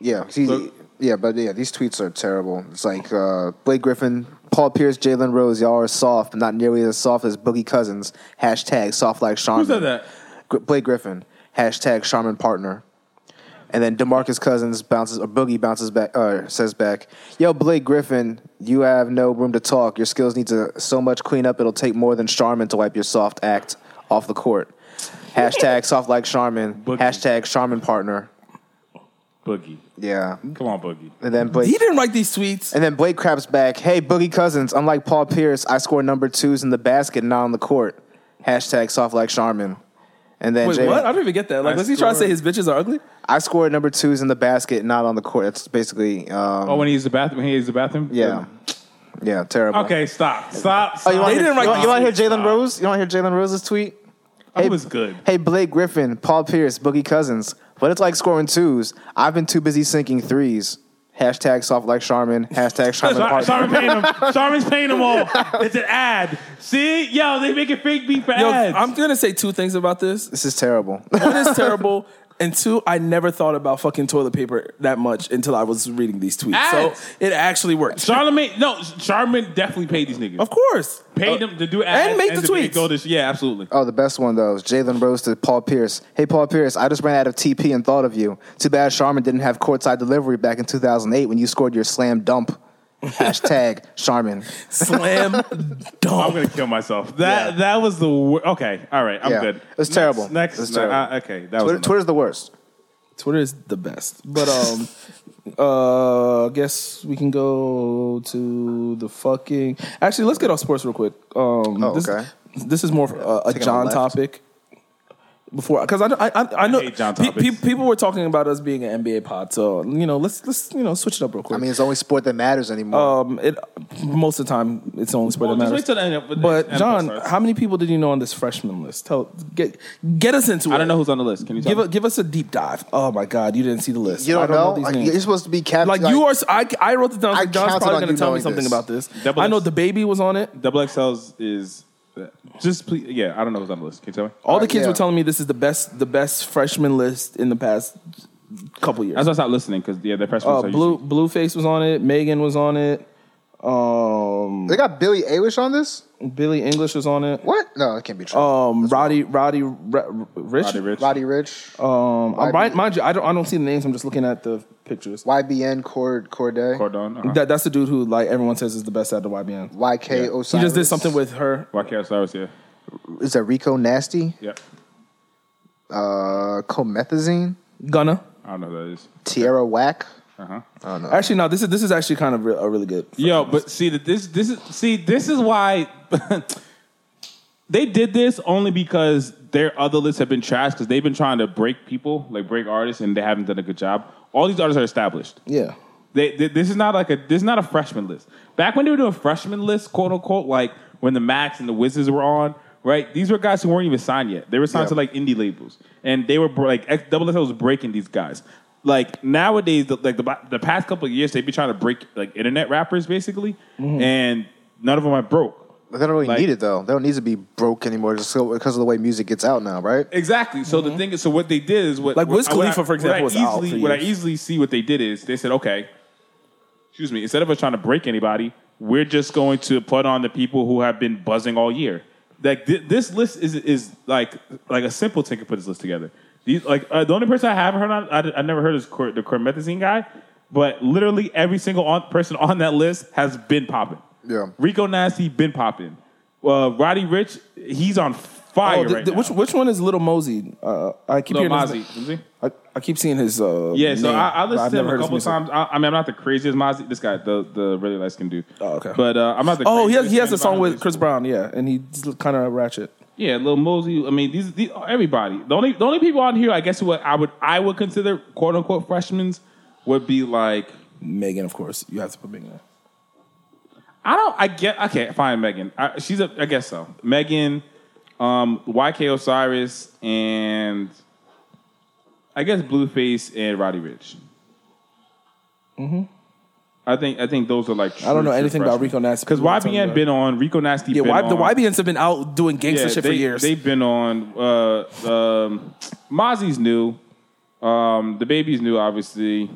Yeah, he's, So- yeah, but yeah, these tweets are terrible. It's like uh, Blake Griffin, Paul Pierce, Jalen Rose, y'all are soft, but not nearly as soft as Boogie Cousins. Hashtag soft like Sean. Who said that? Gr- Blake Griffin. Hashtag Shaman partner. And then Demarcus Cousins bounces or Boogie bounces back uh, says back, "Yo, Blake Griffin, you have no room to talk. Your skills need to so much clean up. It'll take more than Charmin to wipe your soft act off the court." Hashtag soft like Charmin. Boogie. Hashtag Charmin partner. Boogie, Yeah. come on, Boogie. And then Blake. He didn't write these tweets. And then Blake craps back, hey, Boogie Cousins, unlike Paul Pierce, I score number twos in the basket, not on the court. Hashtag soft like Charmin. And then Wait, Jay- what? I don't even get that. Like, was he trying to say his bitches are ugly? I scored number twos in the basket, not on the court. That's basically um, Oh, when he's the bathroom, when he is the bathroom. yeah, yeah, terrible. Okay, stop, stop. Oh, stop. you want They to didn't write hear, these you want to hear Jalen Rose? You want to hear Jalen Rose's tweet? Hey, it was good. Hey, Blake Griffin, Paul Pierce, Boogie Cousins. But it's like scoring twos. I've been too busy sinking threes. Hashtag soft like Charmin. Hashtag Charmin. Char- Park. Charmin paying them. Charmin's paying them all. It's an ad. See, yo, they making fake beat for Yo, ads. I'm gonna say two things about this. This is terrible. One is terrible, and two, I never thought about fucking toilet paper that much until I was reading these tweets. Ads. So it actually worked. Charlemagne, no, Charmin definitely paid these niggas. Of course. Uh, paid them to do ads and make the to tweets. Go this, yeah, absolutely. oh, the best one though is Jalen Rose to Paul Pierce. Hey, Paul Pierce, I just ran out of TP and thought of you. Too bad Charmin didn't have courtside delivery back in 2008 when you scored your slam dump. Hashtag Charmin. Slam I'm dunk. gonna kill myself. That that was the wor- okay. All right, I'm Yeah. good. It's terrible. Next, It's next terrible. uh, okay, that Twitter, was Twitter's the worst. Twitter is the best. But um uh I guess we can go to the fucking Actually, let's get off sports real quick. Um Oh, this, okay. this is more of a, a Taking a John left. topic. Before, because I, I I I know hate John pe- pe- topics. people were talking about us being an NBA pod, so you know let's let's you know switch it up real quick. I mean, it's the only sport that matters anymore. Um, it most of the time it's the only sport Well, that just wait matters. till the end of- with the but NFL John, starts. how many people did you know on this freshman list? Tell get get us into it. I don't know who's on the list. Can you tell Give me? a, give us a deep dive. Oh my God, you didn't see the list. you don't, I don't know, know? these names. You're supposed to be captain. like, you are. I, I wrote this down. I so John's counted probably on going you to tell me knowing something this. about this. Double I know S. the baby was on it. Double XLs is just please. Yeah, I don't know who's on the list. Can you tell me? All the Alright, kids yeah. were telling me this is the best the best freshman list in the past couple years. As I stopped listening because yeah, the press Uh, ones are blue Blueface was on it. Megan was on it. Um, They got Billy Eilish on this? Billy English was on it. What? No, it can't be true. Um, Roddy, Roddy, Ra- Rich. usually rich. Roddy Rich, Um, I, YB. mind, mind you, I don't, I don't see the names. I'm just looking at the pictures. YBN Cord Corday, Cordon. Uh-huh. That, that's the dude who like everyone says is the best at the YBN. YK Osiris. He just did something with her. YK Osiris. Yeah. Is that Rico Nasty? Yeah. Uh, comethazine, Gunna. I don't know who that is. Uh-huh. Tierra Whack. Actually, no. This is this is actually kind of re- a really good. Yo, but see that this this is see this is why they did this only because their other lists have been trash because they've been trying to break people like break artists and they haven't done a good job. All these artists are established. Yeah. They, they, this is not like a this is not a freshman list. Back when they were doing freshman lists, quote unquote, like when the Max and the Wizards were on, right? These were guys who weren't even signed yet. They were signed Yeah. to like indie labels, and they were br- like X, Double XL was breaking these guys. Like nowadays, the, like the, ba- the past couple of years, they've been trying to break like internet rappers basically, and none of them have broke. They don't really Like- need it though. They don't need to be broke anymore just so, because of the way music gets out now, right? Exactly. So the thing is, so what they did is what Mm-hmm. Like Wiz what I- Khalifa, for what I example, was out easily- for What I years. easily see what they did is they said, okay, excuse me, instead of us trying to break anybody, we're just going to put on the people who have been buzzing all year. Like thi- this list is is like like a simpleton could put this list together. These like uh, the only person I haven't heard on I, I never heard is Cor- the Cormethazine guy, but literally every single on, person on that list has been popping. Yeah. Rico Nasty been popping. Uh, Roddy Rich, he's on fire Oh, the- right the- now. which which one is Little Mosey? Uh, I keep Lil hearing his- Mozzie. You see? I, I keep seeing his. Uh, Yeah, so name, I, I but I've listened to him never a heard his couple music. times. I, I mean, I'm not the craziest Mozzie. This guy, the the really light skinned dude. Oh, okay. But uh, I'm not the. Oh, he has craziest he has fan a of song Mozzie. with Chris Brown, yeah, and he's kind of ratchet. Yeah, Lil Mosey. I mean, these, these everybody. The only the only people on here, I guess, who I would I would consider quote unquote freshmen would be like Megan, of course, you have to put Megan. in. I don't. I get. Okay, fine. Megan. I, she's a. I guess so. Megan, um, YK Osiris, and I guess Blueface and Roddy Rich. Mm-hmm. I think. I think those are like. Mm-hmm. I don't know anything about Rico Nasty. because YBN been on. Rico Nasty. Yeah, been y, the on. YBNs have been out doing gangster Yeah, shit they, for years. They've been on. Uh, um, Mozzie's new. Um, the baby's new, obviously.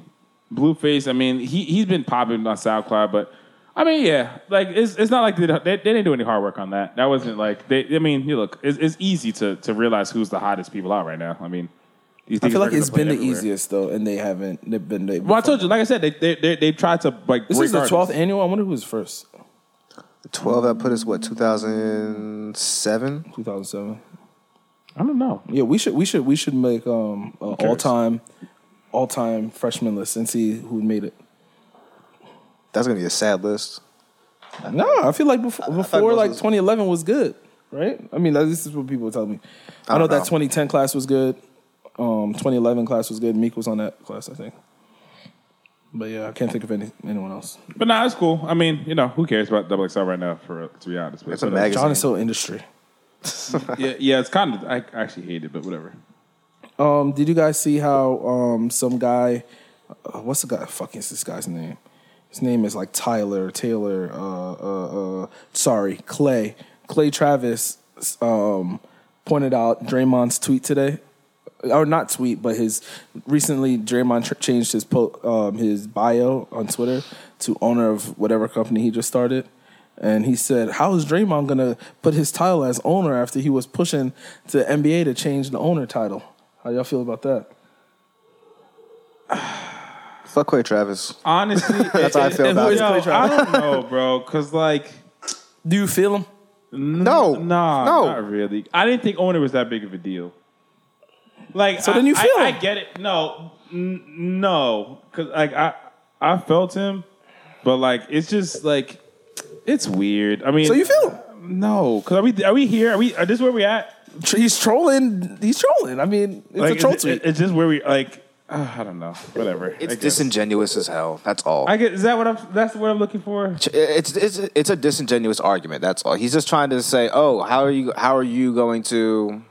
Blueface. I mean, he he's been popping on SoundCloud, but I mean, yeah, like it's it's not like they, they, they didn't do any hard work on that. That wasn't like they. I mean, you look, it's, it's easy to to realize who's the hottest people out right now. I mean, these I feel niggas are like gonna it's been play the everywhere. easiest though, and they haven't. They've been. They, Well, I told you, like I said, they they they, they tried to like. this break is the artists. twelfth annual. I wonder who was first. Twelve that put us what two thousand seven. Two thousand seven. I don't know. Yeah, we should. We should. We should make um a all time, all time freshman list and see who made it. That's gonna be a sad list. No, I feel like before, before most like was- twenty eleven was good. right? I mean, this is what people tell me. I, know, that know. 2010 class was good. Um, 2011 class was good. Meek was on that class, I think. But yeah, I can't think of any, anyone else. But nah, it's cool. I mean, you know, who cares about Double XL right now? For to be honest, It's a whatever. magazine. John is so industry. Yeah, yeah, it's kind of. I actually hate it, but whatever. Um, did you guys see how um some guy, uh, what's the guy? Fuck is this guy's name? His name is like Tyler Taylor. Uh, uh, uh sorry, Clay Clay Travis. Um, pointed out Draymond's tweet today, or not tweet, but his recently Draymond tr- changed his po- um his bio on Twitter to owner of whatever company he just started. And he said, "How is Draymond gonna put his title as owner after he was pushing the NBA to change the owner title? How y'all feel about that? Fuck Clay Travis. Honestly, That's how I feel about it. yo, I don't know, bro. Cause like, Do you feel him? No, nah, no. not really. I didn't think owner was that big of a deal. Like, so I, then you I- feel I, him. get it. No, n- no, cause like I, I felt him, but like it's just like, it's weird. I mean, So you feel him? no? Cause are we are we here? Are we? Are this where we at? Tr- He's trolling. He's trolling. I mean, it's Like, a troll it's, tweet. it's just where we like. uh, I don't know. Whatever. I It's guess. disingenuous as hell. That's all. I get. Is that what I'm? That's what I'm looking for. it's it's it's a disingenuous argument. That's all. He's just trying to say, "Oh, how are you? How are you going to,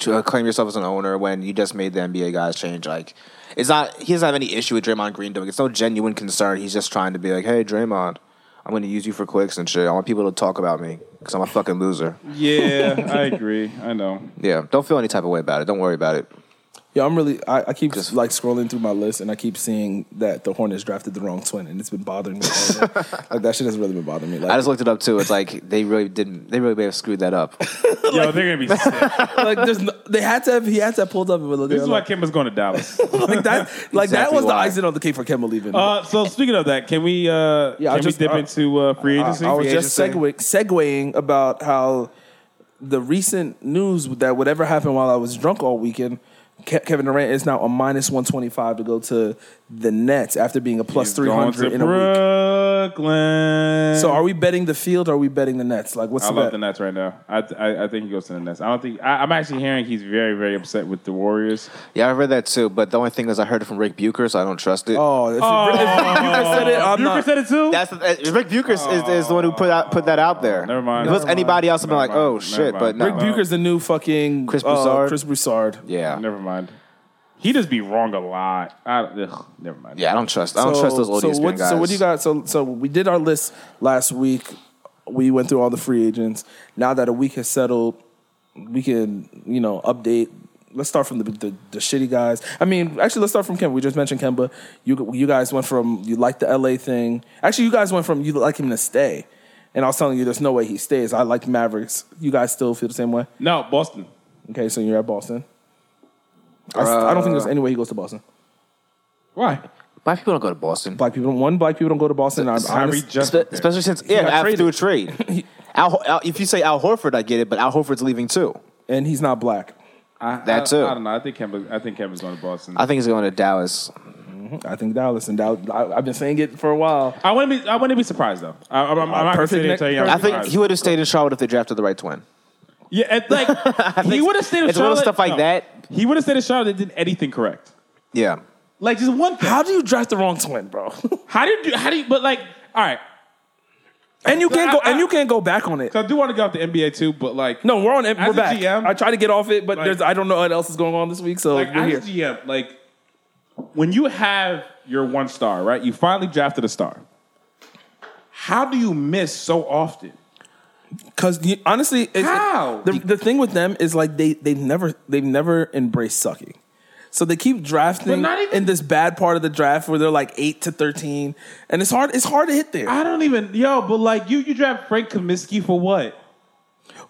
to claim yourself as an owner when you just made the NBA guys change?" Like, it's not. He doesn't have any issue with Draymond Green doing. it. It's no genuine concern. He's just trying to be like, "Hey, Draymond, I'm going to use you for clicks and shit. I want people to talk about me because I'm a fucking loser." Yeah, I agree. I know. Yeah, don't feel any type of way about it. Don't worry about it. yeah, I'm really. I, I keep just like scrolling through my list, and I keep seeing that the Hornets drafted the wrong twin, and it's been bothering me. all day. like that shit has really been bothering me. Like, I just looked it up too. It's like they really didn't. They really may have screwed that up. Yo, they're gonna be sick. like there's no, they had to have he had to have pulled up with This is why like, Kimba's going to Dallas. like that. Like that Exactly was the why. icing on the cake for Kemba leaving. Uh, so speaking of that, can we uh, Yeah, I can just- we dip uh, into uh, free agency? I was Free just agency? segue- segueing about how the recent news that whatever happened while I was drunk all weekend, Ke- Kevin Durant is now a minus one twenty five to go to the Nets after being a plus He's three hundred going in to a week. Brooklyn. So are we betting the field? or Are we betting the Nets? Like what's I the love bet? the Nets right now. I, I I think he goes to the Nets. I don't think I, I'm actually hearing he's very very upset with the Warriors. yeah, I read that too. But the only thing is, I heard it from Rick Bucher, so I don't trust it. Oh, if, if Bucher said it, I'm Bucher not. said it too. That's the, uh, Rick Buchers is, is the one who put out put that out there. Never mind. If it was Never anybody else, I'd been Never like, mind. oh Never shit, mind. but no. Rick Bucher's the new fucking Chris uh, Broussard. Chris Broussard. yeah, Never mind. He just be wrong a lot. I, ugh, never mind. yeah, I don't trust. I don't trust those old so ESPN what, guys. So what do you got? So so we did our list last week. We went through all the free agents. Now that a week has settled, we can you know update. Let's start from the, the the shitty guys. I mean, actually, let's start from Kemba. We just mentioned Kemba. You you guys went from you like the LA thing. Actually, you guys went from you like him to stay, and I was telling you there's no way he stays. I like Mavericks. You guys still feel the same way? No, Boston. Okay, so you're at Boston. I, s- I don't think there's any way he goes to Boston. Why? Black people don't go to Boston, Black people don't. One, black people don't go to Boston. I'm Tyree honest, just Spe- especially since yeah, got after traded. through a trade. Al, Ho- Al, if you say Al Horford, I get it, but Al Horford's leaving too. and he's not black. I, that I- too. I, don't know. I think Kemba. I think Kemba's going to Boston. I think he's going to Dallas. I think Dallas and Dallas. I, I've been saying it for a while. I wouldn't be. I wouldn't be surprised though. I, I'm, I'm not perfect perfect. neck- tell you, I'm I think surprised. he would have stayed in Charlotte if they drafted the right twin. Yeah, it's like he would have stayed in It's Charlotte. little stuff like no. that. He would have stayed in Charlotte. That did anything correct. Yeah, Like just one thing. How, How do you draft the wrong twin, bro? do you? do- How do you? But like, all right. and you can't I- go. I- and you can't go back on it. So I do want to get off the NBA too, but like, No, we're on. it. As We're a back. GM, I try to get off it, but like- there's. I don't know what else is going on this week, so like we're as here. a GM, like when you have your one star, right? You finally drafted a star. How do you miss so often? Because honestly, it's, How? the, the thing with them is like they they've never they've never embraced sucking. So they keep drafting not even- in this bad part of the draft where they're like eight to thirteen, and it's hard. It's hard to hit there. I don't even yo, but like you, you draft Frank Kaminsky for what?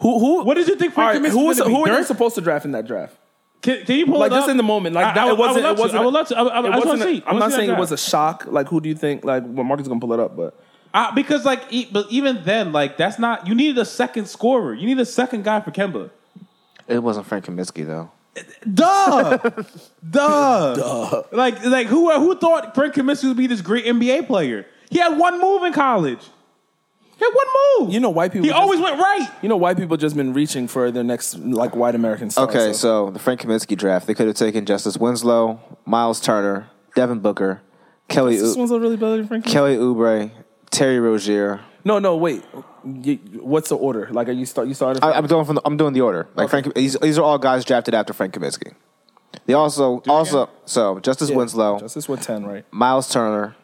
who who? What did you think All Frank right, Kaminsky who was gonna be, who were they Dirk? supposed to draft in that draft? Can, can you pull like it up? just in the moment, like I- that. I- I it would wasn't. love It to. wasn't. I would love to. I, I, I it just wanna wasn't- see. I I'm wanna not see that saying it draft. was a shock. Like, who do you think? Like, well, Marcus is gonna pull it up, but Uh, because like, e- but even then, like that's not. You needed a second scorer. You need a second guy for Kemba. it wasn't Frank Kaminsky though. Duh, duh, duh. Like, like who who thought Frank Kaminsky would be this great NBA player? He had one move in college. Hit one move. You know, white people. he just- always went right. You know, white people just been reaching for their next like white American star. Okay, so the Frank Kaminsky draft, they could have taken Justice Winslow, Miles Turner, Devin Booker, Kelly this U- one's really better than Frank. Kelly Oubre, Terry Rozier. No, no, wait. You, what's the order? Like, are you start? You started. I, I'm going from the, I'm doing the order. Like Frank, these, these are all guys drafted after Frank Kaminsky. They also also so Justice Yeah. Winslow, Justice with ten, right? Miles Turner,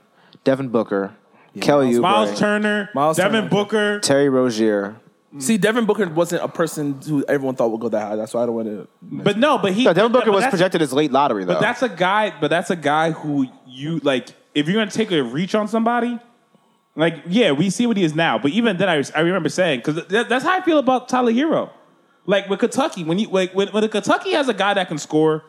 Devin Booker, Kelly Oubre, Miles Turner, Miles Devin Turner. Booker. Terry Rozier. See, Devin Booker wasn't a person who everyone thought would go that high. That's why I don't want to. But no, but he No, Devin Booker but was that's- projected as late lottery though. But that's a guy. But that's a guy who you like. If you're gonna take a reach on somebody, like yeah, we see what he is now. But even then, I, was- I remember saying because that, that's how I feel about Tyler Hero. Like with Kentucky, when you like when when Kentucky has a guy that can score.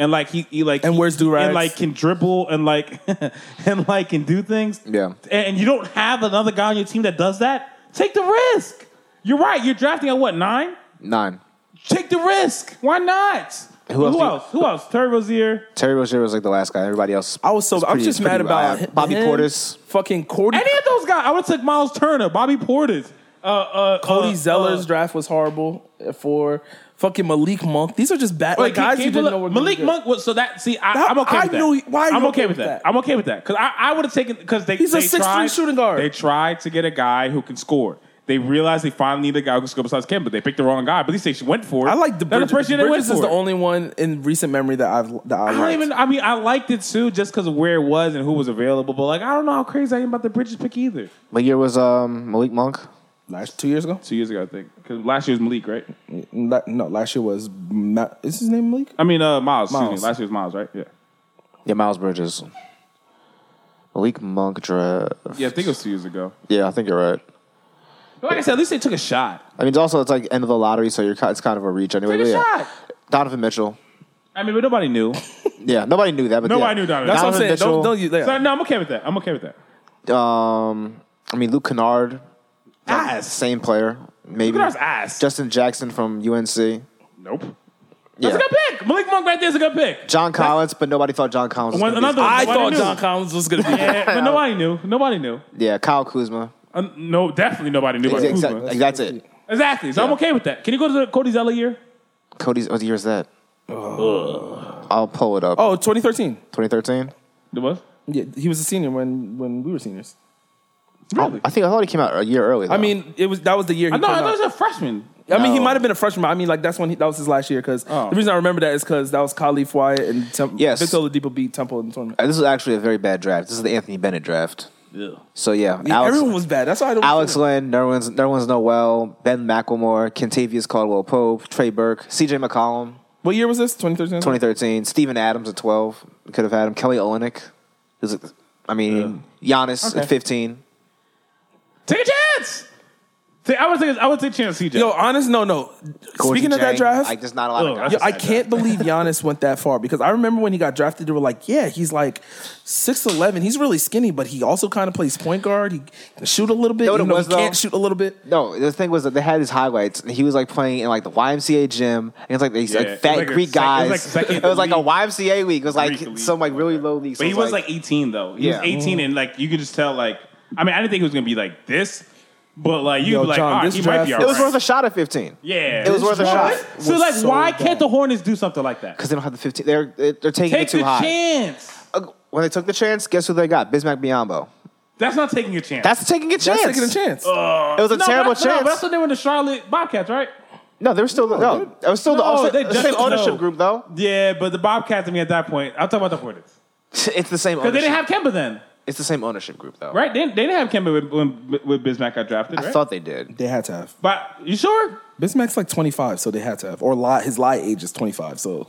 And like he, he like And he- wears do-rags. and like can dribble and like and like can do things. Yeah. And, and you don't have another guy on your team that does that. Take the risk. You're right. You're drafting at what nine? nine. Take the risk. Why not? Who else do Who you- else? Who else? Terry Rozier. Terry Rozier was like the last guy. Everybody else. I was so. it's I'm pretty- just it's pretty mad about wild. him- Bobby Portis. Fucking Cody. Any of those guys. I would have took Miles Turner, Bobby Portis. Uh, uh, Cody uh, Zeller's uh, draft was horrible for fucking Malik Monk. These are just bad like, wait, guys can- you can didn't look- know were gonna Malik be good. Monk was so that. See, I, That- I'm okay I with that. knew- why are you I'm okay with that. I'm okay with that because I, I would have taken because they. He's a they 6'3" tried- shooting guard. They tried to get a guy who can score. They realized they finally need a guy who can score besides Kemba. but they picked the wrong guy. But at least they went for it. I like the That's Bridges. the person they went Bridges is for. the only one in recent memory that I've that I, I don't liked. even. I mean, I liked it too, just because of where it was and who was available. But like, I don't know how crazy I am about the Bridges pick either. What year was um, Malik Monk? last two years ago. Two years ago, I think, because last year was Malik, right? La- no, last year was Matt, is his name Malik? I mean, uh, Miles. excuse me. Miles. Last year was Miles, right? Yeah. Yeah, Miles Bridges. Malik Monk draft. Yeah, I think it was two years ago. Yeah, I think you're right. But like I said, at least they took a shot. I mean, it's also it's like end of the lottery, so you're ki- it's kind of a reach anyway. Take but a yeah. shot. Donovan Mitchell. I mean, but nobody knew. Yeah, nobody knew that. But Nobody yeah. knew Donovan. That's what I'm saying. Don't, Mitchell, don't you, yeah. Oh. So, no, I'm okay with that. I'm okay with that. Um, I mean Luke Kennard, Ass. same player, maybe. Kennard's ass. Justin Jackson from UNC. Yeah. Nope. That's a good pick. Malik Monk right there is a good pick. John Collins, but nobody thought John Collins. Was One- gonna be- another- I Nobody thought knew. John Collins was gonna be. good. Yeah, but nobody knew. Nobody knew. yeah, Kyle Kuzma. Uh, no, definitely nobody knew about Exa- Kuzma. exa- like, that's it. Exactly. So I'm okay with that. Can you go to the Cody Zeller year? Cody's. What year is that? I'll pull it up. Oh, 2013. 2013. It was. Yeah, he was a senior when when we were seniors. Really? I think I thought he came out a year early. Though. I mean, it was that was the year. He Oh. I know. came I thought out. he was a freshman. I mean, he No. might have been a freshman. But I mean, like that's when he, that was his last year. Because Oh. the reason I remember that is because that was Khalif Wyatt and Tem- Yes. Victor Oladipo beat Temple in the tournament. Uh, this is actually a very bad draft. This is the Anthony Bennett draft. Yeah. So yeah, Yeah, Alex, Everyone was bad. That's why I don't. Alex Lynn, Nerwin's, Nerwin's Noel, Ben McElmore, Kentavious Caldwell Pope, Trey Burke, CJ McCollum, What year was this? 2013. 2013, Steven Adams at 12. We could have had him. Kelly Olenek. Who's like- I mean, Giannis at 15. Take a chance. See, I would take. I would take a chance, CJ. Yo, honest, no, no. Gorgie Speaking of Jang. that draft, like there's not a lot Ugh, of guys. Yo, I can't believe Giannis went that far because I remember when he got drafted, they were like, "Yeah, he's like six eleven. He's really skinny, but he also kind of plays point guard. He can shoot a little bit. know what even it though was, he can't though? shoot a little bit. No, the thing was that they had his highlights, and he was like playing in like the YMCA gym, and it's like these Yeah, it like was fat like a Greek sec- it was guys. like second It was like a league. YMCA league. It was like Greek league, some like really low league. So But he it's was like, 18 though. He Yeah. was 18 and like you could just tell like I mean I didn't think he was gonna be like this, but like you Yo, could be like John, all right, this he might be draft all it right. was worth a shot at 15. yeah, It was worth a shot. So was like so why bad. can't the Hornets do something like that? Because they don't have the 15. They're they're they're taking Take it too the high. chance. Uh, When they took the chance, guess who they got? Bismack Biombo. That's not taking a chance. That's taking a chance. That's taking a chance. It was a No, terrible that's- no, chance. but that's when they were the Charlotte Bobcats, right? No, they were still no. dude. It was still the, No, all- they the just- same ownership no. group though. Yeah, but the Bobcats. I mean, at that point, I'm talking about the Hornets It's the same. because Ownership. they didn't have Kemba then, It's the same ownership group though. right? They, they didn't have Kemba with- when, when Bismack got drafted, I right? thought they did. they had to have but you sure? Bismack's like twenty five, so they had to have. Or lie, his lie age is twenty five, so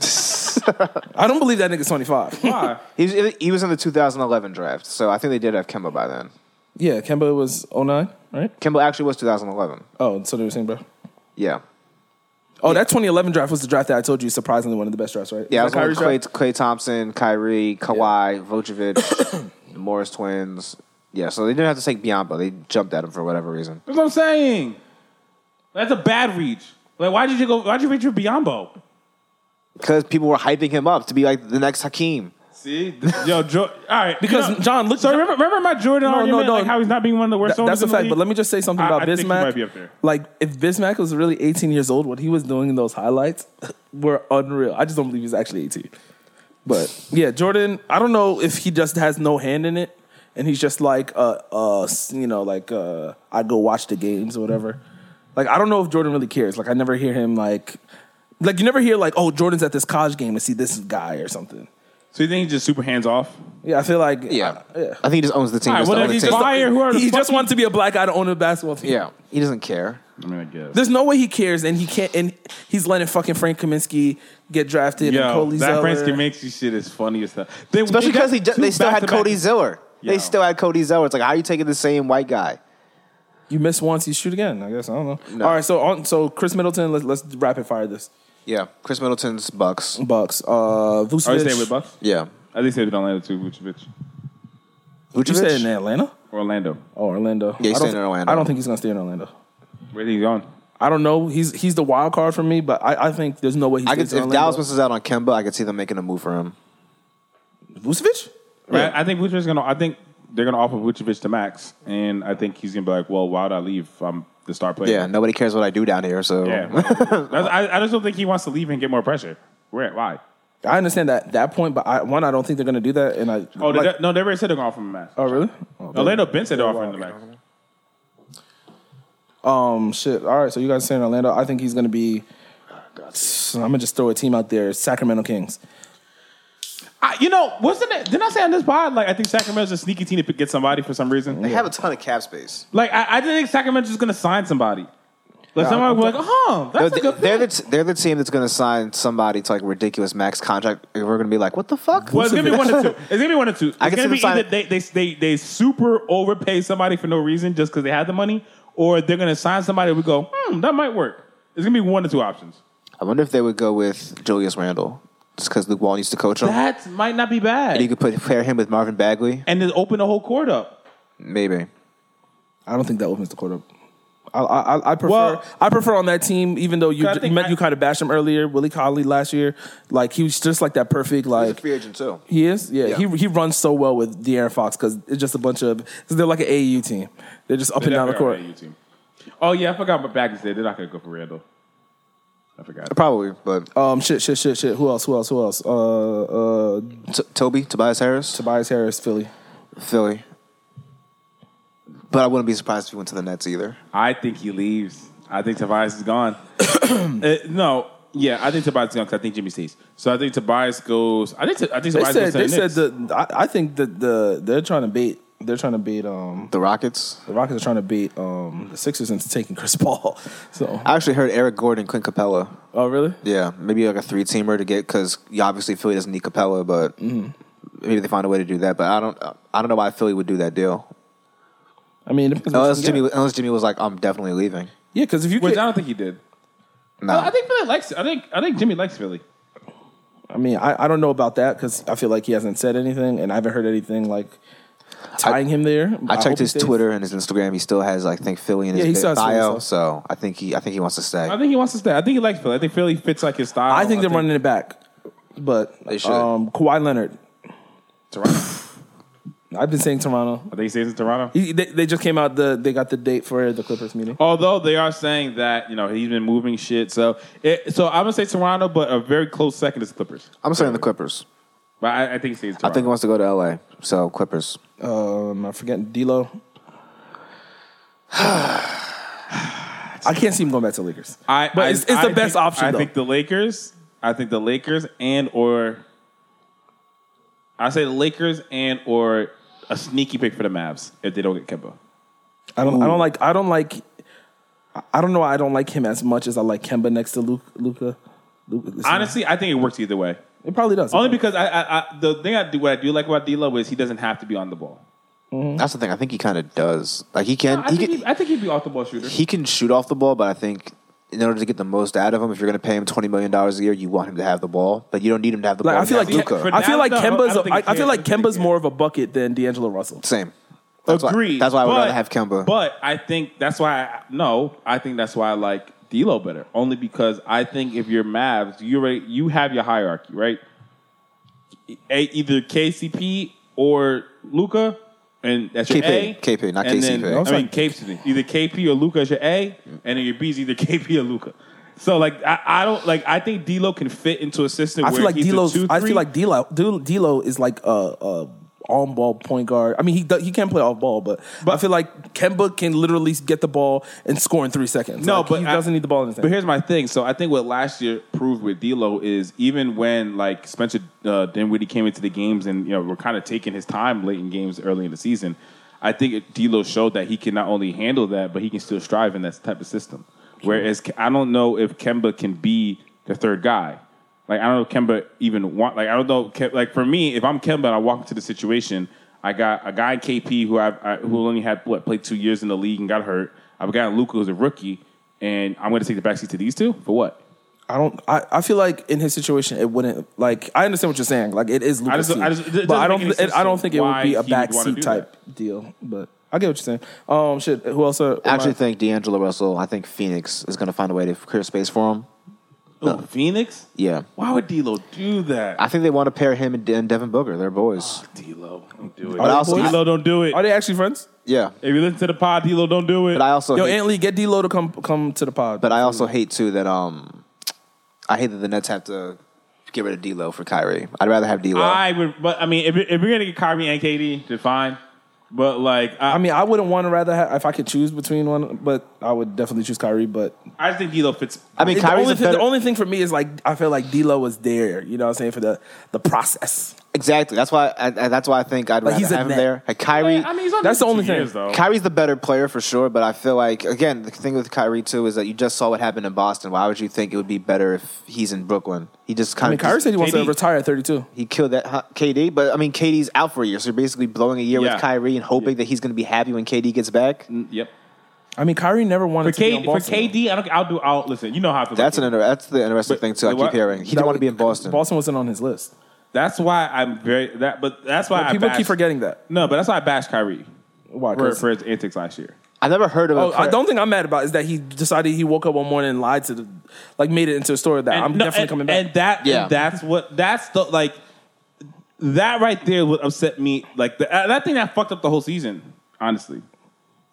I don't believe that nigga's twenty five. Why? He was, he was in the 2011 draft, so I think they did have Kemba by then. yeah, Kemba was 09, right? Kemba actually was 2011. Oh, so they were saying, bro. Yeah, Oh, that 2011 draft was the draft that I told you is surprisingly one of the best drafts, right? yeah. I was Was that going Kyrie's draft? Clay, Clay Thompson, Kyrie, Kawhi, Vucevic, the Morris twins. Yeah, so they didn't have to take Biombo. They jumped at him for whatever reason. That's what I'm saying. That's a bad reach. Like, why did you go? Why'd you reach for Biombo? Because people were hyping him up to be like the next Hakeem. See, yo, Jordan. All right, Because, You know, John, look- So remember, remember my Jordan No, no, argument, no. like how he's not being one of the worst. Th- owners that's a in the fact. league? But let me just say something I- about I think he Bismack. might be up there. Like if Bismack was really 18 years old, what he was doing in those highlights were unreal. I just don't believe he's actually 18. But yeah, Jordan. I don't know if he just has no hand in it, and he's just like, uh, uh, s- you know, like uh, I go watch the games or whatever. Like I don't know if Jordan really cares. Like I never hear him like, like you never hear like, oh, Jordan's at this college game to see this guy or something. So you think he's just super hands off? Yeah, I feel like Yeah. I- yeah. I think he just owns the team. All right, Just well, own then the he's team. fire. Who are the He fuck- just wants to be a black guy to own a basketball team. Yeah, he doesn't care. I mean, I guess. There's no way he cares, and he can't. And he's letting fucking Frank Kaminsky get drafted. and Yo, Cody that Zeller. Prince Kaminsky shit is funny as hell. They- Especially they got because he ju- two they still had back-to-back- Cody Zeller. Yeah. They still had Cody Zeller. It's like, how are you taking the same white guy? you miss once, you shoot again. I guess I don't know. All right, so on, so Chris Middleton, let's let's rapid fire this Yeah, Chris Middleton's Bucks. Bucks. Uh, Vucevic. Are they staying Oh, with Bucks? Yeah, I think they with Orlando too, Vucevic. Vucevic? You said in Atlanta Orlando. or Orlando? he's I don't staying in thi- Orlando. I don't think he's gonna stay in Orlando. Where he going? I don't know. He's he's the wild card for me, but I, I think there's no way he's I in could, if Orlando. Dallas misses out on Kemba, I could see them making a move for him. Vucevic. Right. I think Vucevic's gonna. I think they're gonna offer Vucevic to Max, and I think he's gonna be like, "Well, why would I leave? if I'm the star player." Yeah, nobody cares what I do down here. So Yeah. That's- I, I just don't think he wants to leave and get more pressure. Where? Why? I understand that that point, but I, one, I don't think they're gonna do that, and I. Oh, like- they, no, they already said they're gonna offer him a Max. oh really? Orlando Ben said they're offering him a Max. Um, shit. All right, so you guys are saying Orlando? I think he's gonna be. I'm gonna just throw a team out there, Sacramento Kings. I, you know, wasn't it? Didn't I say on this pod? Like, I think Sacramento's a sneaky team to pick- get somebody for some reason. They have a ton of cap space. Like, I, I didn't think Sacramento's gonna sign somebody. Like, somebody was like, "Huh, that's a they, good." they're pick." the t- they're the team that's going to sign somebody to like ridiculous max contract. and We're going to be like, what the fuck? Well, it's gonna be one of two. It's gonna be one of two. It's I can gonna be see them either they, they they they super overpay somebody for no reason just because they had the money, or they're gonna sign somebody. We go, hmm, that might work. It's gonna be one of two options. I wonder if they would go with Julius Randle just because Luke Wall used to coach him. That might not be you bad, could put pair him with Marvin Bagley, and then open the whole court up. maybe. I don't think that opens the court up. I, I, I- I prefer Well- I prefer on that team, even though you I you, think meant I- you kind of bashed him earlier, Willie Colley last year. Like he was just like that perfect like free agent too. he is yeah, he he runs so well with De'Aaron Fox because it's just a bunch of 'cause they're like an AAU team. They're just up and down the court. Definitely our AAU team. Oh yeah, I forgot what Bagley said. They're not gonna go for Randall. I forgot. Probably, but Um shit shit shit shit. Who else? Who else? Who else? Uh uh T- Toby, Tobias Harris, Tobias Harris, Philly. Philly. But I wouldn't be surprised if he went to the Nets either. I think he leaves. I think Tobias is gone. Uh, no, yeah, I think Tobias is gone because I think Jimmy stays. So I think Tobias goes. I think I think They Tobias said goes to they the said Knicks. the I, I think that the they're trying to bait they're trying to bait um The Rockets. the Rockets are trying to bait um the Sixers into taking Chris Paul. So I actually heard Eric Gordon, and Clint Capella. oh really? Yeah, maybe like a three teamer to get because obviously Philly doesn't need Capella, but maybe they find a way to do that. But I don't, I don't know why Philly would do that deal I mean, it depends. what unless you get. Oh, Jimmy, unless Jimmy was like, I'm definitely leaving. Yeah, because if you Which get, I I, don't think he did. No, I think Philly likes. I think I think Jimmy likes Philly. mean, I, I don't know about that because I feel like he hasn't said anything, and I haven't heard anything like tying him there. I hope checked he his stays. Twitter and his Instagram. He still has, like, I think, Philly in Uh, Yeah, he his still has Philly bio. stuff. So I think he, I think he wants to stay. I think he wants to stay. I think he likes Philly. I think Philly fits like his style. Oh, I think they're running it back, but They should. um, Kawhi Leonard. Toronto. I've been saying Toronto. I think he stays in Toronto. He- They, they just came out the they got the date for the Clippers meeting. Although they are saying that you know he's been moving shit, so it, so I'm gonna say Toronto, but a very close second is Clippers. I'm saying the Clippers. But I, I think he stays. In I Toronto. think he wants to go to LA. So Clippers. Um, I forget D'Lo. I can't see him going back to Lakers. I, but I- it's, it's I the best think- option I though. think the Lakers. I think the Lakers and or I say the Lakers and or a sneaky pick for the Mavs if they don't get Kemba. I don't. I don't like. I don't like. I- I don't know. why I don't like him as much as I like Kemba next to Luke. Luca. Honestly, I think it works either way. it probably does. Only because I, I, I the thing I do what I do like about D'Lo is he doesn't have to be on the ball. That's the thing. I think he kind of does. Like he can, I he think, can, he, I think he'd be off the ball shooter. he can shoot off the ball, but I think. In order to get the most out of him, if you're going to pay him twenty million dollars a year, you want him to have the ball, but you don't need him to have the like ball. I feel like Yeah, Luca. for I feel Dallas, like no, I don't Kemba's. think I, he can. I feel like I don't think Kemba's he can. more of a bucket than D'Angelo Russell. Same. That's Agreed. Why, that's why I would but- rather have Kemba. But I think that's why. I, no, I think that's why I like D'Lo better. Only because I think if you're Mavs, you already you have your hierarchy right. A, either KCP or Luca, and that's your KP, A. KP, not and KCP. Then, I mean KCP. Either KP or Luca is your A, and then your B is either KP or Luca. So like I, I don't like I think D'Lo can fit into a system. I where feel like he's a D'Lo's. I feel 2-3. like D'Lo. D'Lo D'Lo is like a, a on ball point guard. I mean, he do- he can play off ball, but, I feel like Kemba can literally get the ball and score in three seconds. No, Like, but he I- doesn't need the ball in his But hand. here's my thing. So I think what last year proved with D'Lo is even when like Spencer uh, Dinwiddie came into the games and you know we're kind of taking his time late in games, early in the season. I think it- D'Lo showed that he can not only handle that, but he can still strive in that type of system. Whereas Ke- I don't know if Kemba can be the third guy. Like I don't know if Kemba even want. Like I don't know. Ke- Like for me, if I'm Kemba and I walk into the situation, I got a guy in KP who I've, I who only had what played two years in the league and got hurt. I've got Luca who's a rookie, and I'm going to take the backseat to these two for what? I don't. I, I feel like in his situation, it wouldn't. Like I understand what you're saying. Like it is I just- Lucas, I just- it doesn't but I make don't. any It, I don't sense think it would why be a he would wanna do backseat type deal. But I get what you're saying. Um, shit. Who else? Are, I actually think D'Angelo Russell, I think Phoenix is going to find a way to clear space for him. Oh, Phoenix? Yeah. Why would D'Lo do that? I think they want to pair him and, and Devin Booker. They're boys. D'Lo, don't do it. But I also- D'Lo, don't do it. are they actually friends? Yeah. If you listen to the pod, D'Lo, don't do it. But I also Yo, hate, Ant Lee, get D'Lo to come come to the pod. but I also hate too that um I hate that the Nets have to get rid of D'Lo for Kyrie. I'd rather have D'Lo. I would, but I mean, if, you're- if you're gonna get Kyrie and KD, then fine. But like, I, I mean, I wouldn't want to rather have, if I could choose between one, but I would definitely choose Kyrie. But I just think D'Lo fits. I mean, the Kyrie's only, a thing, the better, only thing for me is like I feel like D'Lo was there. You know what I'm saying for the the process. exactly. That's why. I, I- that's why I think I'd rather he's a have him net. there. Like Kyrie. I mean, he's only That's the two only thing. years, though. Kyrie's the better player for sure, but I feel like again the thing with Kyrie too is that you just saw what happened in Boston. Why would you think it would be better if he's in Brooklyn? He just I kind mean, of Kyrie said he wants to KD. retire at 32. he killed that huh, KD, but I mean KD's out for a year, so you're basically blowing a year Yeah. with Kyrie and hoping that he's going to be happy when KD gets back. Yep. I mean, Kyrie never wanted For, to be K, on for Boston. KD, I don't, I'll do. I'll listen. You know how I feel. That's about an inter- that's the interesting But- thing too. I but keep what- hearing he That didn't want was- to be in Boston. Boston wasn't on his list. That's why I'm very that. But that's why I People bash- keep forgetting that. No, but that's why I bashed Kyrie Why? for, 'Cause- for his antics last year. I never heard of. Oh, a Kyrie- I don't think I'm mad about is that he decided he woke up one morning and lied to the, like made it into a story that And- I'm no, definitely and- coming back. And that, Yeah. and that's what that's the like that right there would upset me. Like the, uh, that thing that fucked up the whole season, honestly,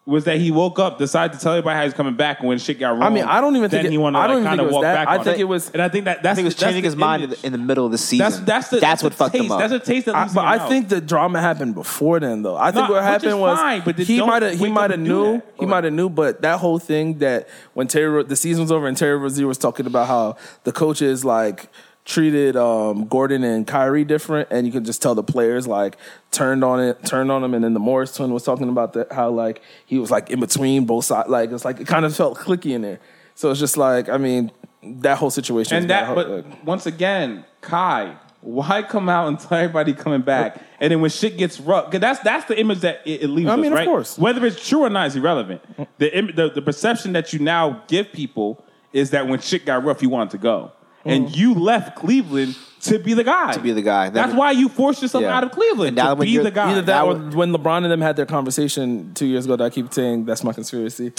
was that he woke up, decided to tell everybody how he's coming back, and when shit got wrong, I mean, I don't even then think it- he wanted to I don't like, even kind think it of was walk that. back. I on think it it was- and I think that that's he was that's changing the his mind in image. the, in the middle of the season. That's that's the that's the what fucked taste, him up. That's a taste that I, leaves but me I out. think the drama happened before then, though. I think No, which what happened is was fine, but he don't- might have he wait, might have don't do knew that. he might have knew, but that whole thing that when Terry Ro- the season was over and Terry Rozier was talking about how the coaches like treated um, Gordon and Kyrie different, and you could just tell the players like turned on it, turned on them, and then the Morris twin was talking about that how like he was like in between both sides, like it's like it kind of felt clicky in there. So it's just like I mean that whole situation is and that. bad. But Like, once again, Kai, why come out and tell everybody coming back? And then when shit gets rough, 'cause that's that's the image that it, it leaves. I mean, us, of right? course. whether it's true or not is irrelevant. The, im- the the perception that you now give people is that when shit got rough, you wanted to go, and you left Cleveland to be the guy. To Mm. be the guy. That's That- why you forced yourself Yeah. out of Cleveland And now to when be you're- the guy. Either that, That or would- when LeBron and them had their conversation two years ago, that I keep saying that's my conspiracy.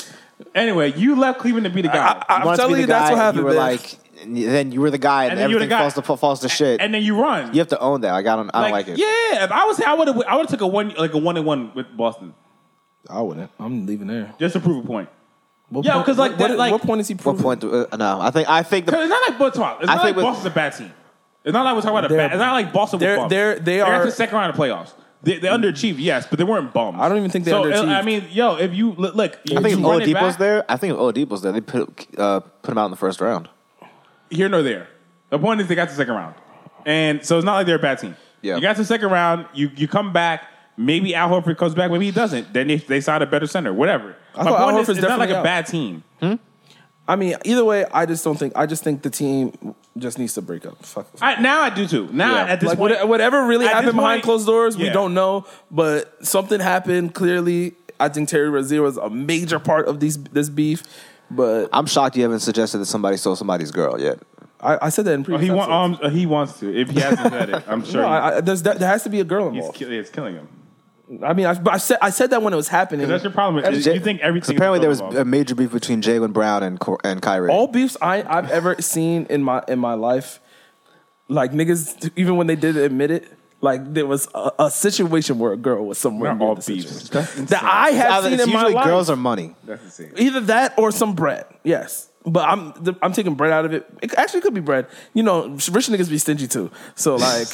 anyway, you left Cleveland to be the guy. I, am wanted to be telling the you, that's guy, what happened. You were man. like, and then you were the guy, and, and then you're the everything guy. falls to falls to shit. And then you run. you have to own that. Like I don't, I don't like, it. Yeah, if I was, I would have, I would have took a one, like a one and one with Boston I wouldn't. I'm leaving there. just to prove a point. What Yeah, point- 'cause, like, what, that- what- like- what point is he What proving? point? do- uh, no, I think I think Because the, it's not like Boston. It's I not think like with- Boston's a bad team. It's not like we're talking about a They're- bad. It's not like Boston they're- was bummed. they're- they got are- to the second round of playoffs. They, they underachieved, yes, but they weren't bums. I don't even think they so, uh, underachieved. I mean, yo, if you look, look I think if you run it Oladipo's back, there, I think if Oladipo's there, they put uh, put him out in the first round. here nor there. The point is they got to the second round, and so it's not like they're a bad team. Yeah. you got to the second round. You you come back. Maybe Al Horford comes back. Maybe he doesn't. Then they, they sign a better center. Whatever. My thought Al point is, Horford's it's not like definitely a out. bad team. I mean, either way, I just don't think. I just think the team just needs to break up. Fuck. I, now I do too. Now Yeah. at this like point, what- whatever really at this happened behind point- closed doors, we Yeah. don't know. But something happened. Clearly, I think Terry Rozier was a major part of these this beef. But I'm shocked you haven't suggested that somebody stole somebody's girl yet. I, I said that in Oh, previous. he want, um, episodes. uh, he wants to. If he hasn't said it, I'm sure No, he- I, I, there's, there has to be a girl he's involved. ki- it's killing him. I mean, I, but I said I said that when it was happening. That's your problem. Is Jay- you think 'cause everything. Apparently, there is was a a major beef between Jalen Brown and Cor- and Kyrie. all beefs I, I've ever seen in my in my life Like niggas, even when they did admit it, like there was a, a situation where a girl was somewhere near all the beef. situation. That's that I have seen it's in my usually life. girls are money. That's insane. Either that or some bread. Yes. But I'm the, I'm taking bread out of it. It actually could be bread. You know, rich niggas be stingy too. So like,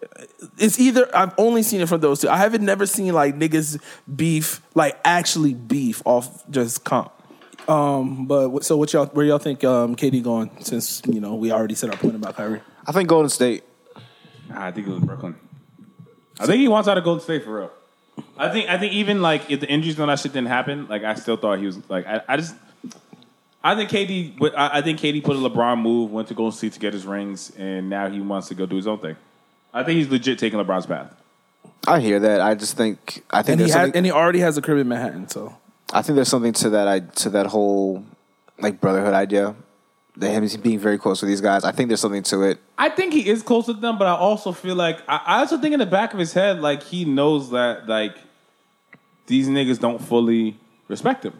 it's either I've only seen it from those two. I haven't never seen like niggas beef like actually beef off just comp. Um, but what- so what y'all where y'all think um Katie going since you know we already said our point about Kyrie. I think Golden State. Nah, I think it was Brooklyn. I think he wants out of Golden State for real. I think I think even like if the injuries and all that shit didn't happen, like I still thought he was like I, I just I think KD but I, I think KD put a LeBron move, went to Golden State to get his rings, and now he wants to go do his own thing. I think he's legit taking LeBron's path. I hear that. I just think I think And he there's has, something- and he already has a crib in Manhattan. So I think there's something to that I to that whole like brotherhood idea. That him being very close with these guys. I think there's something to it. I think he is close to them, but I also feel like I, I also think in the back of his head, like he knows that like these niggas don't fully respect him.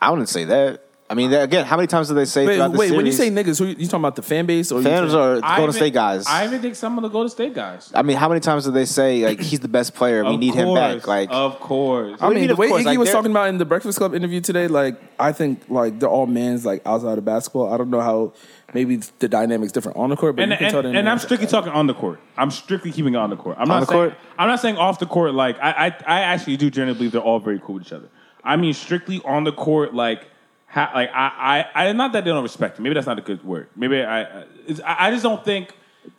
I wouldn't say that. I mean, that, again, how many times did they say wait, throughout the wait when you series, say niggas, who you, you talking about the fan base or you fans talking- are the Golden even- State guys? I even think some of the Golden State guys. I mean, how many times did they say like he's the best player? We Of need him back. course, Like of course. I What do you mean, mean, the of way course? Iggy Like, was they're- talking about in the Breakfast Club interview today, like I think like they're all men's like outside of basketball. I don't know how maybe the dynamics different on the court, but and you can and, tell them. and I'm strictly talking on the court. I'm strictly keeping it on the court. I'm not the saying, court? I'm not saying off the court. Like I, I, I actually do generally believe they're all very cool with each other. I mean, strictly on the court. Like, ha, like I, I, I, not that they don't respect him. Maybe that's not a good word. Maybe I, I- it's, I I just don't think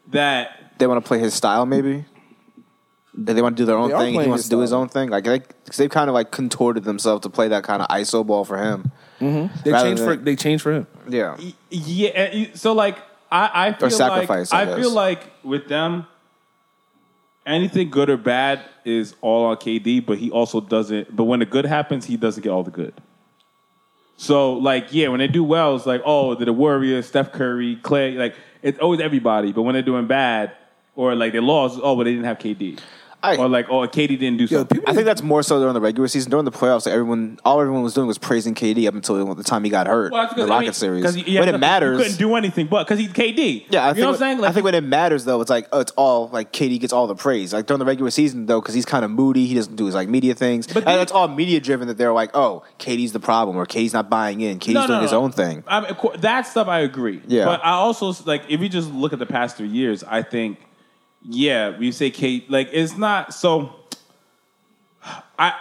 that. they want to play his style, maybe. That they want to do their own They are thing. and He playing wants his to do his style. own thing. Like they, cause they've kind of like contorted themselves to play that kind of ISO ball for him. they rather changed for than- they changed for him. Yeah, Yeah. and you- So like, I, I feel sacrifice, I like I, guess. feel like with them, anything good or bad is all on KD. But he also doesn't. But when the good happens, he doesn't get all the good. So like yeah, when they do well, it's like oh they're the Warriors, Steph Curry, Clay, like it's always everybody. But when they're doing bad or like they lost, oh but they didn't have KD, I- or like oh KD didn't do Yo, something. people, I think that's more so during the regular season. During the playoffs, like everyone, all everyone was doing was praising KD up until the time he got hurt. Well, that's the 'cause, Rocket I mean, 'cause series, he- yeah, when it nothing- matters, he couldn't do anything, but because he's KD. Yeah, I you think, know what I'm saying. Like, I think when it matters though, it's like oh, it's all like KD gets all the praise. Like during the regular season though, because he's kind of moody, he doesn't do his like media things. But then- that's all media driven. That they're like, oh, KD's the problem, or KD's not buying in. KD's No, no, doing his no. own thing. I mean, of cour- that stuff I agree. Yeah. But I also like if you just look at the past three years, I think, yeah, we say Kate like it's not so. I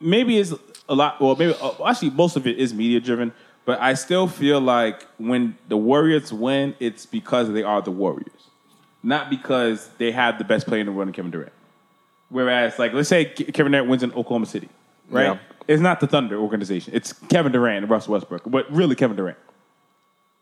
maybe it's a lot. Well, maybe uh, actually most of it is media driven. But I still feel like when the Warriors win, it's because they are the Warriors, not because they have the best player in the world, in Kevin Durant. Whereas, like, let's say Ke- Kevin Durant wins in Oklahoma City, right? Yeah. It's not the Thunder organization. It's Kevin Durant and Russell Westbrook, but really Kevin Durant,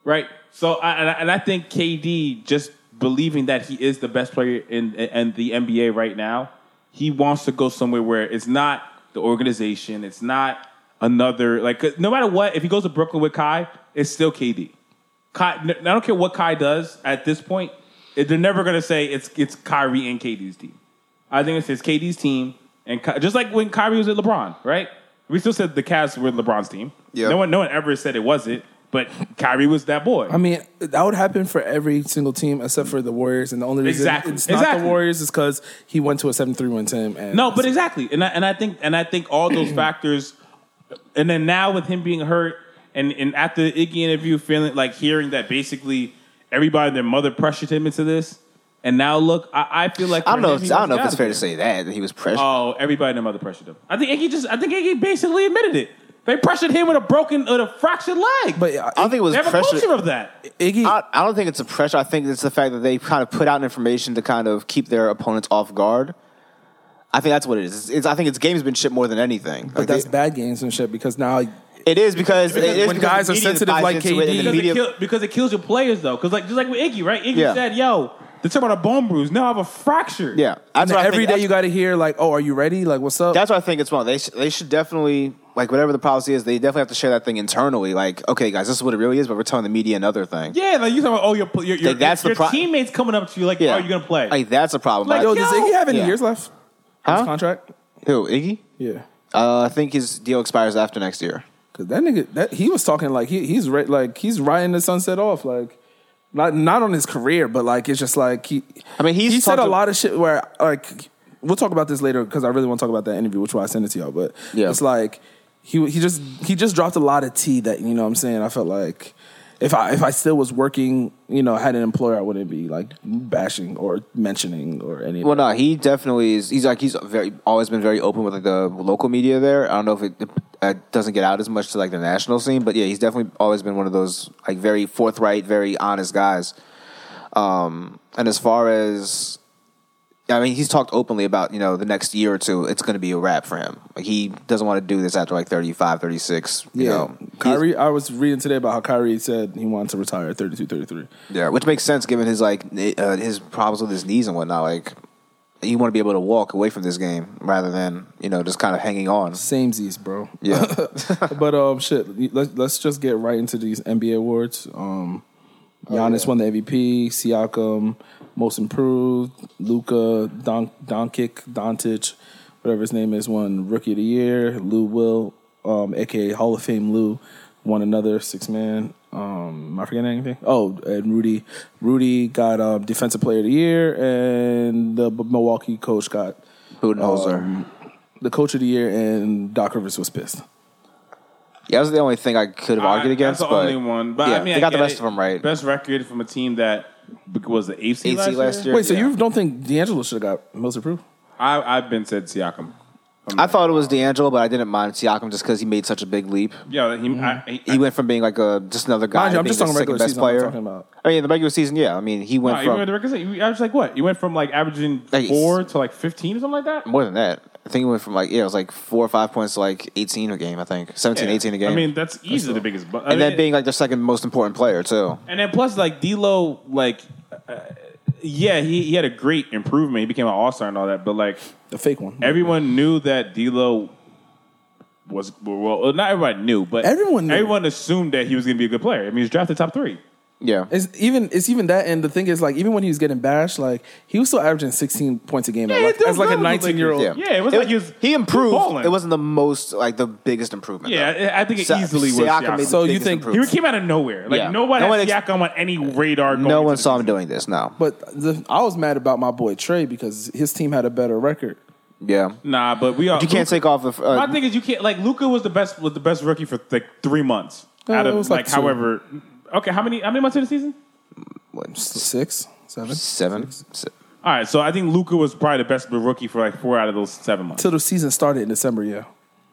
right? So, I, and, I, and I think KD just believing that he is the best player in and the NBA right now, he wants to go somewhere where it's not the organization, it's not another like 'cause no matter what, if he goes to Brooklyn with Kai, it's still KD. Kai, n- I don't care what Kai does at this point. it- They're never gonna say it's it's Kyrie and KD's team. I think it's it's KD's team, and Ky- just like when Kyrie was with LeBron, right? We still said the Cavs were LeBron's team. Yeah. No one, no one ever said it wasn't, but Kyrie was that boy. I mean, that would happen for every single team except for the Warriors, and the only reason Exactly. it's not Exactly. the Warriors is because he went to a seven three one team. And no, but exactly, and I, and I think and I think all those factors, and then now with him being hurt, and and after the Iggy interview, feeling like hearing that basically everybody, and their mother pressured him into this, and now look, I, I feel like I don't know. for him, If, he I don't know was if it's gotta fair to say that, that he was pressured. Oh, everybody and their mother pressured him. I think Iggy just. I think Iggy basically admitted it. They pressured him with a broken, with a fractured leg. but uh, I don't think it was they have a pressure. culture of that. Iggy, I, I don't think it's a pressure. I think it's the fact that they kind of put out information to kind of keep their opponents off guard. I think that's what it is. It's, it's, I think it's gamesmanship more than anything. but that's bad games and shit because now It is because, it is when because guys the are media sensitive buys like into it and KD. the Because media- it, kill, because it kills your players though. Because like just like with Iggy, right? Iggy Yeah. said, "Yo, they talking about a bone bruise. Now I have a fracture." yeah, that's and what I every think- day that's- you got to hear like, oh, are you ready? Like, what's up? that's what I think it's wrong. They sh- they should definitely like whatever the policy is. They definitely have to share that thing internally. Like, okay, guys, this is what it really is, but we're telling the media another thing. yeah. Like you talking about, oh, your your, your, Like, that's the your pro- teammates coming up to you like, "Are you gonna play?" Like that's a problem. Like, Like, yo, does yo. Iggy have any Yeah. years left? on Huh? His contract? who Iggy? Yeah. Uh, I think his deal expires after next year. Cause that nigga, that he was talking like he he's re- like he's riding the sunset off. Like Not not on his career, but like it's just like he. I mean, he's he said talked a a- lot of shit where like we'll talk about this later because I really want to talk about that interview, which why I sent it to y'all. But Yeah. it's like he he just he just dropped a lot of tea that you know what I'm saying. I felt like. If I if I still was working, you know, had an employer, I wouldn't be like bashing or mentioning or anything. Well, no, he definitely is. He's like he's very always been very open with like the local media there. I don't know if it, it doesn't get out as much to like the national scene, but yeah, he's definitely always been one of those like very forthright, very honest guys. Um, and as far as I mean, he's talked openly about, you know, the next year or two, it's going to be a wrap for him. Like, he doesn't want to do this after like 35, 36, you know. Kyrie. I was reading today about how Kyrie said he wanted to retire at 32, 33. Yeah, which makes sense given his like kn- uh, his problems with his knees and whatnot. Like, you want to be able to walk away from this game rather than you know just kind of hanging on. Samesies, bro. Yeah, but um, shit. Let's let's just get right into these NBA awards. Um, Giannis won the MVP. Siakam, most improved. Luca, Don Doncic, Doncic, whatever his name is, won Rookie of the Year. Lou Will, um, aka Hall of Fame Lou, won another six man. Um, am I forgetting anything? Oh, and Rudy, Rudy got um, Defensive Player of the Year, and the B- Milwaukee coach got um, Budenholzer. the Coach of the Year, and Doc Rivers was pissed. yeah, that was the only thing I could have argued against. That's the but only one. But yeah, I mean, they I got the get rest it. of them right. Best record from a team that was the eighth seed AC last, last year. year. Wait, so yeah. you don't think D'Angelo should have got most improved? I, I've been said Siakam. I thought it was D'Angelo, but I didn't mind Siakam just because he made such a big leap. Yeah, he, I, Mm-hmm. He went from being like a just another guy. Mind you, to I'm being just the talking second regular best season, I'm player. talking about- I mean, the regular season. Yeah, I mean, he went No, from even the record, he averaged like what? He went from like averaging Like, four to like fifteen or something like that. more than that. I think he went from like yeah, it was like four or five points to like 18 a game. I think 17, 18 a game. I mean, that's easily the biggest. Bu- I and mean, then being like the second most important player too. and then plus like D'Lo, like uh, yeah, he, he had a great improvement. He became an all star and all that. But like The fake one. everyone knew that D'Lo was well, uh, not everybody knew, but Everyone knew. everyone assumed that he was going to be a good player. I mean, he was drafted top three. Yeah, It's even it's even that, and the thing is, like, even when he was getting bashed, like he was still averaging 16 points a game he like, does as like a well with the 19 year old. yeah. Yeah, it was like he was- he improved. balling. it wasn't the most like the biggest improvement. Yeah, though. I- I think it Sa- easily was Siakam Siakam. made the So you biggest think- He improvement. came out of nowhere. Like Yeah. nobody No one had ex- Siakam on any radar. Going no into one the saw him season. doing this. No. But the, I was mad about my boy Trey because his team had a better record. Yeah. Nah, but we all You can't take off. Of, My uh, thing is you can't like Luca was the best was the best rookie for like three months Uh, out it of was like, like two. however. Okay, how many how many months in the season? Six, seven, seven. Se- All right, so I think Luca was probably the best rookie for like four out of those seven months. till the season started in December. Yeah,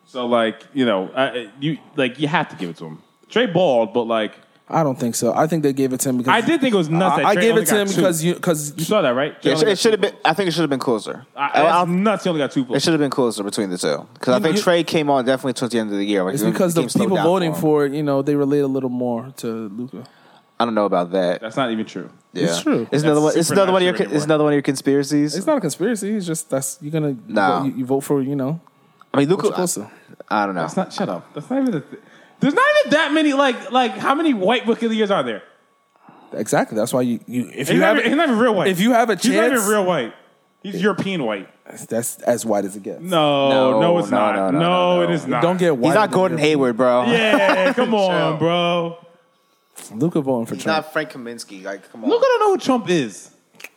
So like you know I, you like you have to give it to him. Trey balled, but like I don't think so. I think they gave it to him because I did think it was nuts. I, that I Trey gave only it to got him two. because you because you saw that right. Trey Yeah, only it got should have two been. I think it should have been closer. votes. I, I- that's I- nuts. He only got two it votes. should have been closer between the two because I think you- Trey came on definitely towards the end of the year. Like, it's the because the game slowed people down voting him. for it, you know, they relate a little more to Luca. I don't know about that. That's not even true. yeah. it's true. It's another one. It's super another not one of your. true con- It's anymore. another one of your conspiracies. It's not a conspiracy. It's just that's you're gonna Nah. you, you vote for you know I mean, Luca. closer. I don't know. That's not. Shut up. That's not even. A th- There's not even that many. Like like how many white rookie of the years are there? Exactly. That's why you, you if He's you not, have even, he's not even real white. if you have a he's not even chance- real white. He's European white. that's as wide as it gets. No, no, No, it's no, not. no, No, no, no, it no. is not. Don't get He's wider not than Gordon your- Hayward, bro. Yeah, come on, bro. Luca voting for Trump. Frank Kaminsky. Like, come on. Luca don't know who Trump is.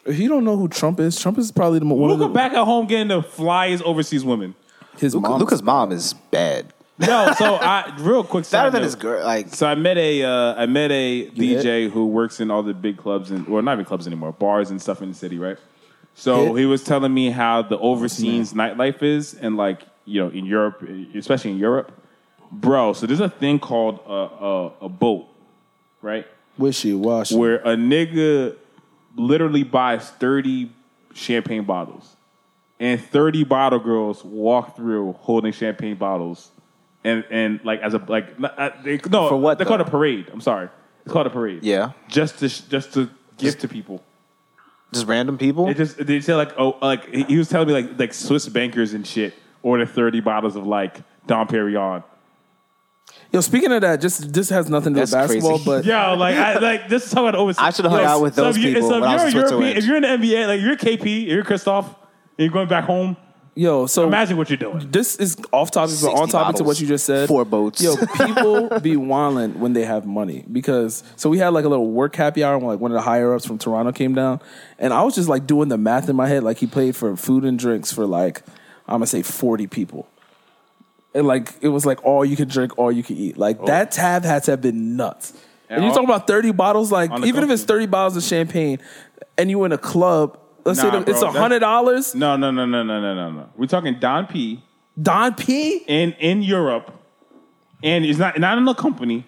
if you don't know who Trump is, Trump is probably the mo- one Luca of the, back at home getting the flyest overseas women. his mom. Luca's mom is bad. No, so I real Better quick. side than note. his girl. Like, So I met a uh, I met a DJ who works in all the big clubs and well not even clubs anymore bars and stuff in the city right. So Hit. he was telling me how the overseas nightlife is and like you know in Europe especially in Europe, bro. So there's a thing called a a, a boat, right? wishy washy. Where a nigga literally buys thirty champagne bottles and thirty bottle girls walk through holding champagne bottles and and like as a like not- uh, they, no For what, they call it though? a parade. I'm sorry, it's called a parade. Yeah. just to sh- just to give to people. just random people. It just they say like oh like he he was telling me like like Swiss bankers and shit order thirty bottles of like Dom Perignon. Yo, speaking of that, just this has nothing to do with That's basketball, crazy. but Yeah, like I like this is how it always. I should've hung Like, out with so those if you- people So if when I you're was in European, Switzerland. if you're in the NBA, like you're KP, you're Christoph, and you're going back home. yo, so Imagine what you're doing. this is off topic, but on 60 topic to bottles, what you just said. four boats. Yo, people be wilding when they have money because. So we had like a little work happy hour when like one of the higher ups from Toronto came down, and I was just like doing the math in my head. Like he played for food and drinks for like I'm gonna say 40 people. And like it was like all you could drink, all you could eat. Like that tab had to have been nuts. And, And Oh. you're all- talking about 30 bottles, like On even the if it's 30 bottles of champagne, and you in a club. Let's Nah, say the, it's bro, a that- hundred dollars. No, no, no, no, no, no, no, no. We're talking Don P Don P. in in Europe, and it's not not in the company.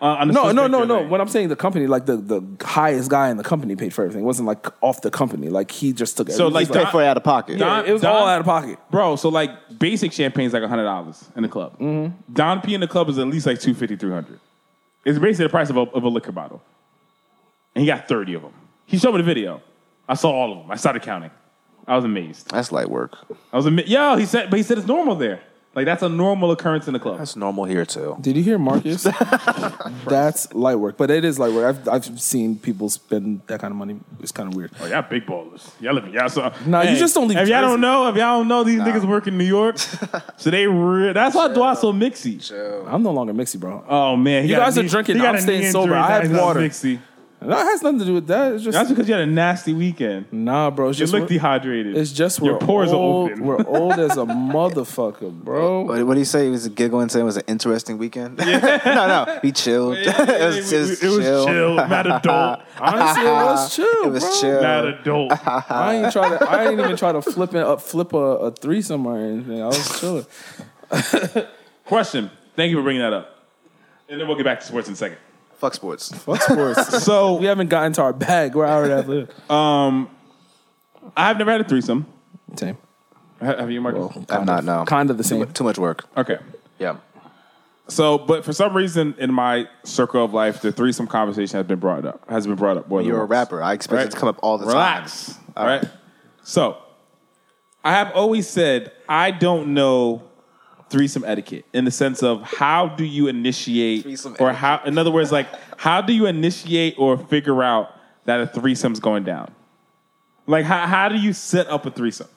Uh, on the No, suspect no, no, no. thing. What I'm saying, the company, like the, the highest guy in the company paid for everything. It wasn't like off the company. Like he just took So, like, everything. Don- Pay for it out of pocket. Yeah, Don- it was Don- all out of pocket. Bro, so like basic champagne's like hundred dollars in the club. Mm-hmm. Don P in the club is at least like 250 300 It's basically the price of a, of a liquor bottle, and he got thirty of them. He showed me the video. I saw all of them. I started counting. I was amazed. That's light work. I was amazed. Yo, he said, but he said it's normal there. Like that's a normal occurrence in the club. That's normal here too. Did you hear Marcus? That's light work, but it is light work. I've, I've seen people spend that kind of money. It's kind of weird. Oh, y'all big ballers. Y'all living. Y'all so. Nah, you just don't leave If y'all Jersey. don't know, if y'all don't know, these niggas work in New York, so they. Re- that's why Dwight's so mixy. I'm no longer mixy, bro. Uh, Oh man, he You got a guys are knee- drinking. he got I'm a staying knee sober. injury. I had He's not water. Mixy. that has nothing to do with that. It's just That's because you had a nasty weekend. nah, bro. It's You just look we're- dehydrated. it's just we're your pores old, are open. We're old as a motherfucker, bro. What, what did he say? He was giggling, saying it was an interesting weekend. no, no, we chilled. it was just it was chill. chill. Not adult. Honestly, it was chill. It was bro. chill. Not adult. I ain't try to. I ain't even try to flip and up flip a, a threesome or anything. I was chilling. Question. Thank you for bringing that up. And then we'll get back to sports in a second. Fuck sports. Fuck sports. So we haven't gotten to our bag. We're already at live. I've never had a threesome. Same. Ha- Have you, Marcus? I'm not no. Kind of the same. Too much work. Okay. Yeah. So, but for some reason in my circle of life, the threesome conversation has been brought up. Has been brought up. more than You're a once. rapper. I expect it to come up all the time. Relax. All right. So, I have always said I don't know threesome etiquette in the sense of how do you initiate Threesome or how in other words like how do you initiate or figure out that a threesome's going down? Like how how do you set up a threesome?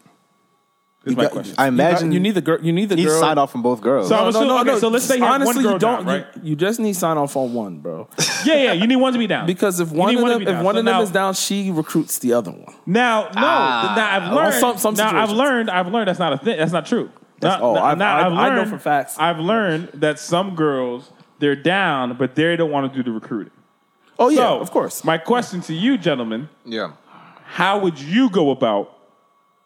Is my got- question. I imagine you need the girl. You need the you need girl. sign off from both girls. Oh, So I'm assuming, okay, so let's say you have honestly, one girl you down, don't. right? you, you just need sign off on one, bro. yeah, yeah, you need one to be down. Because if You one need of to them, be if down. one So of them now- is down, she recruits the other one. Now, no, now I've learned. Ah, some- some now I've situations. learned. I've learned that's not a thing. That's not true. That's all. I- I- I know for facts. I've learned that some girls they're down, but they don't want to do the recruiting. Oh yeah, So, of course. My question to you, gentlemen, yeah. how would you go about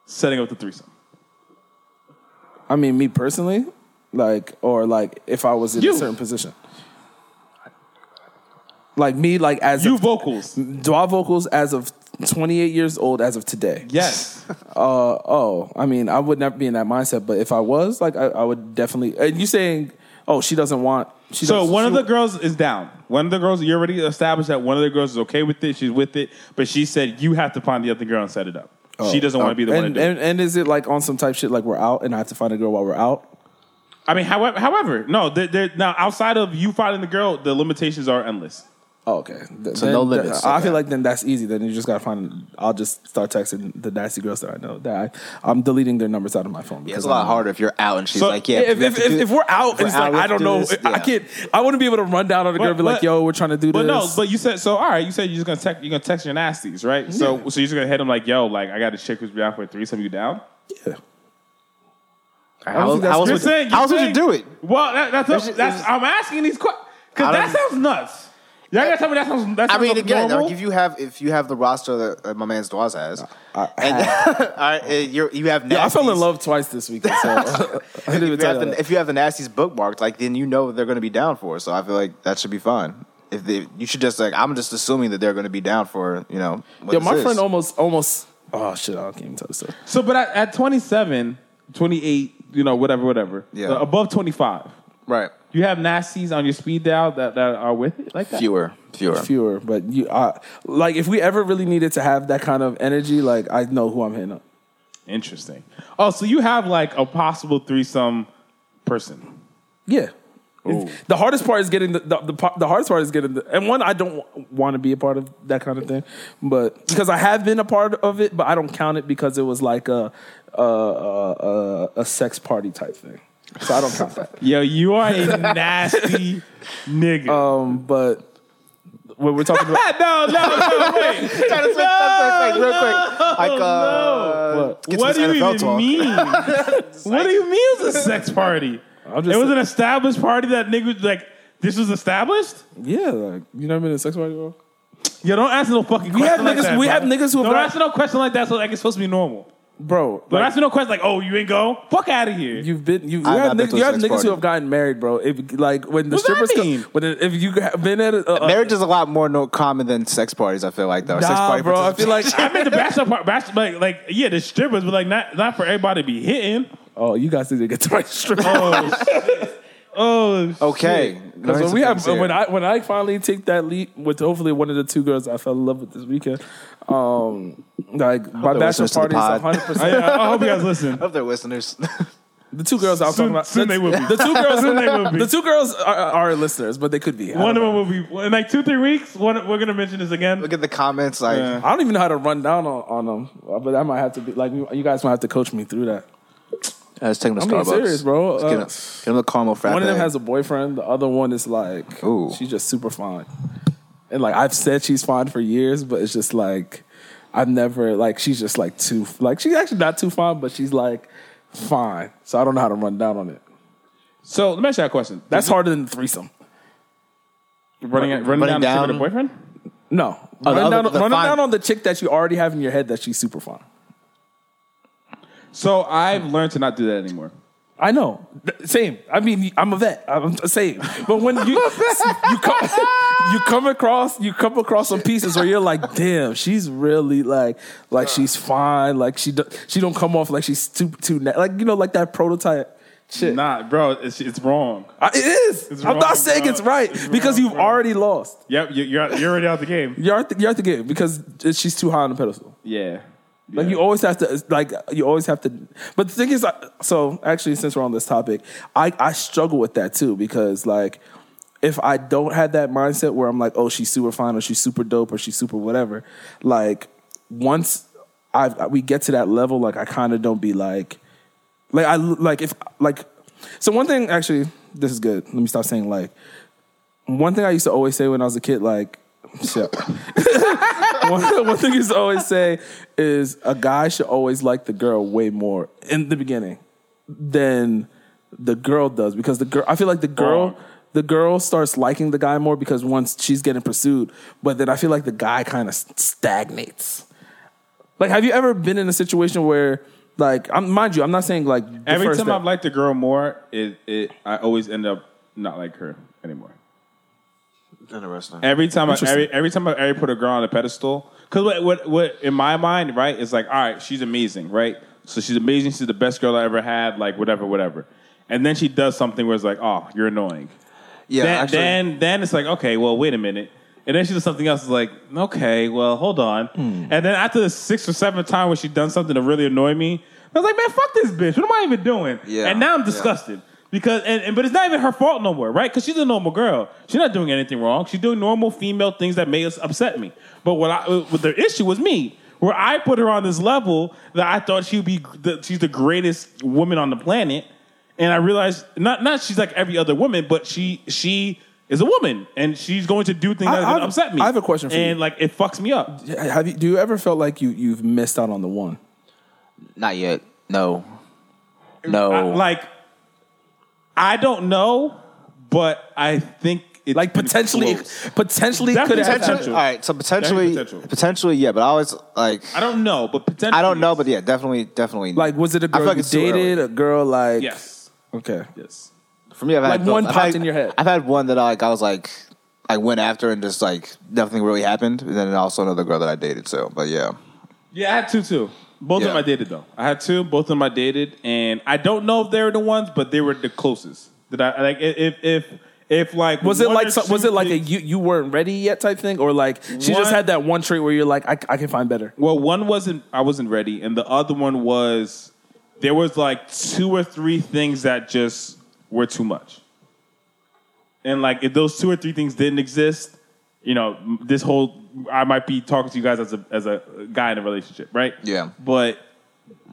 setting up the threesome? I mean, me personally, like, or like, if I was in You. a certain position, like me, like as You of, vocals, Dwa vocals as of 28 years old as of today. yes. Uh, oh, I mean, I would never be in that mindset, but if I was, like, I, I would definitely. And you saying, oh, she doesn't want. She So doesn't- one of she- the girls is down. One of the girls, you already established that one of the girls is okay with it. She's with it, but she said you have to find the other girl and set it up. she doesn't want to be the one to Oh, uh, And, do it. and and is it like on some type shit like we're out and I have to find a girl while we're out? I mean, however, however, no, there there- now outside of you finding the girl, the limitations are endless. Oh, okay. Th- So then- no th- limits. I Okay. feel like then that's easy. Then you just gotta find. I'll just start texting the nasty girls that I know that I, I'm deleting their numbers out of my phone. It's because a lot I'm- harder if you're out and she's So, like, yeah. If, we have if, to if, do- if we're out and we're it's out, like we I have to don't do know, this, I yeah. can't. I wouldn't be able to run down on a girl and be like, but- "Yo, we're trying to do But this." no, but you said so. All right, you said you're just gonna text, you're gonna text your nasties, right? So, so you're just gonna hit them like, yo, like I got a chick who's down for a threesome. You down? Yeah. How think that's how else good. would- You're saying- how you're else would you saying- do it? Well, that, that's There's- that's. there's- I'm asking these questions I because that don't- sounds nuts. Y'all gotta tell me that sounds. That I sounds mean, again, normal? like if you have if you have the roster that uh, my man's Dwaz has, and all right, uh, you're, you have nasties, Yeah, I fell in love twice this weekend. So I didn't even If you, tell have you the, that. if you have the nasties bookmarked, like then you know they're going to be down for it. So I feel like that should be fine. If they, you should just like, I'm just assuming that they're going to be down for you know. What Yo, my this friend is. almost almost. Oh shit! I can't even tell the story. so, but at, at 27, 28, you know, whatever, whatever, Yeah. uh, above 25, right? you have nasties on your speed dial that, that are with it like that. Fewer, fewer. Fewer, but you, I, like, if we ever really needed to have that kind of energy, like, I know who I'm hitting up. Interesting. Oh, so you have like a possible threesome person. Yeah. It's- The hardest part is getting the the, the part- the hardest part is getting the and one I don't want to be a part of that kind of thing, but because I have been a part of it, but I don't count it because it was like a a a, a, a sex party type thing, so I don't count that. Yo, you are a nasty nigga. Um, but when we're talking about no, no, no, wait. Real quick, like uh, Oh, what, get to What this do you NFL even talk. mean? what do you mean it was a sex party? just- it was an established party that niggas like. This was established. yeah, like you never been in a sex party before. Yo, don't ask no fucking. We question have like niggas- That, we bro. have niggas who have don't not- ask no question like that. So like it's supposed to be normal. bro. Don't like, ask me no question like, oh, you ain't go. Fuck out of here. You've been you, you I've not have been niggas, to a you have sex niggas party. who have gotten married, bro. If like when the What does that strippers come- mean? when the, if you have been at a, a Marriage is a lot more no common than sex parties. I feel like though. sex nah, party bro. I feel like I meant the bachelor part. Bachelor, like, like, yeah, the strippers, but like, not, not for everybody to be hitting. oh, you guys need to get the right strip. Oh, shit. oh, shit. okay. Because when we have when I, I when I finally take that leap with hopefully one of the two girls I fell in love with this weekend, um, like my they're bachelor listening to the party pod. is hundred Yeah, percent. I, I hope you guys listen. love their listeners. The two girls I was Soon- talking about, soon they will be. the two girls, Soon they will be. the two girls are, are listeners, but they could be. I One don't of know. them will be in like two, three weeks. One, we're gonna mention this again. Look at the comments. Like Yeah. I don't even know how to run down on, on them, but I might have to be like you guys might have to coach me through that. let's take them to I'm being Starbucks, serious, bro. Let's Uh, get, them, get them a caramel frappe. One of them has a boyfriend. The other one is like, Ooh. she's just super fine. And like I've said she's fine for years, but it's just like I've never like she's just like too like she's actually not too fine, but she's like fine. So I don't know how to run down on it. So let me ask you a question. That's harder than the threesome. running, running, down, the strip with a boyfriend. No, the running, other- down, the running fine- down on the chick that you already have in your head that she's super fine. So I've learned to not do that anymore. I know. Th- Same. I mean, I'm a vet. I'm the same. But when you you come you come across you come across some pieces where you're like, damn, she's really like like she's fine. Like she do, she don't come off like she's too too na- like you know like that prototype shit. Nah, bro, it's, it's wrong. I, it is. It's I'm wrong, not saying bro. it's right It's because wrong, you've bro. already lost. Yep, you- you're you're already out the game. You're at the, you're at the game because she's too high on the pedestal. Yeah, Like you always have to, like you always have to. But the thing is, I- so actually, since we're on this topic, I I struggle with that too because like if I don't have that mindset where I'm like, oh, she's super fine or she's super dope or she's super whatever, like once I we get to that level, like I kind of don't be like, like I like if like. So one thing actually, this is good. Let me stop saying like. One thing I used to always say when I was a kid, like, shit one, one thing you always say is a guy should always like the girl way more in the beginning than the girl does because the girl I feel like the girl the girl starts liking the guy more because once she's getting pursued, but then I feel like the guy kind of stagnates. Like, have you ever been in a situation where, like, I'm mind you, I'm not saying like the Every first time day. I've liked a girl more, it, it I always end up not like her anymore. Interesting. Every time I Interesting. every, every time I ever put a girl on a pedestal, because what, what what in my mind right is like, all right, she's amazing, right? So she's amazing. She's the best girl I ever had. Like whatever, whatever. And then she does something where it's like, oh, you're annoying. Yeah, then, actually, then then it's like, okay, well, wait a minute. And then she does something else. It's like, okay, well, hold on. And then after the sixth or seventh time when she done something to really annoy me, I was like, man, fuck this bitch. What am I even doing? Yeah, And now I'm yeah. disgusted. Because and, and but it's not even her fault no more, right? Because she's a normal girl. She's not doing anything wrong. She's doing normal female things that may us- upset me. But what I uh, what the issue was me, where I put her on this level that I thought she'd be the, she's the greatest woman on the planet, and I realized not not she's like every other woman, but she she is a woman and she's going to do things I- that are going I've- to upset me. I have a question for you. and like it fucks me up. have you do you ever felt like you you've missed out on the one? not yet. No, no. Oh. I- like I don't know, but I think it's Like been potentially, close. potentially That's could have potentially, potential. happened. all right. So potentially, potential. potentially, yeah. But I always like I don't know, but potentially I don't know, but yeah, definitely, definitely. Like, was it a I feel girl like you it's too dated? A girl like yes. okay. Yes. For me, I've Like had both. one I've popped had- in your head. I've had one that like I was like I went after and just like nothing really happened, and then also another girl that I dated. So, but yeah, Yeah, I had two too. Both Yeah. of them I dated though. I had two. Both of them I dated, and I don't know if they were the ones, but they were the closest. That I like if if if like Was it one like or some, was two it like a things- you you weren't ready yet type thing, or like she One- just had that one trait where you're like I, I can find better. Well, one wasn't I wasn't ready, and the other one was there was like two or three things that just were too much. And like, if those two or three things didn't exist, you know, m- this whole I might be talking to you guys as a as a guy in a relationship, right? Yeah. But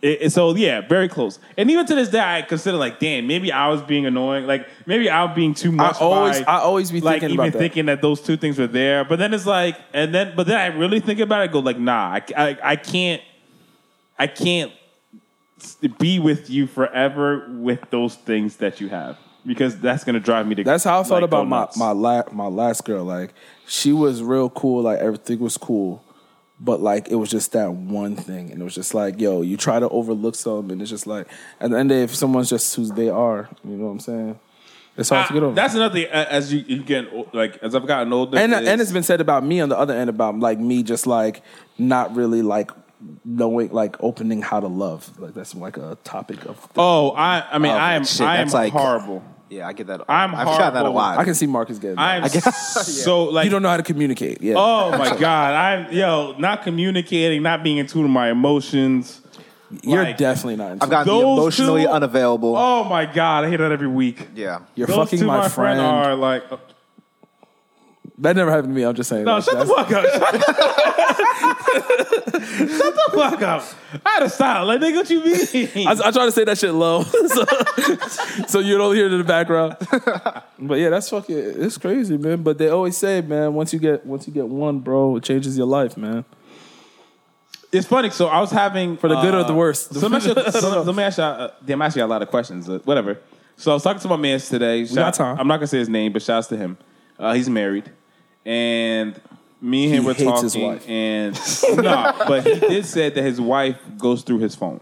it, it- so yeah, very close. And even to this day, I consider like, damn, maybe I was being annoying. Like maybe I was being too much. always- by, I always be like thinking even about that. thinking that those two things were there. But then it's like, and then but then I really think about it. I go like, nah, I, I, I can't, I can't be with you forever with those things that you have because that's gonna drive me to. That's how I felt like, go about my nuts. my la- my last girl. Like she was real cool. Like everything was cool, but like it was just that one thing, and it was just like, yo, you try to overlook some, and it's just like at the end of the day, if someone's just who they are, you know what I'm saying? It's hard to get Ah, over. That's another thing. a- As you, you get o- like, as I've gotten older, and is- and it's been said about me on the other end about like me just like not really like knowing like opening how to love. Like that's like a topic of. oh, I, I mean, Oh, I am, shit, I am that's like- horrible. Yeah, I get that. I'm I've shot that a horrible. lot. I can see Marcus getting. I am so like you don't know how to communicate. Yeah. Oh my god! I'm yo not communicating, not being in tune with my emotions. You're like- definitely not. Into I've got the Those emotionally two- unavailable. Oh my god! I hear that every week. Yeah. You're Those fucking two, my, friend. are like. uh, That never happened to me. I'm just saying. No, that. shut the That's- fuck up! shut the fuck up! I had to stop. Like, nigga, what you mean? I, I try to say that shit low, so, so you don't hear it in the background. But yeah, that's fucking. It's crazy, man. But they always say, man, once you get once you get one, bro, it changes your life, man. it's funny. So I was having for the good or the worst. So let me ask you. so let me ask you uh, damn, I asked you a lot of questions. Uh, whatever. So I was talking to my man today. Shout, got time. I'm not gonna say his name, but shouts to him. Uh, he's married, and me and him He were hates talking. his wife. And no, but he did say that his wife goes through his phone,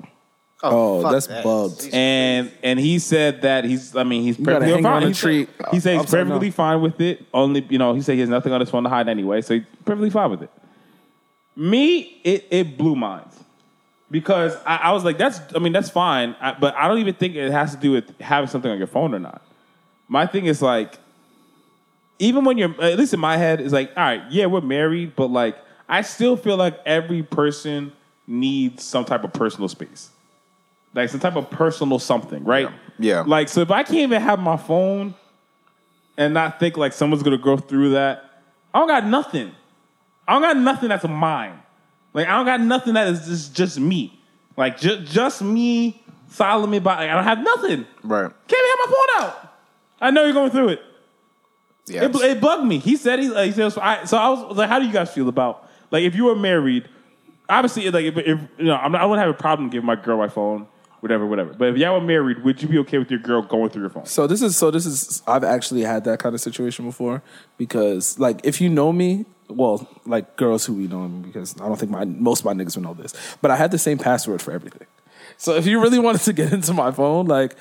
Oh, fuck that's that. bugged. and and he said that he's. I mean, he's gotta perfectly hang fine. on a he tree. Said, he said he's Upside down. perfectly fine with it. Only you know, he said he has nothing on his phone to hide anyway, so he's perfectly fine with it. Me, it it blew mine. because I, I was like, that's, I mean, that's fine, I, but I don't even think it has to do with having something on your phone or not. My thing is like, even when you're, at least in my head, is like, all right, yeah, we're married, but like, I still feel like every person needs some type of personal space, like some type of personal something, right? Yeah. Yeah. Like, so if I can't even have my phone and not think like someone's gonna go through that, I don't got nothing. I don't got nothing that's mine. Like I don't got nothing that is just just me. Like just just me, Solomon. By like, I don't have nothing. Right. Can't even have my phone out. I know you're going through it. Yeah. It, it bugged me. He said he, like, he said so I, so I was like, how do you guys feel about like if you were married? Obviously, like if, if you know, I'm not, I wouldn't have a problem giving my girl my phone, whatever, whatever. But if y'all were married, would you be okay with your girl going through your phone? So this is so this is I've actually had that kind of situation before because like if you know me, well, like girls who we know me because I don't think my most of my niggas would know this, but I had the same password for everything. So if you really wanted to get into my phone, like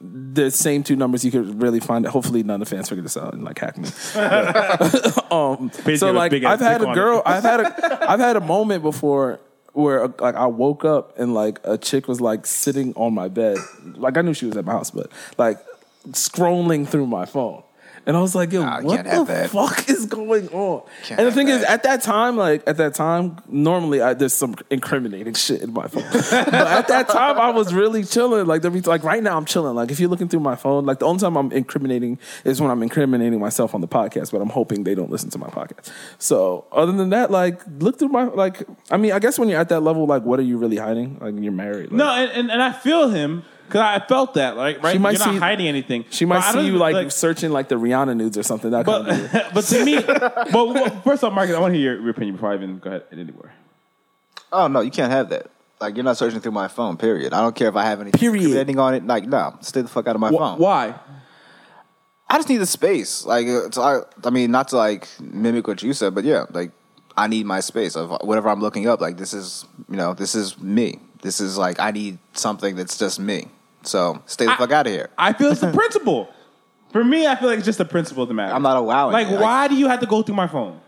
the same two numbers you could really find. Hopefully, none of the fans figure this out and like hack me. um, Bitch, you so have a like big ass I've had dick a on girl, it. I've had a, I've had a moment before where like I woke up and like a chick was like sitting on my bed, like I knew she was at my house, but like scrolling through my phone. And I was like, yo, Nah, what can't have the that. fuck is going on? Can't and the have thing is, that. at that time, like at that time, normally I, there's some incriminating shit in my phone. but at that time, I was really chilling. Like there be, like right now, I'm chilling. Like if you're looking through my phone, like the only time I'm incriminating is when I'm incriminating myself on the podcast. But I'm hoping they don't listen to my podcast. So other than that, like look through my like. I mean, I guess when you're at that level, like what are you really hiding? Like you're married. Like, No, and, and, and I feel him because I felt that. Like, right? She might You're not see- hiding anything. She But might I don't see even, you like, searching like the Rihanna nudes or something. That kind of weird. but but to me, but well, first off, Marcus, I want to hear your, your opinion before I even go ahead anywhere. Oh no, you can't have that. Like you're not searching through my phone. Period. I don't care if I have any Period. anything on it. Like no, stay the fuck out of my phone. Why? I just need the space. Like uh, to, I, I mean, not to like mimic what you said, but yeah, like I need my space of whatever I'm looking up. Like this is you know this is me. This is like I need something that's just me. So stay the fuck out of here. I feel it's the principle. For me, I feel like it's just the principle of the matter. I'm not Oh, allowing. like, it. why do you have to go through my phone?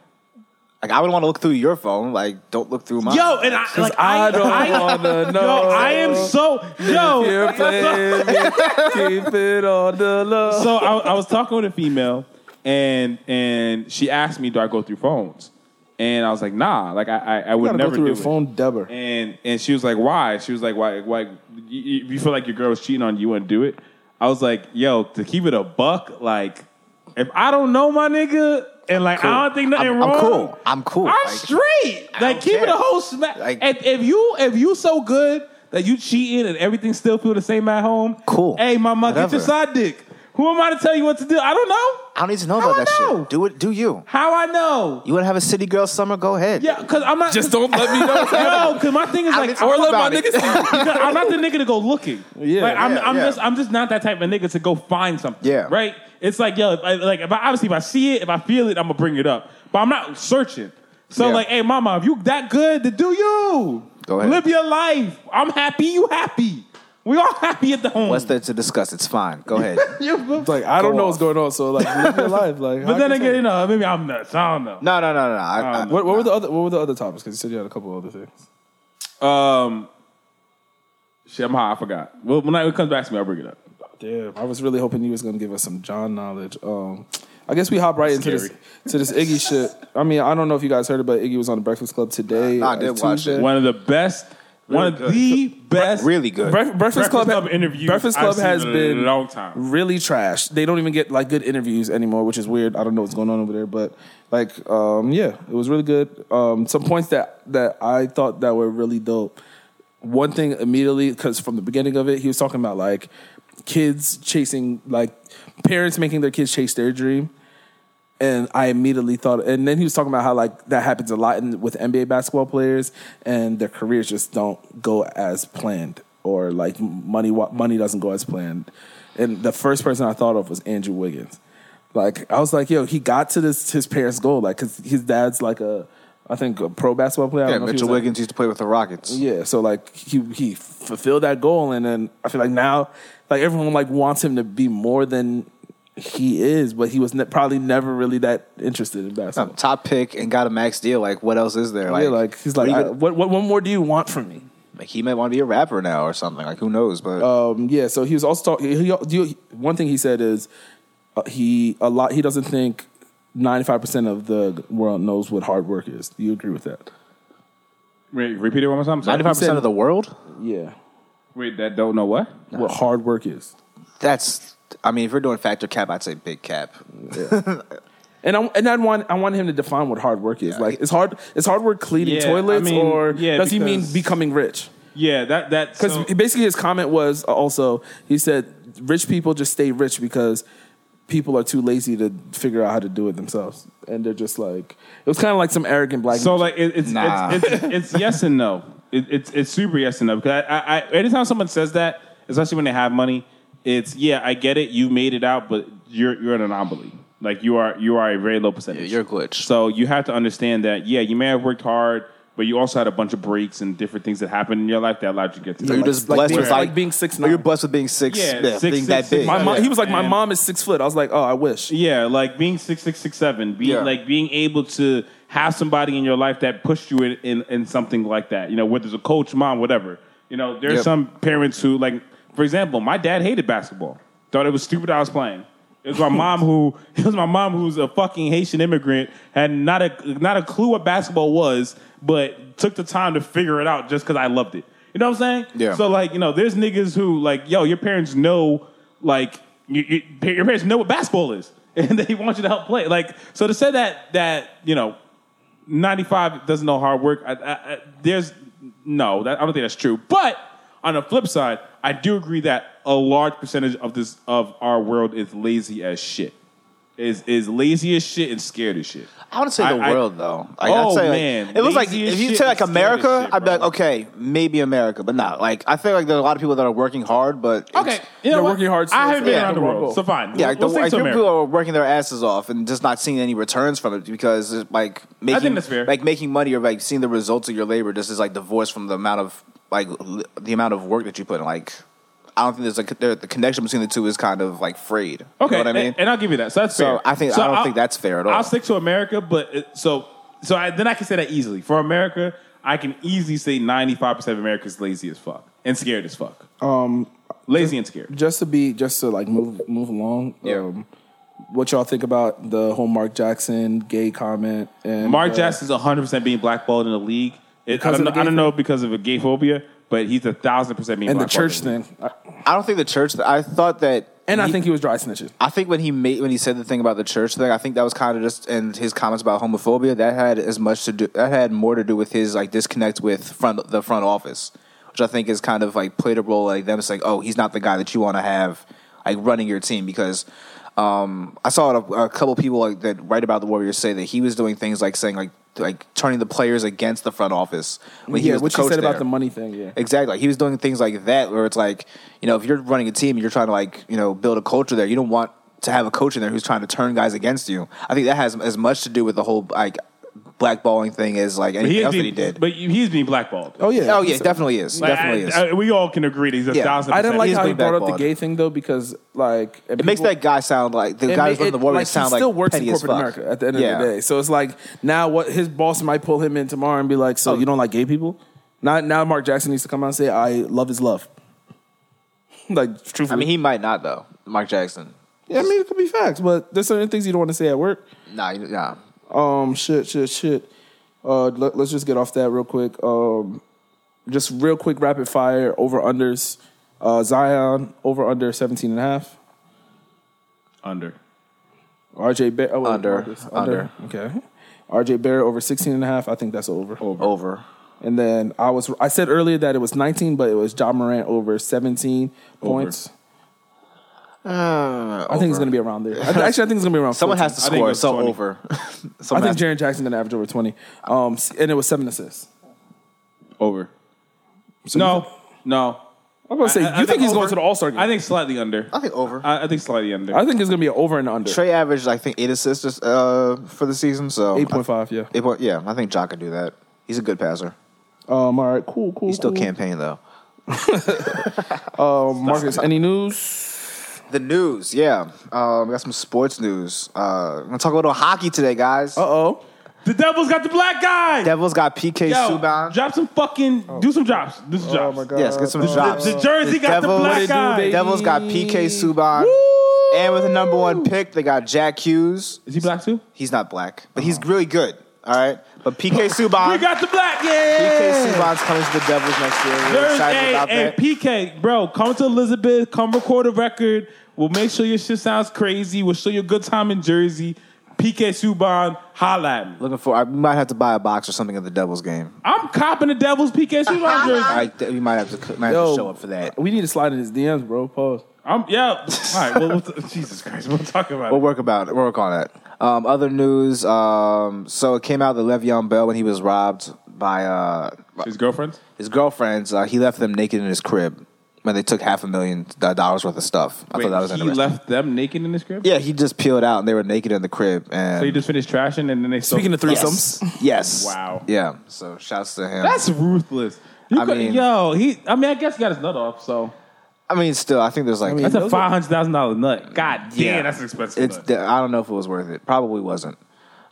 Like I would want to look through your phone. Like don't look through mine. Yo, and I like I, I don't I- wanna know. Yo, I am so yo. You're playing me. Keep it on the low. so I, I was talking with a female, and and she asked me, "Do I go through phones?" And I was like, "Nah, like I I, I would gotta never go through do your it." phone, Dubber. And and she was like, "Why?" She was like, "Why? Why? You, you feel like your girl was cheating on you and do it?" I was like, "Yo, to keep it a buck, like." If I don't know my nigga and like I don't think nothing I'm, wrong, I'm cool. I'm cool. I'm Like, straight. Like don't keep it care. a whole smack. Like- if, if you if you so good that you cheating and everything still feel the same at home, Cool. Hey, mama, get Whatever. your side dick. Who am I to tell you what to do? I don't know. I don't need to know How about I that know? shit. Do it. Do you? How I know? You want to have a city girl summer? Go ahead. Yeah, cause I'm not Just don't let me know. No, cause my thing is like talk or let my about it. niggas see. Because I'm not the nigga to go looking. Yeah. like, I'm, Yeah, I'm yeah. just I'm just not that type of nigga to go find something. Yeah. right. It's like yo, if I, like if I, obviously if I see it, if I feel it, I'm gonna bring it up. But I'm not searching. So Yeah. like, hey, mama, if you that good, then do you Go ahead. live your life? I'm happy. You happy? We all happy at the home. What's there to discuss? It's fine. Go ahead. You feel- Like I don't know what's going on. So like live your life. Like, but how then can again, you- you know, maybe I'm nuts. I don't know. No, no, no, no. no. I, I, Uh, what, what were the other what were the other topics? Because you said you had a couple other things. Um, shit, I'm high. I forgot. Well, when it comes back to me, I'll bring it up. Damn, I was really hoping you was gonna give us some John knowledge. Um, I guess we hop right into this to this Iggy shit. I mean, I don't know if you guys heard about Iggy was on the Breakfast Club today. Nah, I did uh, watch Tuesday. it. One of the best. one of the best. really good. Breakfast, Breakfast Club, Club interviews Breakfast I've Club has seen in a been long time. really trash. They don't even get like good interviews anymore, which is weird. I don't know what's going on over there, but like, um, yeah, it was really good. Um, some points that that I thought that were really dope. One thing immediately, because from the beginning of it, he was talking about like kids chasing, like parents making their kids chase their dream. And I immediately thought, and then he was talking about how like that happens a lot in, with NBA basketball players, and their careers just don't go as planned, or like money wa- money doesn't go as planned. And the first person I thought of was Andrew Wiggins. Like I was like, yo, he got to this his parents' goal, like because his dad's like a, I think a pro basketball player. I yeah, don't know if he Mitchell was, like, Wiggins used to play with the Rockets. yeah, so like he he fulfilled that goal, and then I feel like now like everyone like wants him to be more than he is, but he was ne- probably never really that interested in Um, basketball. Top pick and got a max deal. Like, what else is there? Like, yeah, like he's like, what I- are you what, gonna- what what more do you want from me? like, he might want to be a rapper now or something. Like, who knows? But Um, yeah, so he was also talking. He, he- one thing he said is uh, he a lot he doesn't think ninety five percent of the world knows what hard work is. Do you agree with that? Wait, repeat it one more time. Sorry. ninety-five percent of the world. Yeah, Wait, that don't know what? what hard work is. That's. I mean, if we're doing factor cap, I'd say big cap. And I and I want I want him to define what hard work is. Like, is hard is hard work cleaning Yeah, toilets, I mean, or yeah, does he mean because- becoming rich? Yeah, that that Because so- basically his comment was also he said rich people just stay rich because people are too lazy to figure out how to do it themselves, and they're just like it was kind of like some arrogant black. So like it, it's, Nah. it's, it's it's yes and no. It, it's it's super yes and no because I, I, I anytime someone says that, especially when they have money, it's yeah I get it. You made it out, but you're you're an anomaly. Like you are you are a very low percentage. Yeah, you're a glitch. So you have to understand that yeah you may have worked hard, but you also had a bunch of breaks and different things that happened in your life that allowed you to get to. Or that. you're like- just like blessed being- with like like, being 6'9". or You're blessed with being six. Yeah, Yeah, six, being six, that six, big. my mom, yeah. he was like, my And- mom is six foot. I was like, oh, I wish. Yeah, like being six six six seven, being Yeah. like being able to have somebody in your life that pushed you in, in, in something like that. You know, whether it's a coach, mom, whatever. You know, there's Yep. some parents who like, for example, my dad hated basketball. Thought it was stupid I was playing. It was my mom who it was my mom who's a fucking Haitian immigrant, had not a not a clue what basketball was, but took the time to figure it out just because I loved it. You know what I'm saying? Yeah. So like, you know, there's niggas who like, yo, your parents know, like, you, you, your parents know what basketball is, and they want you to help play. Like, so to say that that you know, 95 doesn't know hard work. I, I, I, there's no, that, I don't think that's true. But on the flip side, I do agree that a large percentage of this of our world is lazy as shit. Is is lazy as shit and scared as shit. I want to say the I- I- world though. Like, Oh, I'd say, like, man. it was like Lazy as if you shit say like and scared as America, shit, I'd be like, bro. okay, maybe America, but not like I feel like there are a lot of people that are working hard, but Okay, it's- you know They're what? working hard, so I haven't been yeah, around the the world, world. so fine. Yeah, like, we'll, the, we'll like stick to your people America. are working their asses off and just not seeing any returns from it because it's, like making that's fair. like making money or like seeing the results of your labor just is like divorced from the amount of like li- the amount of work that you put in. Like I don't think there's like there, the connection between the two is kind of like frayed. you know Okay, what I mean. and, and I'll give you that. So that's So fair. I think- I don't I'll- think that's fair at all. I'll stick to America, but it, so so I, then I can say that easily for America. I can easily say ninety five percent of America is lazy as fuck and scared as fuck. Um, lazy and scared. Just to be, just to like move move along. Yeah. Um, what y'all think about the whole Mark Jackson gay comment? And Mark uh, Jackson's 100% being blackballed in the league. It, I, Because don't, of know- the gay I don't know because of a gay phobia, but he's a thousand percent me. and the Mark Wahlberg. church thing. I don't think the church. I thought that, And I think he was dry snitching. I think when he made when he said the thing about the church thing, I think that was kind of just and his comments about homophobia that had as much to do that had more to do with his like disconnect with front the front office, which I think is kind of like played a role like them saying, oh, he's not the guy that you want to have like running your team because. Um, I saw a, a couple people like that write about the Warriors say that he was doing things like saying like like turning the players against the front office when he yeah, was the what you coach said about there. the money thing. Yeah. Exactly. Like, he was doing things like that where it's like, you know, if you're running a team and you're trying to like, you know, build a culture there, you don't want to have a coach in there who's trying to turn guys against you. I think that has as much to do with the whole like blackballing thing as like But anything he is else that being, he did. but he's being blackballed. Oh yeah. oh yeah, it definitely is. Like, definitely I- is. I- we all can agree that he's a Yeah. thousand. I didn't like percent. how he been brought up the blackballed. gay thing though because like it it makes that guy sound like the guy it ma- who's running the it- Warriors like, he sound like still works petty in as corporate fuck. America at the end Yeah. of the day. So it's like now what his boss might pull him in tomorrow and be like, Oh. so you don't like gay people? Now, now Mark Jackson needs to come out and say, I love is love. like truthfully, I mean, he might not though. Mark Jackson. yeah, I mean it could be facts, but there's certain things you don't want to say at work. Nah, you- nah. Um, shit, shit, shit. Uh, let, us just get off that real quick. Um, just real quick, rapid fire over unders. Uh, Zion over under 17 and a half. under. RJ Barrett oh, wait, Under, Marcus, Okay. RJ Barrett over 16 and a half. I think that's over. Over. And then I was I said earlier that it was 19, but it was John Morant over 17 points. I think it's going to be around there. I th- actually, I think it's going to be around. Someone 14. has to think it score, was so 20. over. I Someone think has to- Jaron Jackson going to average over 20. Um, s- and it was seven assists. Over. no, no. I'm going to say, I- I you think he's over. going to the All Star game? I think slightly under. I think over. I, I think slightly under. I think it's going to be an over and under. Trey averaged, I think, eight assists uh, for the season. So 8.5, yeah. It, wa- yeah, I think Ja can do that. He's a good passer. Um, all right, cool, cool. He still cool. campaign though. Marcus, any news? The news, yeah, um, we got some sports news. Uh, I'm gonna talk a little hockey today, guys. Uh oh. the Devils got the black guy. Devils Oh. got PK Yo, Subban. drop some fucking. Do some drops. Do some drops. my God. yes, get some The- drops. The jersey got Devils- What it the black do, guy. baby? Devils got PK Subban, and with the number one pick, they got Jack Hughes. Is he black too? He's not black, but he's really good. All right, but PK We Subban, got the black. Yeah. PK Subban's coming to the Devils next year. We're There's excited a, about a that. PK, bro. Come to Elizabeth. Come record a record. We'll make sure your shit sounds crazy. We'll show you a good time in Jersey. PK Subban, holla at me. Looking for, I we might have to buy a box or something at the Devils game. I'm copping the Devils PK Subban jersey. I, we might have to, might have to Yo, show up for that. We need to slide in his DMs, bro. Pause. I'm yeah. All right. Well, we'll Jesus Christ, we'll talk about We'll it. work about it. We'll work on it. Um, other news. Um, so it came out that Le'Veon Bell, when he was robbed by uh, His girlfriend. his girlfriends, uh, he left them naked in his crib when they took half a million do- dollars worth of stuff. I Wait, thought that was he interesting. left them naked in the crib. yeah, he just peeled out and they were naked in the crib. And So he just finished trashing, and then they. Speaking of threesomes, yes, yes, Wow. yeah. So shouts to him. That's ruthless. You I could, mean- yo, he. I mean, I guess he got his nut off. So I mean, still, I think there's like that's a those are- five hundred thousand dollar nut. God damn, Yeah. that's an expensive. it's. nut. I don't know if it was worth it. Probably wasn't.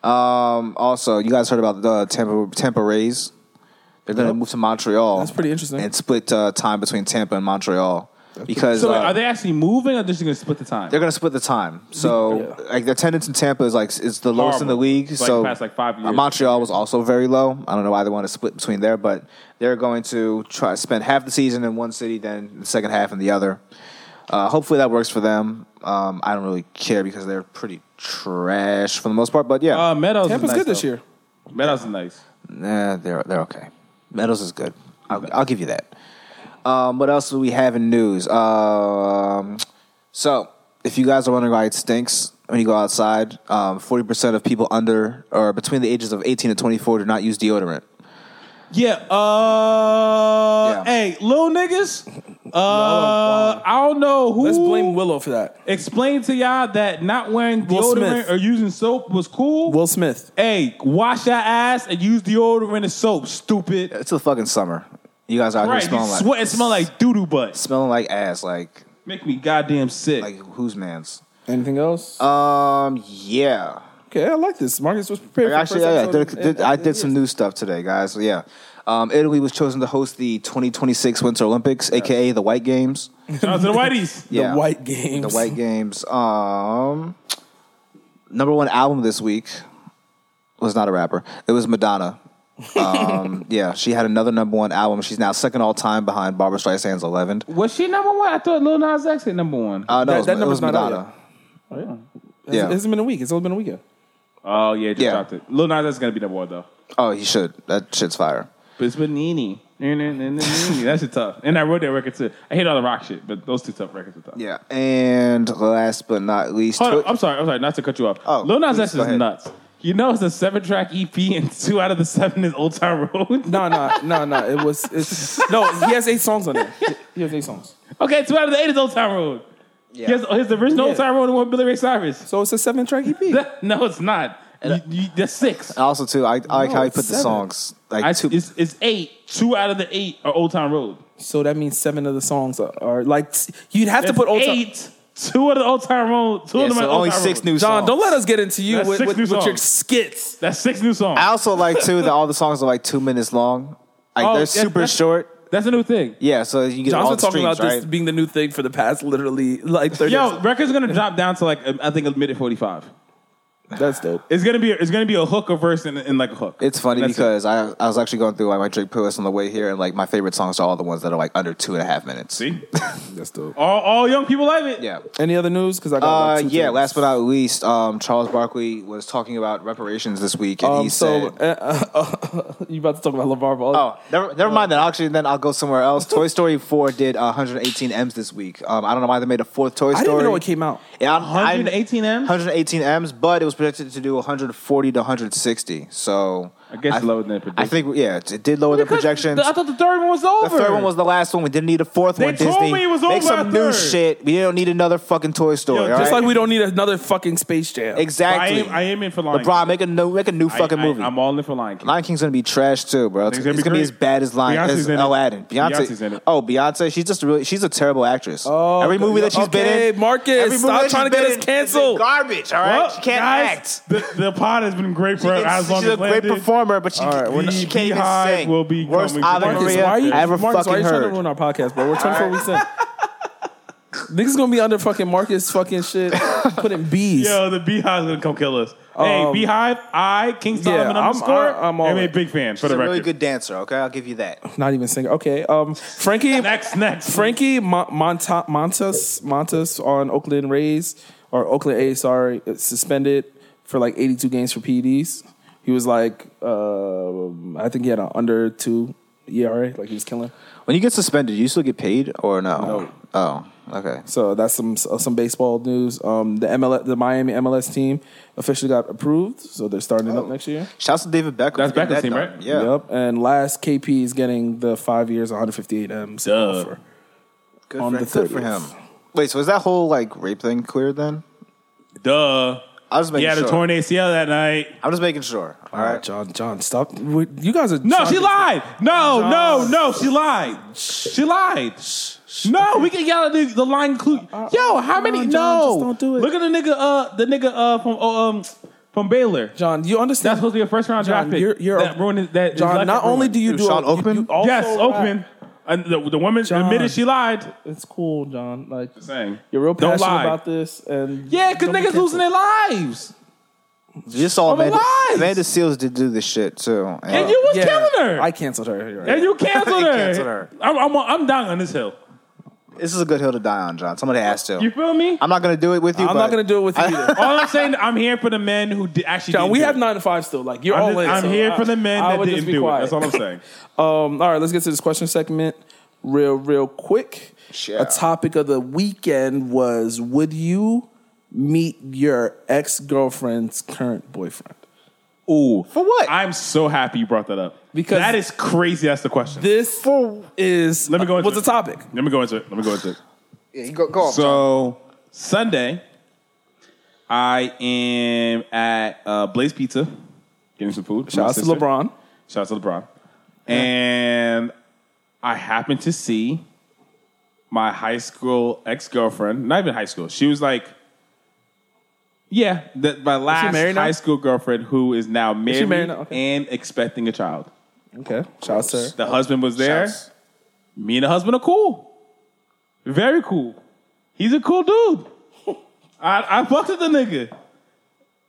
Um, also, you guys heard about the Tampa, Tampa Rays? They're going to move to Montreal. That's pretty interesting. And split uh, time between Tampa and Montreal because so wait, uh, are they actually moving, or just going to split the time? they're going to split the time. So like the attendance in Tampa is like it's the lowest in the Horrible. league. It's, like, so past, like, five uh, years. Montreal was also very low. I don't know why they want to split between there, but they're going to try spend half the season in one city, then the second half in the other. Uh, hopefully that works for them. Um, I don't really care because they're pretty trash for the most part. But yeah, Uh, Meadows is Tampa's nice, good this though. year. Meadows is nice. Nah, they're they're okay. Meadows is good. I'll, I'll give you that. Um, what else do we have in news? Um, so, if you guys are wondering why it stinks when you go outside, um, forty percent of people under or between the ages of eighteen and twenty four do not use deodorant. Yeah. Uh, Yeah. Hey, little niggas. Uh, I don't know who. Let's blame Willow for that. Explain to y'all that not wearing Will deodorant Smith. or using soap was cool. Will Smith. hey, wash your ass and use deodorant and soap. Stupid. It's the fucking summer. You guys out here Right, you smelling like sweat and smell like doo doo butt. smelling like ass, like Make me goddamn sick. like whose man's? Anything else? Um, yeah. okay, I like this. Marcus was prepared. For the Actually, first yeah, yeah. episode Did- in- did- in- I did some new stuff today, guys. So, yeah. Um, Italy was chosen to host the 2026 Winter Olympics, aka the White Games. Shout out to the whiteys. Yeah. The White Games. The White Games. Um, number one album this week was not a rapper. It was Madonna Um, yeah, she had another number one album. She's now second all time behind Barbara Streisand's "Eleven." Was she number one? I thought Lil Nas X hit number one. Uh, no, That- it was, that it number's was not out Madonna. It Yeah. hasn't been a week. It's only been a weekend. oh yeah, just yeah. dropped it. Lil Nas X is gonna be number one though. Oh, he should. That shit's fire. But it's been Nene. That shit tough. And I wrote that record too. I hate all the rock shit, but those two tough records are tough. Yeah. And last but not least, Hold on, Twi- I'm sorry. I'm sorry. Not to cut you off. Oh, Lil Nas please, X go is ahead. nuts. You know it's a seven track EP, and two out of the seven is Old Town Road. No, no, no, no. It was it's no. He has eight songs on there. He has eight songs. Okay, two out of the eight is Old Town Road. He has, he has the original Old Yeah. Town Road and one Billy Ray Cyrus. So it's a seven track E EP. no, it's not. You, you, that's six. also too, I, I like how he it's put the Oh, seven. songs. Like I, two, it's, it's eight. Two out of the eight are Old Town Road. So that means seven of the songs are, are like you'd have to put old time. eight. Two out of the Old Town Road. Two yeah, of them so are Old only Town six Road. new John, songs. don't let us get into you That's with, six with, new with your songs. skits. That's six new songs. I also like too that all the songs are like two minutes long. Like Oh, they're yes, super that's- short. That's a new thing. Yeah, so you get John's all been the talking streams, about right? this being the new thing for the past literally like thirty. Yo, record's gonna drop down to like um, I think a minute forty five. that's dope. It's gonna be it's gonna be a hook, a verse, and, and like a hook. It's funny That's it. because I I was actually going through like my Drake playlist on the way here, and like my favorite songs are all the ones that are like under two and a half minutes. See, That's dope. all, all young people love it. Yeah. Any other news? Because I got Uh, like two yeah. things. Last but not least, um, Charles Barkley was talking about reparations this week, and he Um, so said, uh, uh, you about to talk about LeVar Ball? "Oh, never, never mind that. Actually, then I'll go somewhere else." Toy Story Four did uh, 118 M's this week. Um, I don't know why they made a fourth Toy Story. I didn't even know it came out. Yeah, I'm- I- 118 M's? 118 M's, but it was projected to do 140 to 160. So I guess lower than I projected. think yeah, it, it did lower the projections. I thought the third one was over. The third one was the last one. We didn't need a fourth They one. told Disney, me it was make over some at new third. shit. We don't need another fucking Toy Story. Yo, all Just right? like we don't need another fucking Space Jam. I exactly. am, I am in for Lion LeBron, make a new, make a new King. fucking I, I, movie. I'm all in for Lion King. Lion King's gonna be trash too, bro. It's, It's gonna be it's gonna be great. as bad as Lion Beyonce's as in it. Aladdin. Beyonce, Beyonce's in it. Oh, Beyonce, she's just really she's a terrible actress. Oh, every movie that she's okay, been in, Marcus, every movie stop that trying she's to get been us in, canceled. it's been Garbage, all right. Well, she can't Oh, guys, act. The, the pod has been great for She can- as long she's as a great landed. performer, but she, All right, we're she not- can't even Beehive sing. will be Worst coming Ave to- Marcus, Maria why are you, I ever Marcus, why are fucking you trying heard. to ruin our podcast, bro? We're 24 weeks in. Niggas gonna be under fucking Marcus fucking shit, putting bees. Yo, the Beehive's gonna come kill us. hey, Um, Beehive, I King Solomon I'm- underscore. I- I'm all am a in. big fan for She's the a record. really good dancer. Okay, I'll give you that. Not even singer. Okay, um, Frankie, Next, next. Frankie Mon- Monta- Montas Montas on Oakland Rays or Oakland A's. Sorry, is suspended for like 82 games for PEDs. He was like, uh, I think he had an under two ERA. Like he was killing. When you get suspended, you still get paid or no? No. Oh, okay. So that's some some baseball news. Um, the MLS, the Miami MLS team officially got approved, so they're starting up next year. Shouts to David Beckham. That's for getting Beckham's that team, done. right? Yeah. Yep. And last KP is getting the five years, 158 M's offer. Good, On for, the good for 30th. him. Wait, so is that whole like rape thing cleared then? Duh. I was He making had sure. a torn ACL that night. I'm just making sure. All All right. right, John. John, stop. Wait, You guys are No, John- she lied. No, no, no, she lied. She lied. No, we can yell at the, the line clue. Yo, how many? on, John, Uh, no, just don't do it. look at the nigga. Uh, the nigga. Uh, from oh, um, from Baylor. John, you That's understand? supposed to be a first round John, draft pick. you're- you're- that ruined his- that. his life John, not got only ruined. do you do Sean a- you- Oakman? you also yes, rap. Oakman. And the, the woman John. admitted she lied. It's cool, John. Like Saying you're real Don't passionate lie. about this, and Yeah, because don't be niggas losing canceled. their lives, You just saw I'm Amanda, alive! Amanda Seals did do this shit too. and you was Yeah, killing her, I canceled her. You're right. and you canceled He her. canceled her. I'm, I'm, I'm down on this hill. this is a good hill to die on, John. Somebody has to. You feel me? I'm not gonna do it with you. I'm not gonna do it with you either. All I'm saying, I'm here for the men who did, actually. John, did we do have it. nine to five still. Like you're I'm, all just- in. I'm so here I- for the men I that would just didn't be do quiet. it. That's all I'm saying. Um, all right, let's get to this question segment real, real quick. Yeah. A topic of the weekend was Would you meet your ex girlfriend's current boyfriend? Ooh, For what? I'm so happy you brought that up Because- that is crazy. That's the question. This is uh, Let me go into what's it. the topic? Let me go into it. Let me go into it. Yeah, go, go off. So Sunday, I am at uh, Blaze Pizza getting some food. for my Shout out to sister. LeBron. Shout out to LeBron. And I happened to see my high school ex girlfriend, not even high school. She was like, yeah, that my last married now? high school girlfriend who is now married, married now? Okay. and expecting a child. Okay. Shout out to her. The husband was there. Me and the husband are cool. Very cool. He's a cool dude. I, I fucked with the nigga.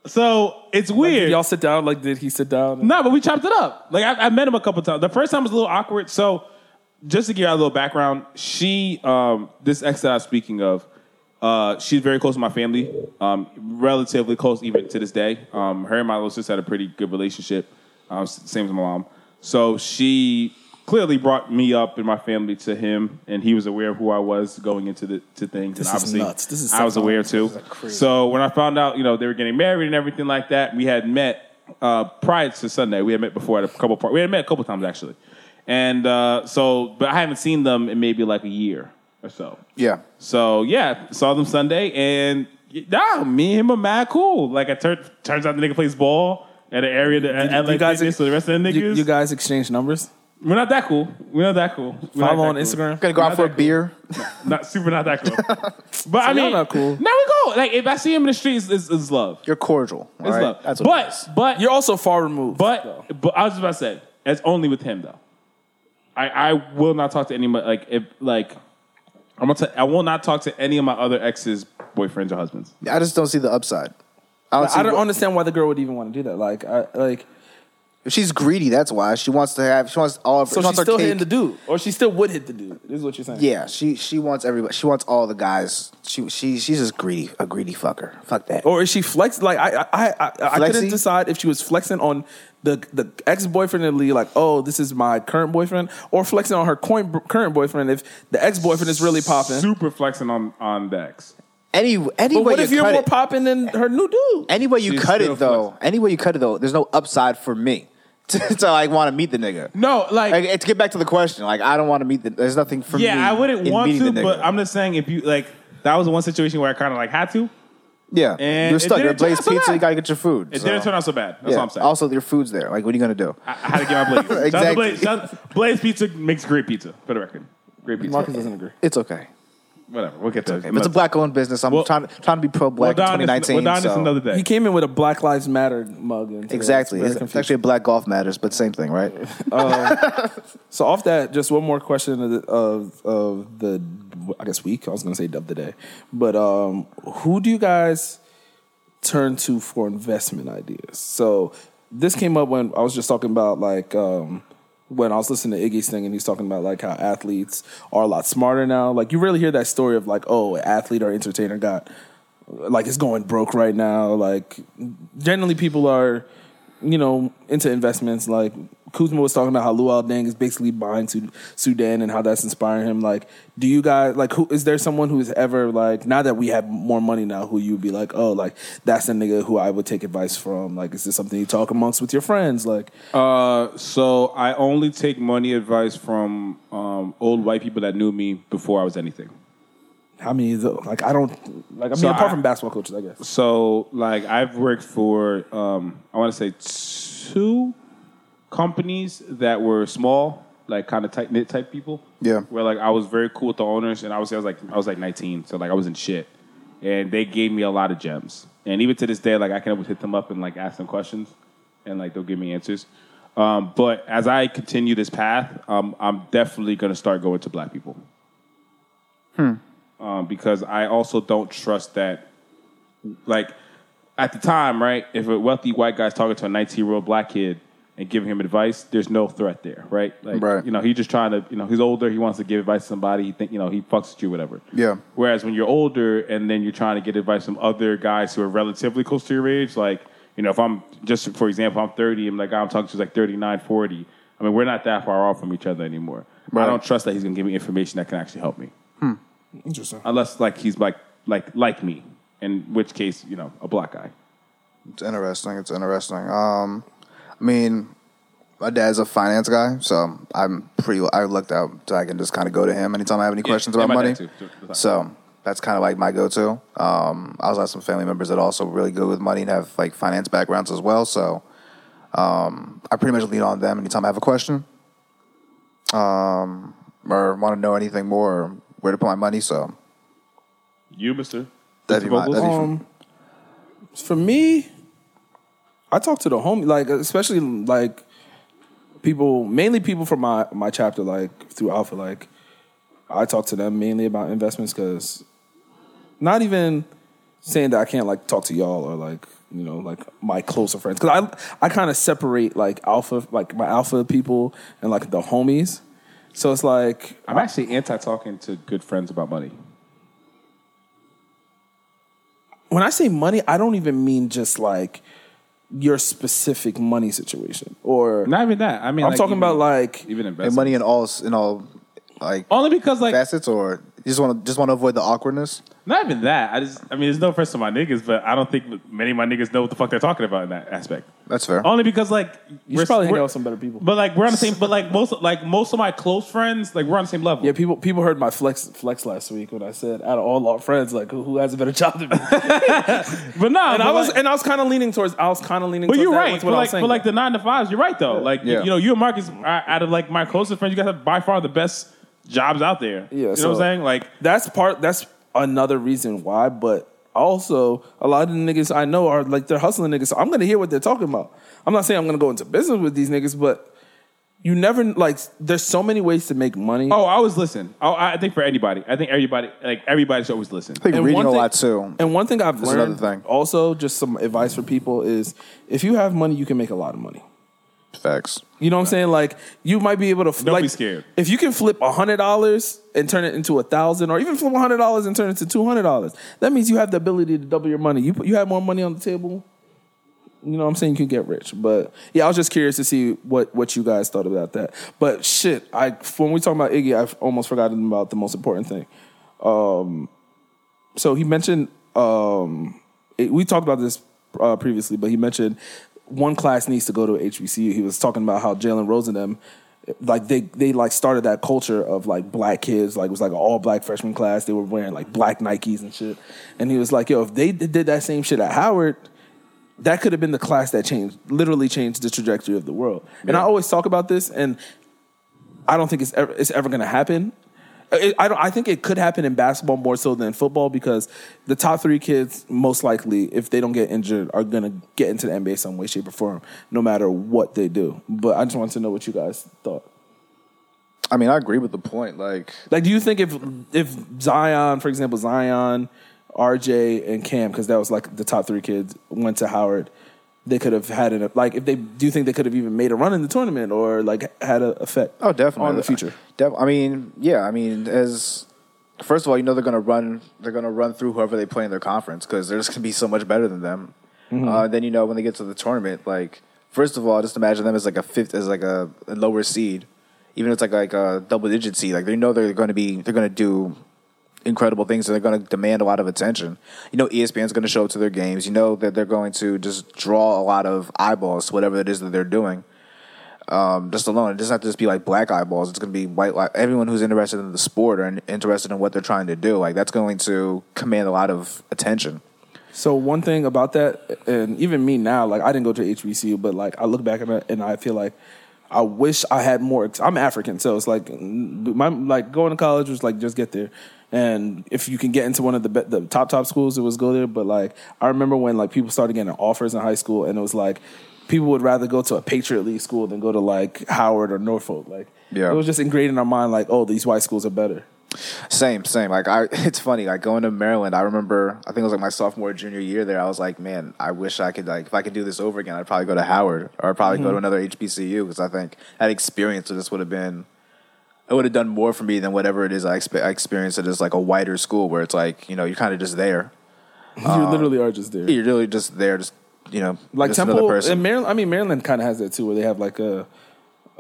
So it's Did weird. y'all sit down? Like, did he sit down? No, but we chopped it up. Like I, I met him a couple times. The first time was a little awkward. So just to give you a little background, she, um, this ex that I was speaking of, uh, she's very close to my family, um, relatively close even to this day. Um, her and my little sister had a pretty good relationship, um, s- same as my mom. So she clearly brought me up and my family to him, and he was aware of who I was going into the to things. This and is obviously, nuts. This is I was so- aware too. So when I found out, you know, they were getting married and everything like that, we had met uh, prior to Sunday. We had met before at a couple par- we had met a couple times actually, and uh, so but I haven't seen them in maybe like a year or so. Yeah. So yeah, saw them Sunday, and nah, me and him are mad cool. Like it tur- turns out the nigga plays ball at an area that uh, at LA you guys- Fitness, so the rest of the niggas, You, you guys exchange numbers. we're not that cool. We're not that cool. We're not Follow that on cool. Instagram. Gonna go out for a beer. Not super, not that cool. But I y'all mean, not cool. Now we go. Like if I see him in the streets, it's, it's love. You're cordial. all It's right? love. That's what it is. but but You're also far removed. though. but but I was just about to say, it's only with him though. I I will not talk to anyone like if like I'm gonna t- I will not talk to any of my other exes, boyfriends or husbands. I just don't see the upside. I don't see I don't what- understand why the girl would even want to do that. Like, I, like if she's greedy. That's why she wants to have. She wants all. Of, so she she's wants her still cake. hitting the dude, or she still would hit the dude. Is what you're saying? Yeah, she she wants everybody. She wants all the guys. She she she's just greedy, a greedy fucker. Fuck that. Or is she flex? Like I, I, I, I, I couldn't Flexy? decide if she was flexing on the the ex boyfriend and Lee, like, oh, this is my current boyfriend, or flexing on her coin, current boyfriend if the ex boyfriend is really popping. Super flexing on on the ex. Any any But way what you if you're cut more it, popping than her new dude? any way you She's cut still it though, any way you cut it though, there's no upside for me to, to like want to meet the nigga. No, like, Like, to get back to the question, like I don't want to meet the. There's nothing for me. yeah, I wouldn't in want meeting to, the nigga. but I'm just saying if you like that was the one situation where I kind of like had to. yeah. and you're it stuck. You're didn't turn out Blaze so Pizza. bad. You gotta get your food. It so. didn't turn out so bad. That's Yeah. what I'm saying. Also, your food's there. Like, what are you gonna do? I, I had to get my blaze. Exactly. Blaze, Shout out- Blaze Pizza makes great pizza, for the record. Great pizza. Marcus doesn't agree. It's okay. Whatever. We'll get to it. If it's a black-owned business, I'm Well- trying trying to be pro-black We'll in down this- 2019. we'll down this so- another day. He came in with a Black Lives Matter mug. and- Exactly. It's, It's very it's confusing. actually a black golf matters, but same thing, right? So off that, just one more question of the, of, of the I guess week. I was gonna say of the day, but um, who do you guys turn to for investment ideas? So this came up when I was just talking about like um, when I was listening to Iggy's thing, and he's talking about like how athletes are a lot smarter now. Like you really hear that story of like, oh, an athlete or entertainer got like it's going broke right now. Like generally people are, you know, into investments. Like Kuzma was talking about how Luol Deng is basically buying Sud- Sudan and how that's inspiring him. Like, do you guys like who is there someone who's ever like now that we have more money now who you'd be like, oh, like that's the nigga who I would take advice from. Like, is this something you talk amongst with your friends? Like, Uh, so I only take money advice from um, old white people that knew me before I was anything. how many? Of those? Like, I don't like. I mean, So apart I- from basketball coaches, I guess. So like I've worked for um, I want to say two companies that were small, like kind of tight knit type people. Yeah. Where like I was very cool with the owners, and obviously I was like I was like 19, so like I was in shit, and they gave me a lot of gems. And even to this day, like I can always hit them up and like ask them questions, and like they'll give me answers. Um, but as I continue this path, um, I'm definitely gonna start going to black people. Um, because I also don't trust that like at the time, right? If a wealthy white guy's talking to a 19 year old black kid and giving him advice, there's no threat there, right? Like, Right. you know, he's just trying to, you know, he's older. He wants to give advice to somebody. He think, you know, he fucks with you, whatever. Yeah. Whereas when you're older and then you're trying to get advice from other guys who are relatively close to your age, like, you know, if I'm just, for example, I'm 30, I'm like, I'm talking to like 39, 40. I mean, we're not that far off from each other anymore. I don't trust that he's going to give me information that can actually help me Interesting. unless like he's like like like me, in which case you know a black guy. It's interesting. It's interesting. Um, I mean, my dad's a finance guy, so I'm pretty. I looked up so I can just kind of go to him anytime I have any questions yeah, about my money. dad too, too. That's So that's kind of like my go-to. Um, I also have some family members that are also really good with money and have like finance backgrounds as well. So um, I pretty much lean on them anytime I have a question, um, or want to know anything more, or where to put my money. So You, Mister. that'd be my. That'd be Um, for me, I talk to the homie, like especially like people, mainly people from my my chapter, like through Alpha. Like I talk to them mainly about investments because not even saying that I can't like talk to y'all or like you know like my closer friends because I I kind of separate like alpha like my alpha people and like the homies. So it's like I'm actually anti talking to good friends about money. when I say money, I don't even mean just like your specific money situation or Not even that. I mean, I'm like, talking even- about like even And investment. money in all in all like Only because like facets, or you just want to just want to avoid the awkwardness. Not even that. I just, I mean, there's no offense to my niggas, but I don't think many of my niggas know what the fuck they're talking about in that aspect. That's fair. Um, Only because like you should probably hang out with some better people. But like we're on the same. But like most, like most of my close friends, like we're on the same level. Yeah, people people heard my flex flex last week when I said out of all our friends, like who, who has a better job than me? But no, And but I was like- and I was kind of leaning towards I was kind of leaning. But towards you're that. right. That's But what I was like, saying. but like the nine to fives, you're right though. Like Yeah. you know, you and Marcus are out of like my closest friends. You guys have by far the best jobs out there. Yeah, you know so- what I'm saying? Like that's part. That's another reason why. But also, a lot of the niggas I know are like they're hustling niggas. So I'm gonna hear what they're talking about. I'm not saying I'm gonna go into business with these niggas, but you never like. There's so many ways to make money. oh, I always listen. Oh, I I think for anybody, I think everybody, like everybody should always listen. I think And reading one a thing- lot too. And one thing I've That's learned, another thing. also, just some advice for people is if you have money, you can make a lot of money. Facts. You know what I'm saying? Like you might be able to. Don't like, be scared. If you can flip hundred dollars and turn it into a thousand, or even flip hundred dollars and turn it to two hundred dollars, that means you have the ability to double your money. You put, you have more money on the table. You know what I'm saying? You can get rich. But yeah, I was just curious to see what what you guys thought about that. But shit, I when we talk about Iggy, I've almost forgotten about the most important thing. Um, so he mentioned um, it- we talked about this uh, previously, but he mentioned one class needs to go to HBCU. He was talking about how Jalen Rose and them, like they they like started that culture of like black kids. Like it was like an all black freshman class. They were wearing like black Nikes and shit. And he was like, "Yo, if they did did that same shit at Howard." That could have been the class that changed, literally changed the trajectory of the world. And I always talk about this, and I don't think it's ever it's ever going to happen. It, I don't. I think it could happen in basketball more so than football because the top three kids most likely, if they don't get injured, are going to get into the NBA some way, shape, or form, no matter what they do. But I just wanted to know what you guys thought. I mean, I agree with the point. Like, Like, do you think if if Zion, for example, Zion, RJ, and Cam, because that was like the top three kids went to Howard, they could have had an like if they do you think they could have even made a run in the tournament or like had an effect? oh, definitely on the future. Def- I mean, yeah. I mean, as first of all, you know they're gonna run. They're gonna run through whoever they play in their conference because they're just gonna be so much better than them. Mm-hmm. Uh, then you know when they get to the tournament, like first of all, just imagine them as like a fifth, as like a, a lower seed, even if it's like like a double digit seed. Like they know they're gonna be, they're gonna do incredible things and they're going to demand a lot of attention. You know, E ESPN's going to show up to their games. You know that they're going to just draw a lot of eyeballs to whatever it is that they're doing. Um, just alone, it doesn't have to just be like black eyeballs. It's going to be white. Like everyone who's interested in the sport or in- interested in what they're trying to do, like that's going to command a lot of attention. So one thing about that, and even me now, like I didn't go to HBCU, but like I look back and I, and I feel like I wish I had more. ex- I'm African, so it's like mm, my like going to college was like just get there, and if you can get into one of the be- the top top schools, it was go there. But like I remember when like people started getting offers in high school, and it was like people would rather go to a Patriot League school than go to like Howard or Norfolk. Like Yeah. it was just ingrained in our mind, like oh these white schools are better. Same, same. Like I, it's funny. Like going to Maryland, I remember. I think it was like my sophomore, junior year there. I was like, man, I wish I could like if I could do this over again, I'd probably go to Howard or I'd probably Mm-hmm. go to another HBCU because I think that experience of this would have been, it would have done more for me than whatever it is I, expe- I experienced at this like a wider school where it's like you know you're kind of just there. you literally are just there. You're really just there, just you know, like just Temple another person. and Maryland. I mean, Maryland kind of has that too, where they have like a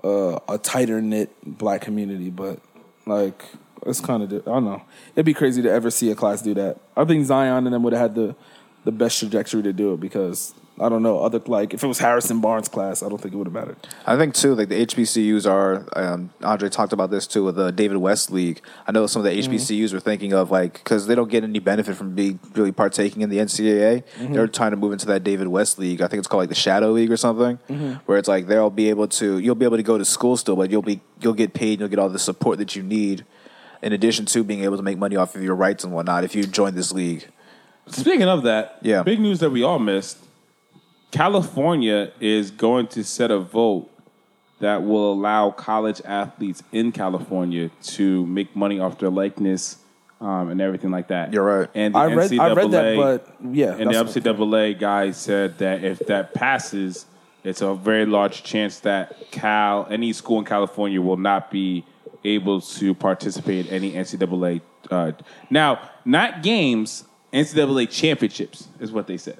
a, a tighter knit black community, but like it's kind of I don't know. It'd be crazy to ever see a class do that. I think Zion and them would have had the the best trajectory to do it because I don't know other like if it was Harrison Barnes class, I don't think it would have mattered. I think too, like the HBCUs are. Um, Andre talked about this too with the David West League. I know some of Mm-hmm. the HBCUs were thinking of like because they don't get any benefit from being really partaking in the NCAA. Mm-hmm. They're trying to move into that David West League. I think it's called like the Shadow League or something, Mm-hmm. where it's like they'll be able to. You'll be able to go to school still, but you'll be you'll get paid. and You'll get all the support that you need, in addition to being able to make money off of your rights and whatnot if you join this league. Speaking of that, Yeah. big news that we all missed. California is going to set a vote that will allow college athletes in California to make money off their likeness um, and everything like that. You're right. And the I read, I read that, NCAA but yeah. and the that's- NCAA guy said that if that passes, it's a very large chance that Cal, any school in California, will not be able to participate in any NCAA. Uh, now, not games, NCAA championships is what they said.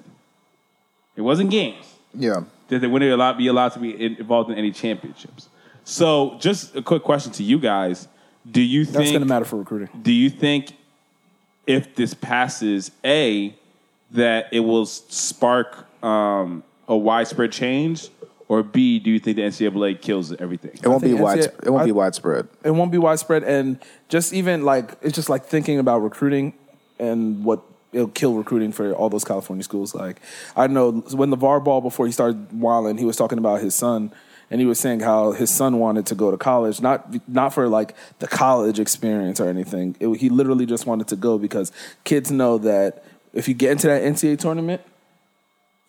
It wasn't games Yeah. that they wouldn't allow, be allowed to be in, involved in any championships. So, just a quick question to you guys: Do you think that's going to matter for recruiting. do you think if this passes, A, that it will s- spark um, a widespread change? Or B, do you think the NCAA kills everything? It won't be think NCAA widespread. It won't I- be widespread. It won't be widespread, and just even like it's just like thinking about recruiting and what it'll kill recruiting for all those California schools. Like I know when LeVar Ball before he started wilding, he was talking about his son. And he was saying how his son wanted to go to college, not not for like the college experience or anything. It, he literally just wanted to go because kids know that if you get into that NCAA tournament,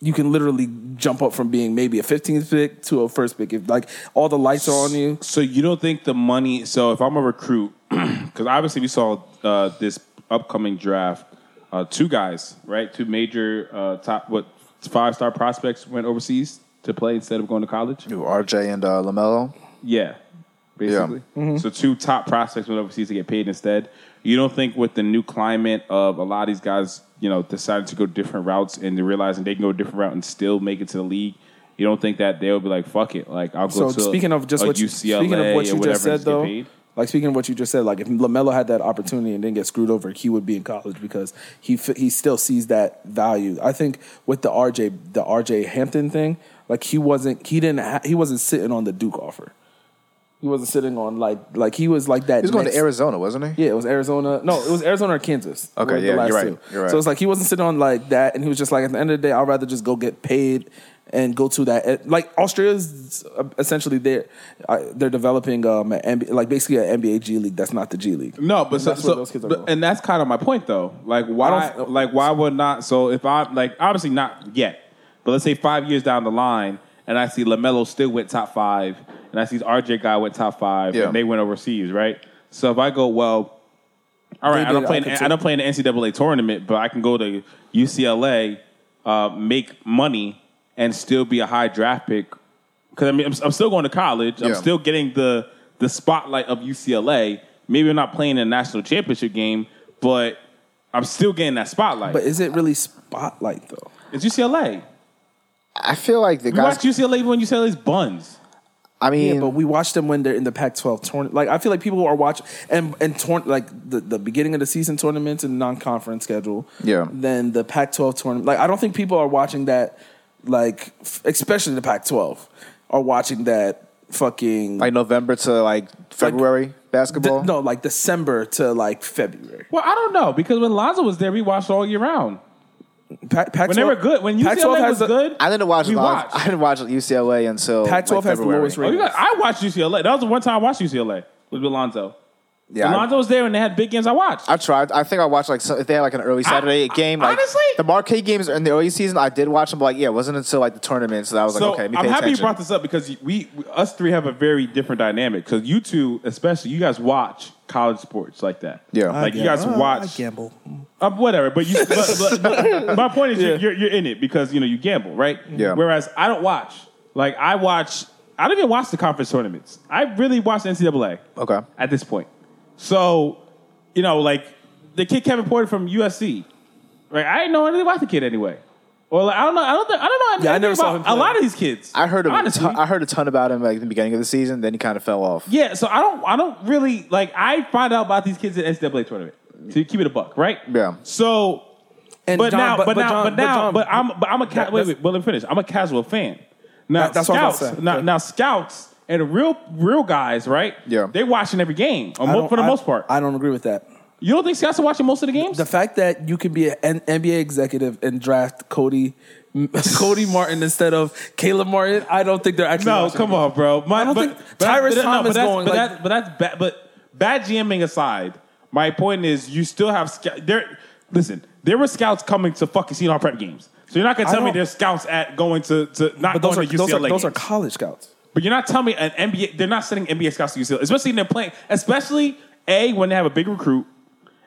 you can literally jump up from being maybe a 15th pick to a first pick. If like all the lights are on you, So you don't think the money? So if I'm a recruit, because obviously we saw uh, this upcoming draft, uh, two guys, right? Two major uh, top what five star prospects went overseas to play instead of going to college. Ooh, RJ and uh, Lamelo. Yeah, basically. So two top prospects went overseas to get paid instead. You don't think with the new climate of a lot of these guys, you know, deciding to go different routes and they're realizing they can go a different route and still make it to the league. You don't think that they'll be like, "Fuck it," like I'll go So to speaking of just a what you, UCLA speaking of what or you whatever just and said get though, paid? like speaking of what you just said, like if Lamelo had that opportunity and didn't get screwed over, he would be in college because he f- he still sees that value. I think with the RJ the RJ Hampton thing, like he wasn't he didn't ha- he wasn't sitting on the Duke offer. He wasn't sitting on like like he was like that. He was going to next- Arizona, wasn't he? yeah, it was Arizona. No, it was Arizona or Kansas. Okay, were the yeah, last you're right. two. You're right. So it's like he wasn't sitting on like that, and he was just like, at the end of the day, I'd rather just go get paid and go to that. Like Australia's essentially they're uh, they're developing um an NBA, like basically an NBA G League that's not the G League. No, but so, that's where so- those kids are but- going. and that's kind of my point though. Like why I don't- like why would not so if I like obviously not yet, but let's say five years down the line and I see LaMelo still went top five and I see RJ guy went top five Yeah. and they went overseas, right? So if I go, well, all right, They I don't did, play I in, could I say- don't play in the NCAA tournament, but I can go to UCLA, uh, make money and still be a high draft pick. Because I mean, I'm, I'm still going to college. I'm Yeah. still getting the the spotlight of UCLA. Maybe I'm not playing in a national championship game, but I'm still getting that spotlight. But is it really spotlight though? it's UCLA. I feel like the You watch guys. UCLA when UCLA's buns. I mean, Yeah, but we watch them when they're in the Pac-12 tournament. Like I feel like people are watching and and torn like the, the beginning of the season tournaments and non-conference schedule. Yeah. Then the Pac-12 tournament. Like I don't think people are watching that. Like f- especially the Pac-12 are watching that fucking like November to like February de- basketball. no like December to like February. Well, I don't know because when Lonzo was there, we watched all year round. Pa- Pac-12, When they were good, when UCLA Pac-12 was a- good, I didn't watch. We Lon- watched. I didn't watch UCLA until Pac-12 like, has the February. lowest Oh, rating. you got, I watched UCLA. That was the one time I watched UCLA was with Lonzo. Yeah, when I- Lonzo was there and they had big games. I watched. I tried. I think I watched like some, if they had like an early Saturday game. Like, honestly? the marquee games in the early season, I did watch them. But like, yeah, it wasn't until like the tournaments that I was so like, okay, let me I'm pay happy you attention. brought this up because we, we us three have a very different dynamic because you two, especially you guys, watch college sports like that. Yeah. I like you guys Uh, I watch gamble. uh, whatever. But you, but, but, but my point is you're, you're you're in it because you know you gamble, right? Yeah. Whereas I don't watch. Like I watch. I don't even watch the conference tournaments. I really watch the NCAA. okay, at this point. So, you know, like the kid Kevin Porter from USC, right? I didn't know anything about the kid anyway. Or like, I don't know. I don't. Think, I don't know. Yeah, I anything never about saw him A play. lot of these kids. I heard. A, Honestly. ton, I heard a ton about him like the beginning of the season. Then he kind of fell off. yeah. So I don't. I don't really like. I find out about these kids at NCAA tournament. So you keep it a buck, right? Yeah. So And but John- now, but, now, John- but now, John- but I'm, but I'm a ca- That- wait, that's- wait. Well, let me finish. I'm a casual fan. Now That- that's what I was scouts, about to say. now, Okay. now scouts and real, real guys, right? Yeah. they watching every game or I mo- don't- for the I- most part. I don't agree with that. you don't think scouts are watching most of the games? The fact that you can be an NBA executive and draft Cody Cody Martin instead of Caleb Martin, I don't think they're actually. No, watching come it. on, bro. My, I don't but- think but but Tyrus that- Thomas but that's, going, But, like- that, but that's bad. But bad GMing aside, my point is you still have scout. There, listen, there were scouts coming to fucking Senior Prep games. So you're not gonna I tell me don't- there's scouts at going to, to not going But those are, to UCLA. those, are, those are games. college scouts. but you're not telling me an NBA. They're not sending NBA scouts to UCLA, especially when they're playing. Especially a when they have a big recruit,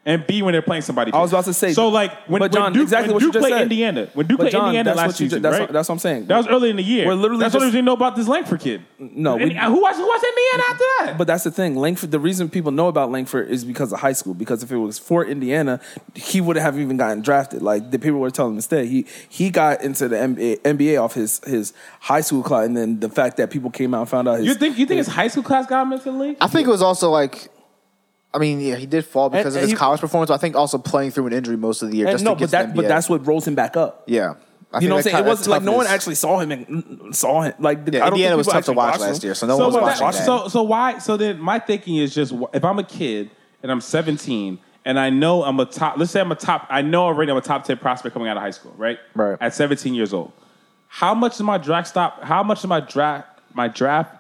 and B when they're playing somebody. I was big. about to say- So like when, but John, when Duke, exactly when what you Duke just played said. Indiana, when Duke But played John, Indiana that's last what you season, ju- that's right? what- that's what I'm saying. That was early in the year. We're literally that's what just- we didn't know about this Langford kid. No, we- Any- who watched who watched Indiana after that? But that's the thing. Langford, the reason people know about Langford is because of high school. Because if it was for Indiana, he wouldn't have even gotten drafted. Like the people were telling him instead. He he got into the NBA, NBA off his his high school class, and then the fact that people came out and found out his you think you think his high school class got him into the league? I think it was also like, I mean, yeah, he did fall because And- of and his he- college performance. but I think also playing through an injury most of the year. and just no, to but get to that the but NBA. that's what rolls him back up. yeah. I you know what I'm think saying? It that wasn't kind- like no one toughness- actually saw him and saw him. Like Yeah, I don't Indiana think was tough people to actually watch watched last him. year, so no so, one was but watching that- that. so so why so then my thinking is just wh- if I'm a kid and I'm 17 and I know I'm a top let's say I'm a top I know already I'm a top 10 prospect coming out of high school, right? Right. At 17 years old. How much is my draft stop how much is my draft my draft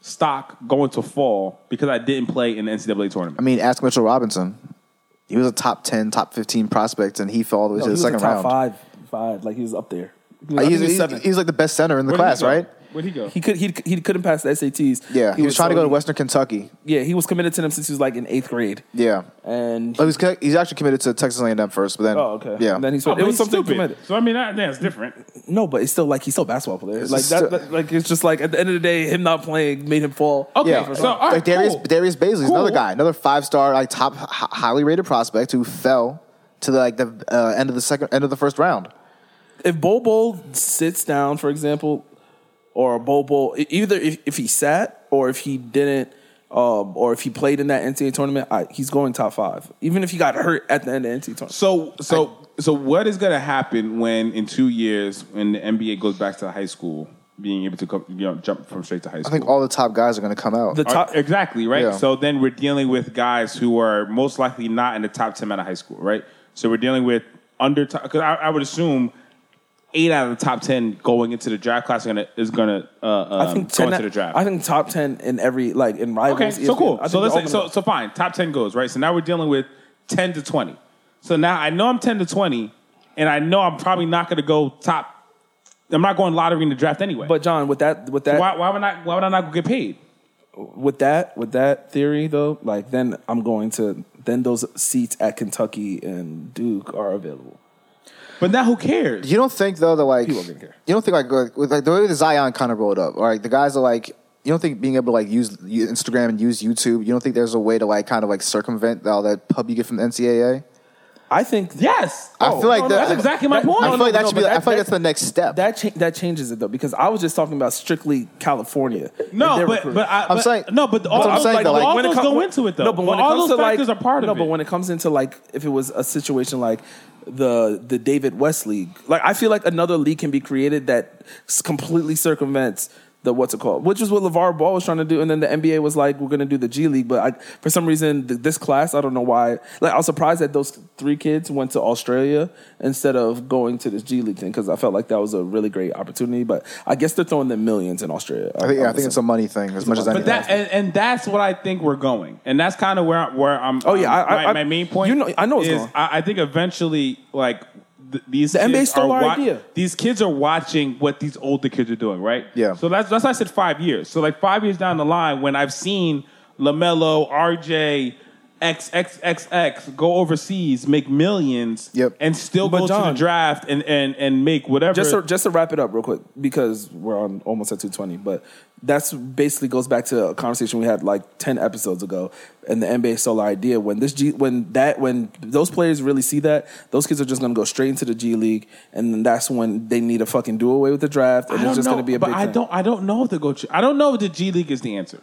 stock going to fall because I didn't play in the NCAA tournament? I mean, ask Mitchell Robinson. He was a top ten, top fifteen prospect, and he fell all the way No, to he the was second a top round. five, five. Like he was up there. He was- I Like, think he's, he was he's, seven. he's like the best center in the Where'd he class, go? right? Where'd he go? He could he, he couldn't pass the SATs. Yeah, he, was, trying to so- go to Western Kentucky. Yeah, he was committed to them since he was like in eighth grade. Yeah, And Oh, he was co- he's actually committed to Texas A&M first, but then Oh, okay. yeah, And then he Oh, sort but it was he's something stupid. committed. So I mean that, that's different. No, but it's still like he's still a basketball player. like just that, still- that- like it's just like at the end of the day, him not playing made him fall. Okay, yeah. so all right, like Darius cool. Darius Basley's another Cool. guy, another five star, like top h- highly rated prospect who fell to the, like the uh, end of the second end of the first round. If Bol Bol sits down, for example, or Bol Bol, e- either if, if he sat or if he didn't, um, or if he played in that NCAA tournament, I, he's going top five. Even if he got hurt at the end of the NCAA tournament, So so so what is going to happen when in two years when the NBA goes back to high school, being able to come, you know jump from straight to high I school? think all the top guys are going to come out. the top. Are- exactly right. Yeah. So then we're dealing with guys who are most likely not in the top ten out of high school, right? So we're dealing with under top because I, I would assume eight out of the top ten going into the draft class are gonna, is gonna uh, um, I think go ten. into the draft. I think top ten in every like in Okay, rivals. so cool. ESPN. I So think let's they're say, all so gonna- so fine. Top ten goes right. So now we're dealing with ten to twenty. So now I know I'm ten to twenty, and I know I'm probably not going to go top. I'm not going lottery in the draft anyway. But John, with that, with that, why, why would I? Why would I not get paid? with that with that theory though, like then I'm going to then those seats at Kentucky and Duke are available. But now who cares? You don't think though that like People are gonna care. you don't think like like, with like the way the Zion kind of rolled up. All right, the guys are like you don't think being able to like use u- Instagram and use YouTube. You don't think there's a way to like kind of like circumvent all that pub you get from the NCAA. I think Yes. I feel like no, that- Oh, that's exactly my that- point. I feel like no, that should but be. I that- feel like that- that's the next step. that cha- that changes it though because I was just talking about strictly California. and no, their but recruiting. but I, I'm but- saying- no, but all, That's what I'm all- saying, like, though, like, all when it those come- go into it though. No, but when it all comes those to like factors are part no, of but it. when it comes into like if it was a situation like the the David West league, like I feel like another league can be created that s- completely circumvents the what's it called, which is what LeVar Ball was trying to do, and then the NBA was like, we're gonna do the G League, but I, for some reason th- this class, I don't know why. Like I was surprised that those three kids went to Australia instead of going to this G League thing because I felt like that was a really great opportunity, but I guess they're throwing them millions in Australia. I think, yeah, I think it's a money thing as much as anything. but that and, and that's what I think we're going, and that's kind of where I- where I'm. Oh, yeah, I- my, I- my main point. you know- I know it's is going. I, I think eventually, like th- these The kids NBA stole are our idea. These kids are watching what these older kids are doing, right? Yeah. So that's that's why I said five years. So like five years down the line, when I've seen Lamelo, RJ. XXXX go overseas, make millions, Yep. and still But go to John- the draft and, and, and make whatever. just to, just to wrap it up real quick because we're on almost at 220 but that's basically goes back to a conversation we had like 10 episodes ago and the nba solar idea when this g when that when those players really see that those kids are just going to go straight into the g league and then that's when they need a fucking do away with the draft and I don't it's just know, going to be a but big I thing. don't. I don't know if the go. I don't know if the G League is the answer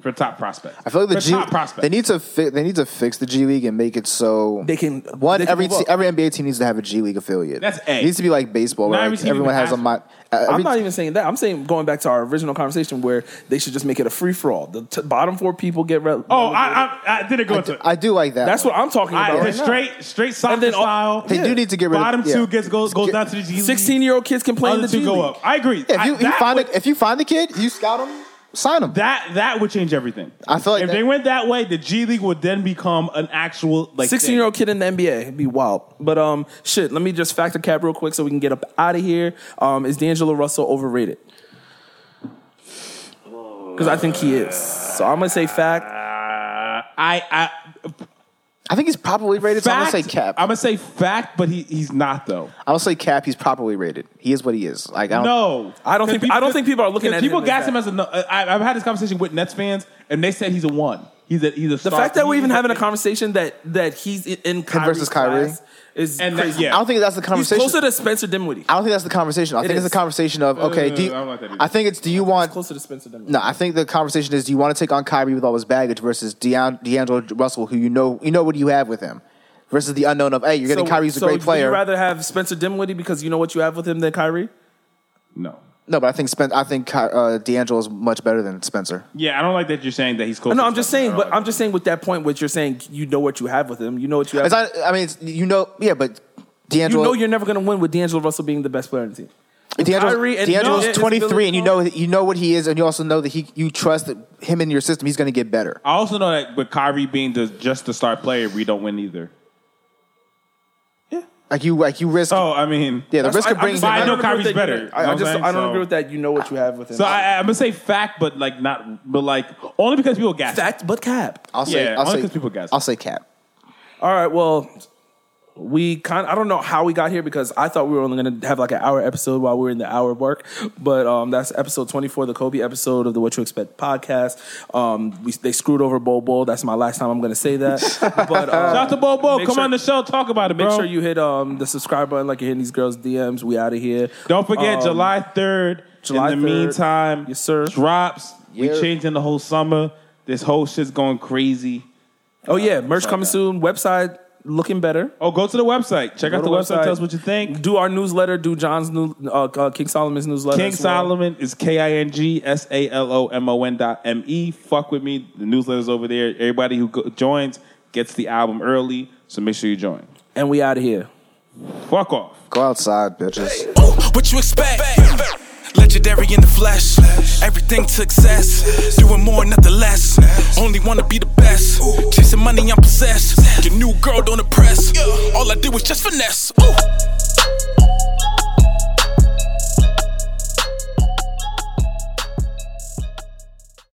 for top prospects. I feel like the for G. top prospects. They need to fi- they need to fix the G League and make it so They can- one they can every move te- up. every NBA team needs to have a G League affiliate. That's A. It needs to be like baseball, Not where every like, team everyone even has a. has Mi- it. I'm not even saying that. I'm saying going back to our original conversation where they should just make it a free for all. The t- bottom four people get re- oh, I, I, I didn't go into. it. I do like that. That's one. what I'm talking I, about. the right now. straight, straight soccer And then all- style. They do need to get rid of- bottom two yeah. gets goes goes Get- down to the G League. 16 year old kids can play in other the two G go League. up. I agree. Yeah, if you, you I, that find would, a, if you find the kid, you scout him, sign him. that that would change everything. I feel like if that- they went that way, the G League would then become an actual like 16 year old kid in the NBA. It'd be wild. But um, shit, let me just factor cap real quick so we can get up out of here. Um, is D'Angelo Russell overrated? Because I think he is. So I'm going to say fact. thing. Uh, I I I think he's probably rated. So I'm gonna say Cap. I'm I'm, gonna say fact, but he, he's not though. gonna say Cap. He's probably rated. He is what he is. Like I don't. No, I don't think- I don't think people are looking 'cause at people him as gas that. him as a. no- I, I've had this conversation with Nets fans, and they said he's a one. He's a he's a. The fact that we're even having a conversation that that he's in- in Kyrie's versus Kyrie? class is And that- crazy. yeah. I don't think that's the he's conversation. closer to Spencer Dinwiddie. I don't think that's the conversation. I think is. it's a conversation of okay. no, do no, you- I don't like that either. I think it's do you want Closer to Spencer Dinwiddie. No, I think the conversation is: Do you want to take on Kyrie with all his baggage versus Deon- D'Angelo Russell, who you know you know what you have with him, versus the unknown of Hey, you're getting Kyrie's a so great would player. you rather have Spencer Dinwiddie because you know what you have with him than Kyrie? no. no, but I think Spen- I think Ky- uh, D'Angelo is much better than Spencer. Yeah, I don't like that you're saying that he's close. No, to I'm just Stephen. saying. I don't But I'm just saying with that point, what you're saying, you know what you have with him. You know what you have. It's not, I mean, it's, you know, yeah, but you D'Angelo, know you're never going to win with D'Angelo Russell being the best player on the team. D'Angelo's, Kyrie and- D'Angelo's no, it's 23, Billy and you know Paul. you know what he is, and you also know that he you trust that him in your system, he's going to get better. I also know that with Kyrie being the, just the star player, we don't win either. Like you, like you risk, So Oh, I mean, yeah, the That's- risk of I- I bringing just- him. I in- know don't agree Kyrie's with that better. either. You know I, I what just I'm I don't saying? agree So- with that. You know what you have with him. So I, I'm gonna say fact, but like not, but like only because people gas. him. fact, but cap. I'll say, Yeah, I'll only say, 'cause people gas him. I'll say Cap. All right. Well, we kind. I don't know how we got here because I thought we were only going to have like an hour episode while we were in the hour mark. But um, that's episode twenty four, the Kobe episode of the What You Expect podcast. Um, we, they screwed over Bo Bo. That's my last time I'm going to say that. But um, Shout out to Bobo. make Come sure- on the show, talk about it, bro. Make sure you hit um, the subscribe button like you're hitting these girls' DMs. We out of here. Don't forget Um, July third. July In the 3rd. meantime, Yes, sir. Drops. Yeah. We changing the whole summer. This whole shit's going crazy. Oh yeah, merch coming soon. Website looking better. Oh, go to the website. Check out the to the website. website. Tell us what you think. Do our newsletter. Do John's new uh, uh, King Solomon's newsletter. King as well. Solomon is K I N G S A L O M O N dot M E. Fuck with me. The newsletter's over there. Everybody who go- joins gets the album early, so make sure you join. and we out of here. Fuck off. Go outside, bitches. Ooh, Oh, what you expect? Legendary in the flesh. Everything to excess. Doing more, nothing less. Only wanna be the best. Chasing money, I'm possessed. Your new girl don't impress. All I did was just finesse. Ooh.